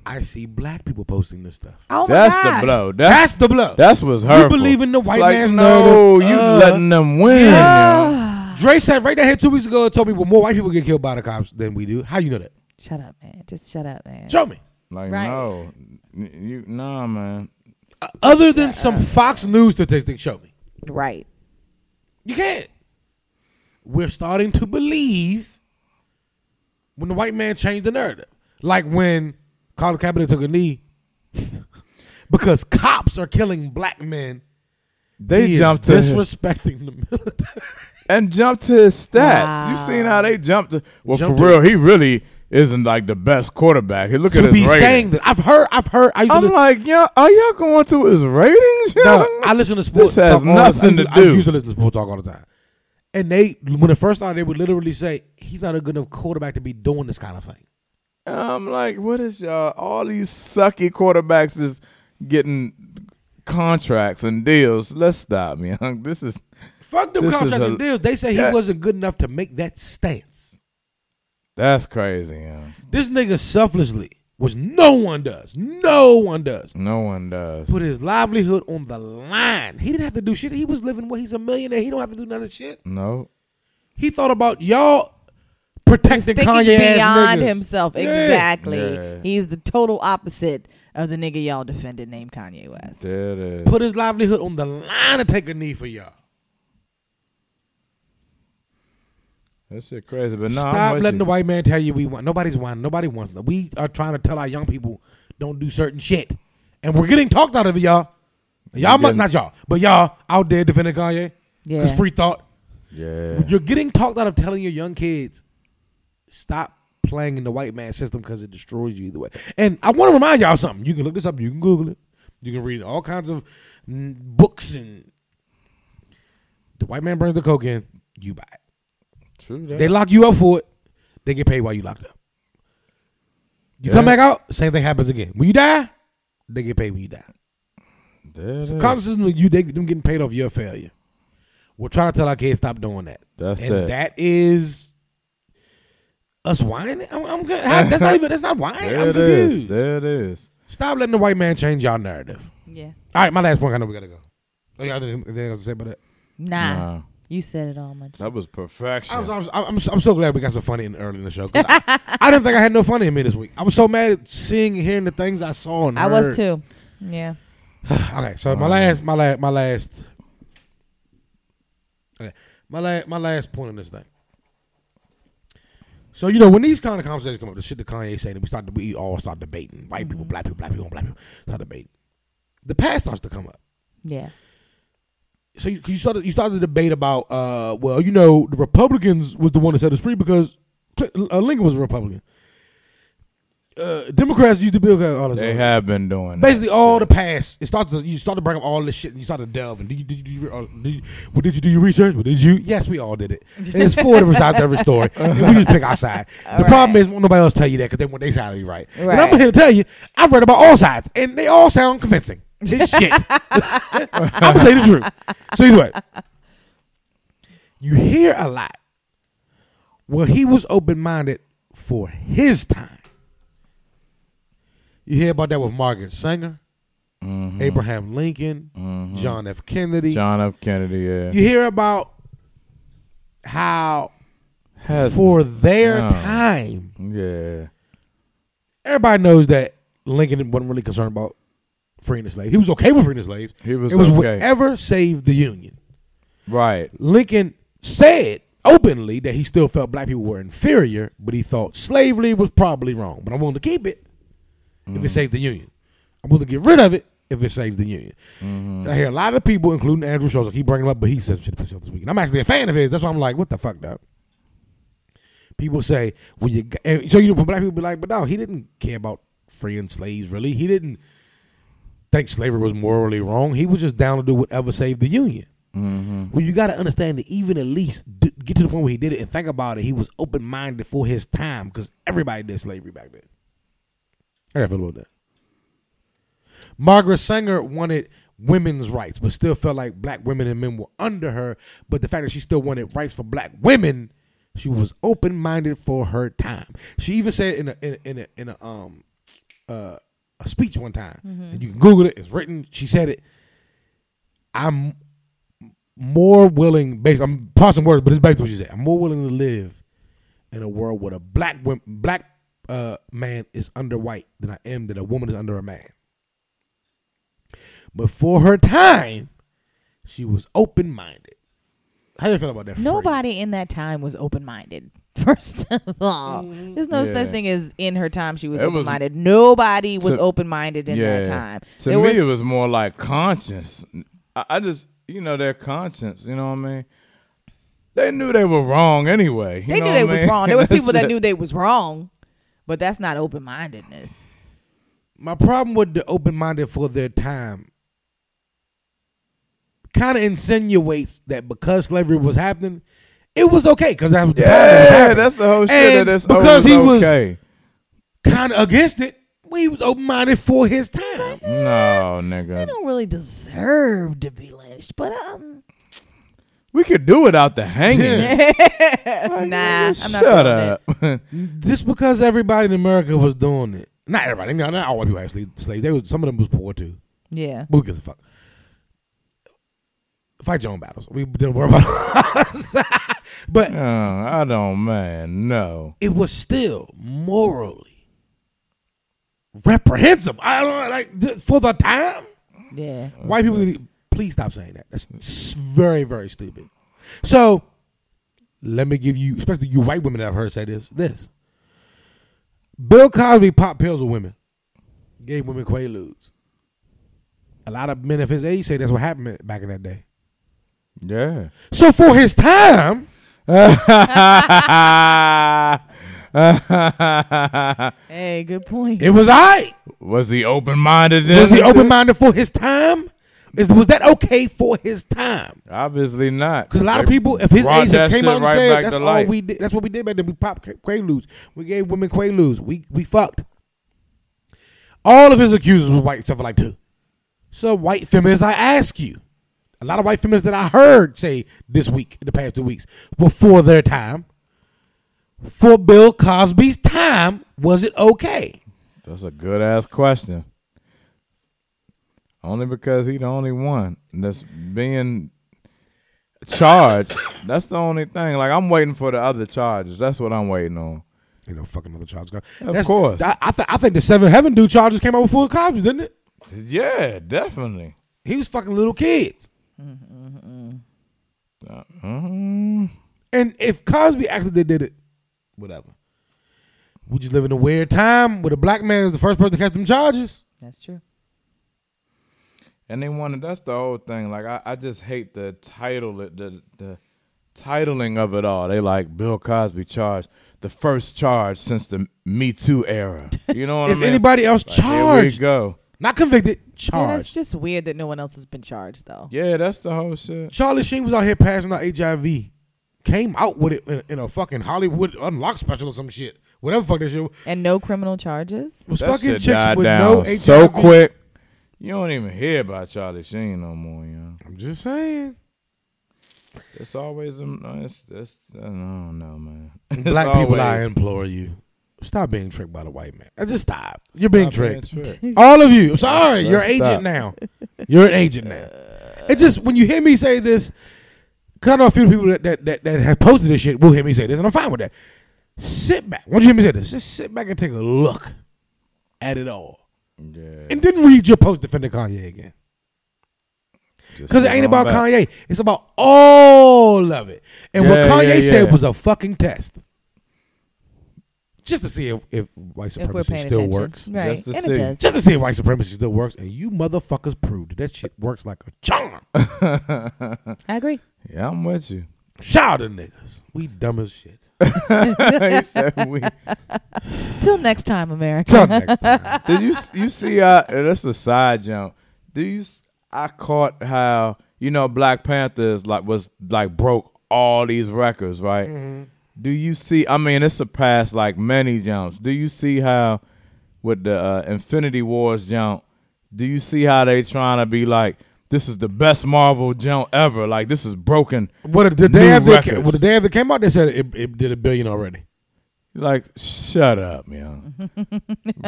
Speaker 1: I see black people posting this stuff.
Speaker 2: oh my
Speaker 3: That's
Speaker 2: God.
Speaker 3: the blow. That's
Speaker 1: That's the blow.
Speaker 3: that's what's
Speaker 1: You
Speaker 3: hurtful.
Speaker 1: believe in the
Speaker 3: It's
Speaker 1: white
Speaker 3: like,
Speaker 1: man's
Speaker 3: No,
Speaker 1: narrative.
Speaker 3: you
Speaker 1: Uh,
Speaker 3: letting them win.
Speaker 1: Dre sat right down here two weeks ago and told me, well, more white people get killed by the cops than we do. How you know that?
Speaker 2: Shut up, man. Just shut up, man.
Speaker 1: Show me.
Speaker 3: Like
Speaker 2: Right.
Speaker 3: no, N- you nah, man.
Speaker 1: Uh, other than some Fox News statistic, show me.
Speaker 2: Right.
Speaker 1: You can't. We're starting to believe when the white man changed the narrative. Like when Colin Kaepernick took a knee because cops are killing black men.
Speaker 3: They
Speaker 1: He is
Speaker 3: jumped to his-
Speaker 1: disrespecting the military.
Speaker 3: and jumped to his stats. You
Speaker 2: Wow.
Speaker 3: seen how they jumped? To, well,
Speaker 1: Jumped
Speaker 3: for
Speaker 1: to-
Speaker 3: real, he really isn't like the best quarterback. He look at
Speaker 1: to
Speaker 3: his
Speaker 1: be
Speaker 3: rating.
Speaker 1: saying that. I've heard. I've heard. I used to
Speaker 3: I'm
Speaker 1: listen,
Speaker 3: like, yeah, are y'all going to his ratings?
Speaker 1: dog,
Speaker 3: young?
Speaker 1: I listen to sports.
Speaker 3: This has
Speaker 1: talk all the time.
Speaker 3: nothing
Speaker 1: I
Speaker 3: to
Speaker 1: used I
Speaker 3: do.
Speaker 1: used to listen to sports talk all the time. And they, when it first started, they would literally say, "He's not a good enough quarterback to be doing this kind of thing."
Speaker 3: I'm like, what is y'all? All these sucky quarterbacks is getting contracts and deals. Let's stop, young. This is
Speaker 1: Fuck them
Speaker 3: This is
Speaker 1: contracts
Speaker 3: a-
Speaker 1: and deals. They say he
Speaker 3: Yeah.
Speaker 1: wasn't good enough to make that stance.
Speaker 3: that's crazy, young.
Speaker 1: This nigga selflessly, which no one does, no one does,
Speaker 3: No one does.
Speaker 1: put his livelihood on the line. He didn't have to do shit. He was living where he's a millionaire. He don't have to do none of shit.
Speaker 3: no.
Speaker 1: He thought about y'all protecting
Speaker 2: Thinking
Speaker 1: Kanye ass
Speaker 2: beyond
Speaker 1: niggas.
Speaker 2: himself.
Speaker 1: Yeah.
Speaker 2: Exactly.
Speaker 3: Yeah.
Speaker 2: He's the total opposite of the nigga y'all defended named Kanye West.
Speaker 3: There it is.
Speaker 1: Put his livelihood on the line to take a knee for y'all.
Speaker 3: that shit crazy, but no.
Speaker 1: Stop
Speaker 3: I'm with
Speaker 1: letting
Speaker 3: you.
Speaker 1: the white man tell you we want. Nobody's whining. Nobody wants. them. We are trying to tell our young people don't do certain shit, and we're getting talked out of it, y'all. Y'all,
Speaker 3: You're
Speaker 1: mu-
Speaker 3: getting-
Speaker 1: not y'all, but y'all out there defending Kanye.
Speaker 2: Yeah.
Speaker 1: Cause free thought.
Speaker 3: Yeah.
Speaker 1: You're getting talked out of telling your young kids stop playing in the white man system because it destroys you either way. And I want to remind y'all something. You can look this up. You can Google it. You can read all kinds of mm, books and the white man brings the coke in. You buy it.
Speaker 3: True that.
Speaker 1: They lock you up for it. They get paid while you locked up. You come
Speaker 3: Yeah.
Speaker 1: back out, same thing happens again. When you die, they get paid when you die.
Speaker 3: There it
Speaker 1: So
Speaker 3: is.
Speaker 1: constantly you they them getting paid off your failure. We're trying to tell our kids stop doing that.
Speaker 3: That's
Speaker 1: and
Speaker 3: it.
Speaker 1: that is us whining. I'm, I'm good. How- that's not even that's not whining.
Speaker 3: There
Speaker 1: I'm
Speaker 3: it is.
Speaker 1: confused.
Speaker 3: There it is.
Speaker 1: Stop letting the white man change y'all narrative.
Speaker 2: Yeah.
Speaker 1: All right, my last point. I know we gotta go. Oh, yeah, I didn't, I didn't have to say about that.
Speaker 2: Nah.
Speaker 3: Nah.
Speaker 2: You said it all, my
Speaker 3: That was
Speaker 1: I was,
Speaker 3: perfection.
Speaker 1: I was, I'm, I'm so glad we got some funny in early in the show. 'cause I, I didn't think I had no funny in me this week. I was so mad at seeing and hearing the things I saw and
Speaker 2: I was
Speaker 1: heard.
Speaker 2: too. Yeah.
Speaker 1: Okay, so my
Speaker 3: Oh,
Speaker 1: last, my last, my last, okay, my last, my last point on this thing. So you know when these kind of conversations come up, the shit that Kanye said, and we start, we all start debating. White people, black people, black people, black people, start debating. The past starts to come up.
Speaker 2: Yeah.
Speaker 1: so you, 'cause you started you started the debate about uh well you know the Republicans was the one that set us free because Cl- uh, Lincoln was a Republican. Uh, Democrats used to build all this.
Speaker 3: They have been doing
Speaker 1: basically
Speaker 3: that
Speaker 1: all the
Speaker 3: shit.
Speaker 1: past. It starts to, you start to bring up all this shit and you start to delve and did you did you do your, uh, did you, well, did you do your research? Well, did you? Yes, we all did it. And it's four different sides to every story. And we just pick our side. the problem is won't nobody else tell you that because they want their side to be right. And I'm
Speaker 2: Right.
Speaker 1: here to tell you, I've read about all sides and they all sound convincing. This shit. I'm gonna tell you the truth. So either way, you hear a lot. Well, he was open minded for his time. You hear about that with Margaret Sanger, Abraham Lincoln, John F. Kennedy.
Speaker 3: Mm-hmm. John F. Kennedy. Yeah.
Speaker 1: You hear about how
Speaker 3: Has-
Speaker 1: for their
Speaker 3: No.
Speaker 1: time,
Speaker 3: yeah.
Speaker 1: everybody knows that Lincoln wasn't really concerned about freeing the slaves. He was okay with freeing the slaves.
Speaker 3: He was
Speaker 1: it was
Speaker 3: okay.
Speaker 1: whatever saved the Union.
Speaker 3: Right.
Speaker 1: Lincoln said openly that he still felt black people were inferior, but he thought slavery was probably wrong. But I'm willing to keep it
Speaker 3: Mm-hmm.
Speaker 1: if it saves the Union. I'm willing to get rid of it if it saves the Union.
Speaker 3: Mm-hmm.
Speaker 1: And I hear a lot of people, including Andrew Schultz, I keep bringing him up, but he says shit about himself this week. And I'm actually a fan of his. That's why I'm like, what the fuck, dog? People say, well, you g- and so you know, black people be like, but no, he didn't care about freeing slaves. Really, he didn't think slavery was morally wrong. He was just down to do whatever saved the Union.
Speaker 3: Mm-hmm.
Speaker 1: Well, you got to understand that even at least d- get to the point where he did it and think about it, he was open minded for his time because everybody did slavery back then. I got to feel about that. Margaret Sanger wanted women's rights, but still felt like black women and men were under her. But the fact that she still wanted rights for black women, she was open minded for her time. She even said in a in a, in a, in a um uh, a speech one time, and you can Google it. It's written. She said it. I'm more willing, based I'm parsing words, but it's basically what she said. I'm more willing to live in a world with a black women, black uh, man is under white than I am that a woman is under a man. But for her time, she was open minded. How do you feel about that? phrase?
Speaker 2: Nobody in that time was open minded. First of all, there's no
Speaker 3: Yeah.
Speaker 2: such thing as in her time she was
Speaker 3: It was-
Speaker 2: open minded. Nobody was
Speaker 3: To-
Speaker 2: open minded in
Speaker 3: yeah.
Speaker 2: that time.
Speaker 3: To
Speaker 2: There
Speaker 3: me, it was more like conscience. I, I just, you know, their conscience. You know what I mean? They knew they were wrong anyway. you
Speaker 2: they
Speaker 3: know
Speaker 2: knew
Speaker 3: what
Speaker 2: they
Speaker 3: I
Speaker 2: was
Speaker 3: mean?
Speaker 2: wrong. There was
Speaker 3: That's
Speaker 2: people that
Speaker 3: it.
Speaker 2: knew they was wrong, but that's not open mindedness.
Speaker 1: My problem with the open minded for their time kind of insinuates that because slavery was happening, it was okay because that was the time that was
Speaker 3: Yeah,
Speaker 1: happening.
Speaker 3: that's the whole shit.
Speaker 1: And
Speaker 3: That it's
Speaker 1: because
Speaker 3: oh,
Speaker 1: he
Speaker 3: it's
Speaker 1: was-
Speaker 3: okay.
Speaker 1: kind of against it. Well, he was open minded for his time.
Speaker 3: No, nigga.
Speaker 2: They don't really deserve to be lynched, but um,
Speaker 3: We could do without the hanging.
Speaker 2: nah, I'm not.
Speaker 3: Shut
Speaker 2: doing
Speaker 3: up.
Speaker 1: Just because everybody in America was doing it. Not everybody. Not, not all people actually slaves. They was, some of them was poor too.
Speaker 2: that. Yeah,
Speaker 1: Who gives a fuck? Fight your own battles. We didn't worry about us. but
Speaker 3: Oh, I don't, man. No.
Speaker 1: it was still morally reprehensible. I don't like th- for the time.
Speaker 2: yeah.
Speaker 3: Uh,
Speaker 1: White people, need, please stop saying that. That's s- very, very stupid. So, let me give you, especially you white women that I've heard say this. This Bill Cosby popped pills with women, gave women quaaludes. A lot of men of his age say that's what happened back in that day.
Speaker 3: Yeah.
Speaker 1: So for his time,
Speaker 2: Hey, good point.
Speaker 1: it was all right.
Speaker 3: was he open minded then?
Speaker 1: Was he open minded for his time? Is was that okay for his time?
Speaker 3: Obviously not.
Speaker 1: Because a lot of
Speaker 3: They
Speaker 1: people, if his
Speaker 3: brought
Speaker 1: age
Speaker 3: that
Speaker 1: came
Speaker 3: shit
Speaker 1: out and
Speaker 3: right
Speaker 1: said
Speaker 3: back
Speaker 1: that's
Speaker 3: to
Speaker 1: all
Speaker 3: life.
Speaker 1: we did, that's what we did back then. We popped Qua- quaaludes. We gave women quaaludes. We we fucked. All of his accusers were white, except for like two. So white feminists, I ask you, a lot of white feminists that I heard say this week, in the past two weeks, before their time, for Bill Cosby's time, was it okay?
Speaker 3: That's a good ass question. Only because he the only one that's being charged. that's the only thing. Like I'm waiting for the other charges. That's what I'm waiting on.
Speaker 1: You know, fucking other charges. Of
Speaker 3: course.
Speaker 1: I, I, th- I think the Seven Heaven dude charges came out before Cosby, didn't it?
Speaker 3: Yeah, definitely.
Speaker 1: He was fucking little kids. Mm-hmm.
Speaker 3: Mm,
Speaker 1: And if Cosby actually did it, whatever. We just live in a weird time where the black man is the first person to catch them charges.
Speaker 2: That's true.
Speaker 3: And they wanted that's the whole thing. Like I, I just hate the title it- the the titling of it all. They like Bill Cosby charged the first charge since the Me Too era. You know what
Speaker 1: Is
Speaker 3: I mean?
Speaker 1: anybody else
Speaker 3: Here we
Speaker 1: charged?
Speaker 3: go.
Speaker 1: Not convicted,
Speaker 2: Yeah, that's
Speaker 1: charged.
Speaker 2: just weird that no one else has been charged though.
Speaker 3: Yeah, that's the whole shit.
Speaker 1: Charlie Sheen was out here passing out HIV. Came out with it in, in a fucking Hollywood unlock special or some shit. Whatever the fuck that shit was.
Speaker 2: And no criminal charges.
Speaker 1: was
Speaker 3: That
Speaker 1: fucking
Speaker 3: shit
Speaker 1: chicks
Speaker 3: died
Speaker 1: with
Speaker 3: down
Speaker 1: no HIV.
Speaker 3: so quick. You don't even hear about Charlie Sheen no more, you know.
Speaker 1: I'm just saying.
Speaker 3: It's always um, it's, it's I don't know, man.
Speaker 1: Black
Speaker 3: It's
Speaker 1: people, I
Speaker 3: always-
Speaker 1: implore you, stop being tricked by the white man. Uh, Just stop. You're being
Speaker 3: Stop being
Speaker 1: tricked.
Speaker 3: tricked.
Speaker 1: All of you. I'm sorry.
Speaker 3: Let's
Speaker 1: You're an agent
Speaker 3: stop.
Speaker 1: now. You're an agent now. It just when you hear me say this, because I know a few people that that, that that have posted this shit will hear me say this, and I'm fine with that. Sit back. Once you hear me say this, just sit back and take a look at it all.
Speaker 3: Yeah.
Speaker 1: And then read your post defending Kanye again.
Speaker 3: just
Speaker 1: Because it
Speaker 3: sit
Speaker 1: ain't
Speaker 3: on
Speaker 1: about
Speaker 3: back.
Speaker 1: Kanye. It's about all of it. And what
Speaker 3: Yeah,
Speaker 1: Kanye
Speaker 3: yeah,
Speaker 1: said
Speaker 3: yeah.
Speaker 1: was a fucking test. Just to see if, if white
Speaker 2: If we're
Speaker 1: supremacy
Speaker 2: paying
Speaker 1: still
Speaker 2: attention,
Speaker 1: works.
Speaker 2: right?
Speaker 3: Just
Speaker 2: And
Speaker 3: to
Speaker 2: it
Speaker 3: see.
Speaker 2: does.
Speaker 1: Just to see if white supremacy still works. And you motherfuckers proved it. that shit works like a charm.
Speaker 2: I agree.
Speaker 3: Yeah, I'm with you.
Speaker 1: Shout to niggas. We dumb as shit.
Speaker 3: He said we-
Speaker 2: Till next time, America.
Speaker 1: Till next time.
Speaker 3: Did you you see? Uh, that's a side jump. Do you? s- I caught how you know Black Panthers like was like broke all these records, right? Do you see? I mean, it surpassed like many jumps. Do you see how with the uh, Infinity Wars jump? Do you see how they trying to be like? This is the best Marvel jump ever. Like this is broken.
Speaker 1: What the
Speaker 3: New
Speaker 1: day after it came,
Speaker 3: records.
Speaker 1: well, the day after it came out, they said it, it did a billion already.
Speaker 3: Like, shut up, young.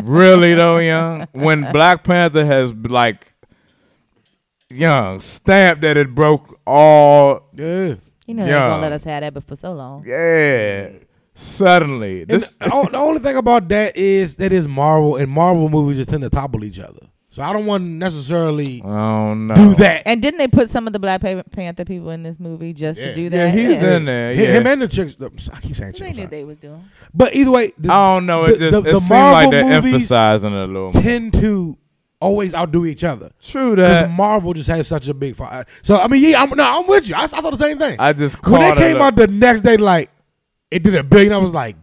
Speaker 3: really though, young. When Black Panther has like, young, stamped that it broke all.
Speaker 1: Yeah.
Speaker 2: You know they're
Speaker 3: Yeah.
Speaker 2: gonna let us have that, but for so long.
Speaker 3: Yeah. Suddenly, this
Speaker 1: and the, o- the only thing about that is that is Marvel, and Marvel movies just tend to topple each other. So I don't want to necessarily
Speaker 3: oh no,
Speaker 1: do that.
Speaker 2: And didn't they put some of the Black Pa- Panther people in this movie just
Speaker 1: Yeah.
Speaker 2: to do
Speaker 1: Yeah,
Speaker 3: Yeah,
Speaker 2: that?
Speaker 3: he's
Speaker 2: yeah.
Speaker 3: in there.
Speaker 1: Hi-
Speaker 3: Yeah.
Speaker 1: Him and the chicks. I keep saying chicks.
Speaker 2: So they
Speaker 1: I'm
Speaker 2: knew
Speaker 1: sorry.
Speaker 2: they was doing.
Speaker 1: But either way, the,
Speaker 3: I don't know. It
Speaker 1: The-
Speaker 3: just
Speaker 1: the-
Speaker 3: it
Speaker 1: the
Speaker 3: seemed like
Speaker 1: Marvel
Speaker 3: they're
Speaker 1: movies
Speaker 3: emphasizing it a little. more.
Speaker 1: tend to always outdo each other.
Speaker 3: True
Speaker 1: Because
Speaker 3: that.
Speaker 1: Marvel just has such a big fight. So I mean, yeah, I'm no, I'm with you. I, I thought the same thing.
Speaker 3: I just
Speaker 1: when
Speaker 3: caught
Speaker 1: it came
Speaker 3: it
Speaker 1: out the next day, like it did a billion. I was like,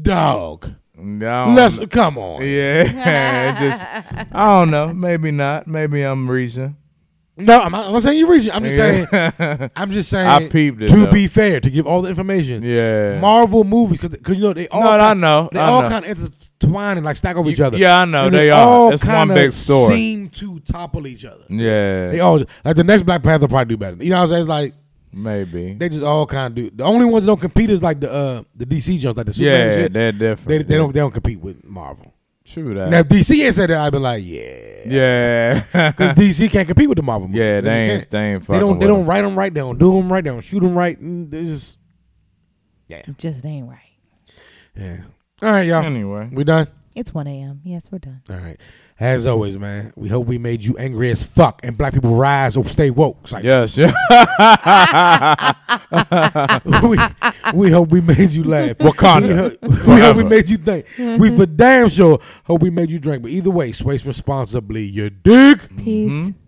Speaker 1: dog,
Speaker 3: No,
Speaker 1: let's come on.
Speaker 3: Yeah, it just I don't know. Maybe not. Maybe I'm reaching.
Speaker 1: No, I'm not, I'm not saying you reach. it. I'm just saying.
Speaker 3: Yeah.
Speaker 1: I'm just saying.
Speaker 3: I peeped it,
Speaker 1: To
Speaker 3: though.
Speaker 1: be fair, to give all the information.
Speaker 3: yeah.
Speaker 1: Marvel movies, because you know they all
Speaker 3: no, I
Speaker 1: kind,
Speaker 3: know.
Speaker 1: they
Speaker 3: I
Speaker 1: all
Speaker 3: know.
Speaker 1: kind of intertwine and like stack over each other.
Speaker 3: Yeah, I know.
Speaker 1: And
Speaker 3: Oh, They are.
Speaker 1: all
Speaker 3: It's one
Speaker 1: kinda
Speaker 3: big story.
Speaker 1: Seem to topple each other.
Speaker 3: yeah,
Speaker 1: They all like the next Black Panther probably do better. You know what I'm saying? It's like
Speaker 3: maybe.
Speaker 1: they just all kind of do. The only ones that don't compete is like the uh the DC jumps, like the Superman
Speaker 3: yeah,
Speaker 1: shit.
Speaker 3: they're different.
Speaker 1: They, they don't they don't compete with Marvel.
Speaker 3: True
Speaker 1: Now
Speaker 3: that.
Speaker 1: if DC ain't said that, I'd be like, yeah,
Speaker 3: Yeah,
Speaker 1: because DC can't compete with the Marvel. Movies.
Speaker 3: yeah. They
Speaker 1: just
Speaker 3: ain't.
Speaker 1: can't.
Speaker 3: They ain't.
Speaker 1: They
Speaker 3: fucking
Speaker 1: don't. They
Speaker 3: with
Speaker 1: don't
Speaker 3: them.
Speaker 1: write them right. They don't do them right. They don't shoot them right. Mm, They just
Speaker 2: It just ain't right.
Speaker 1: yeah. All right, y'all.
Speaker 3: Anyway,
Speaker 1: We done.
Speaker 2: It's 1 a.m. Yes, we're done.
Speaker 1: All right. As always, man, we hope we made you angry as fuck and black people rise or stay woke. It's like,
Speaker 3: yes, yeah.
Speaker 1: we, we hope we made you laugh.
Speaker 3: Wakanda.
Speaker 1: We hope, we, hope we
Speaker 3: Forever.
Speaker 1: made you think. we for damn sure hope we made you drink. But either way, space responsibly, you dig?
Speaker 2: Peace.
Speaker 3: Mhm.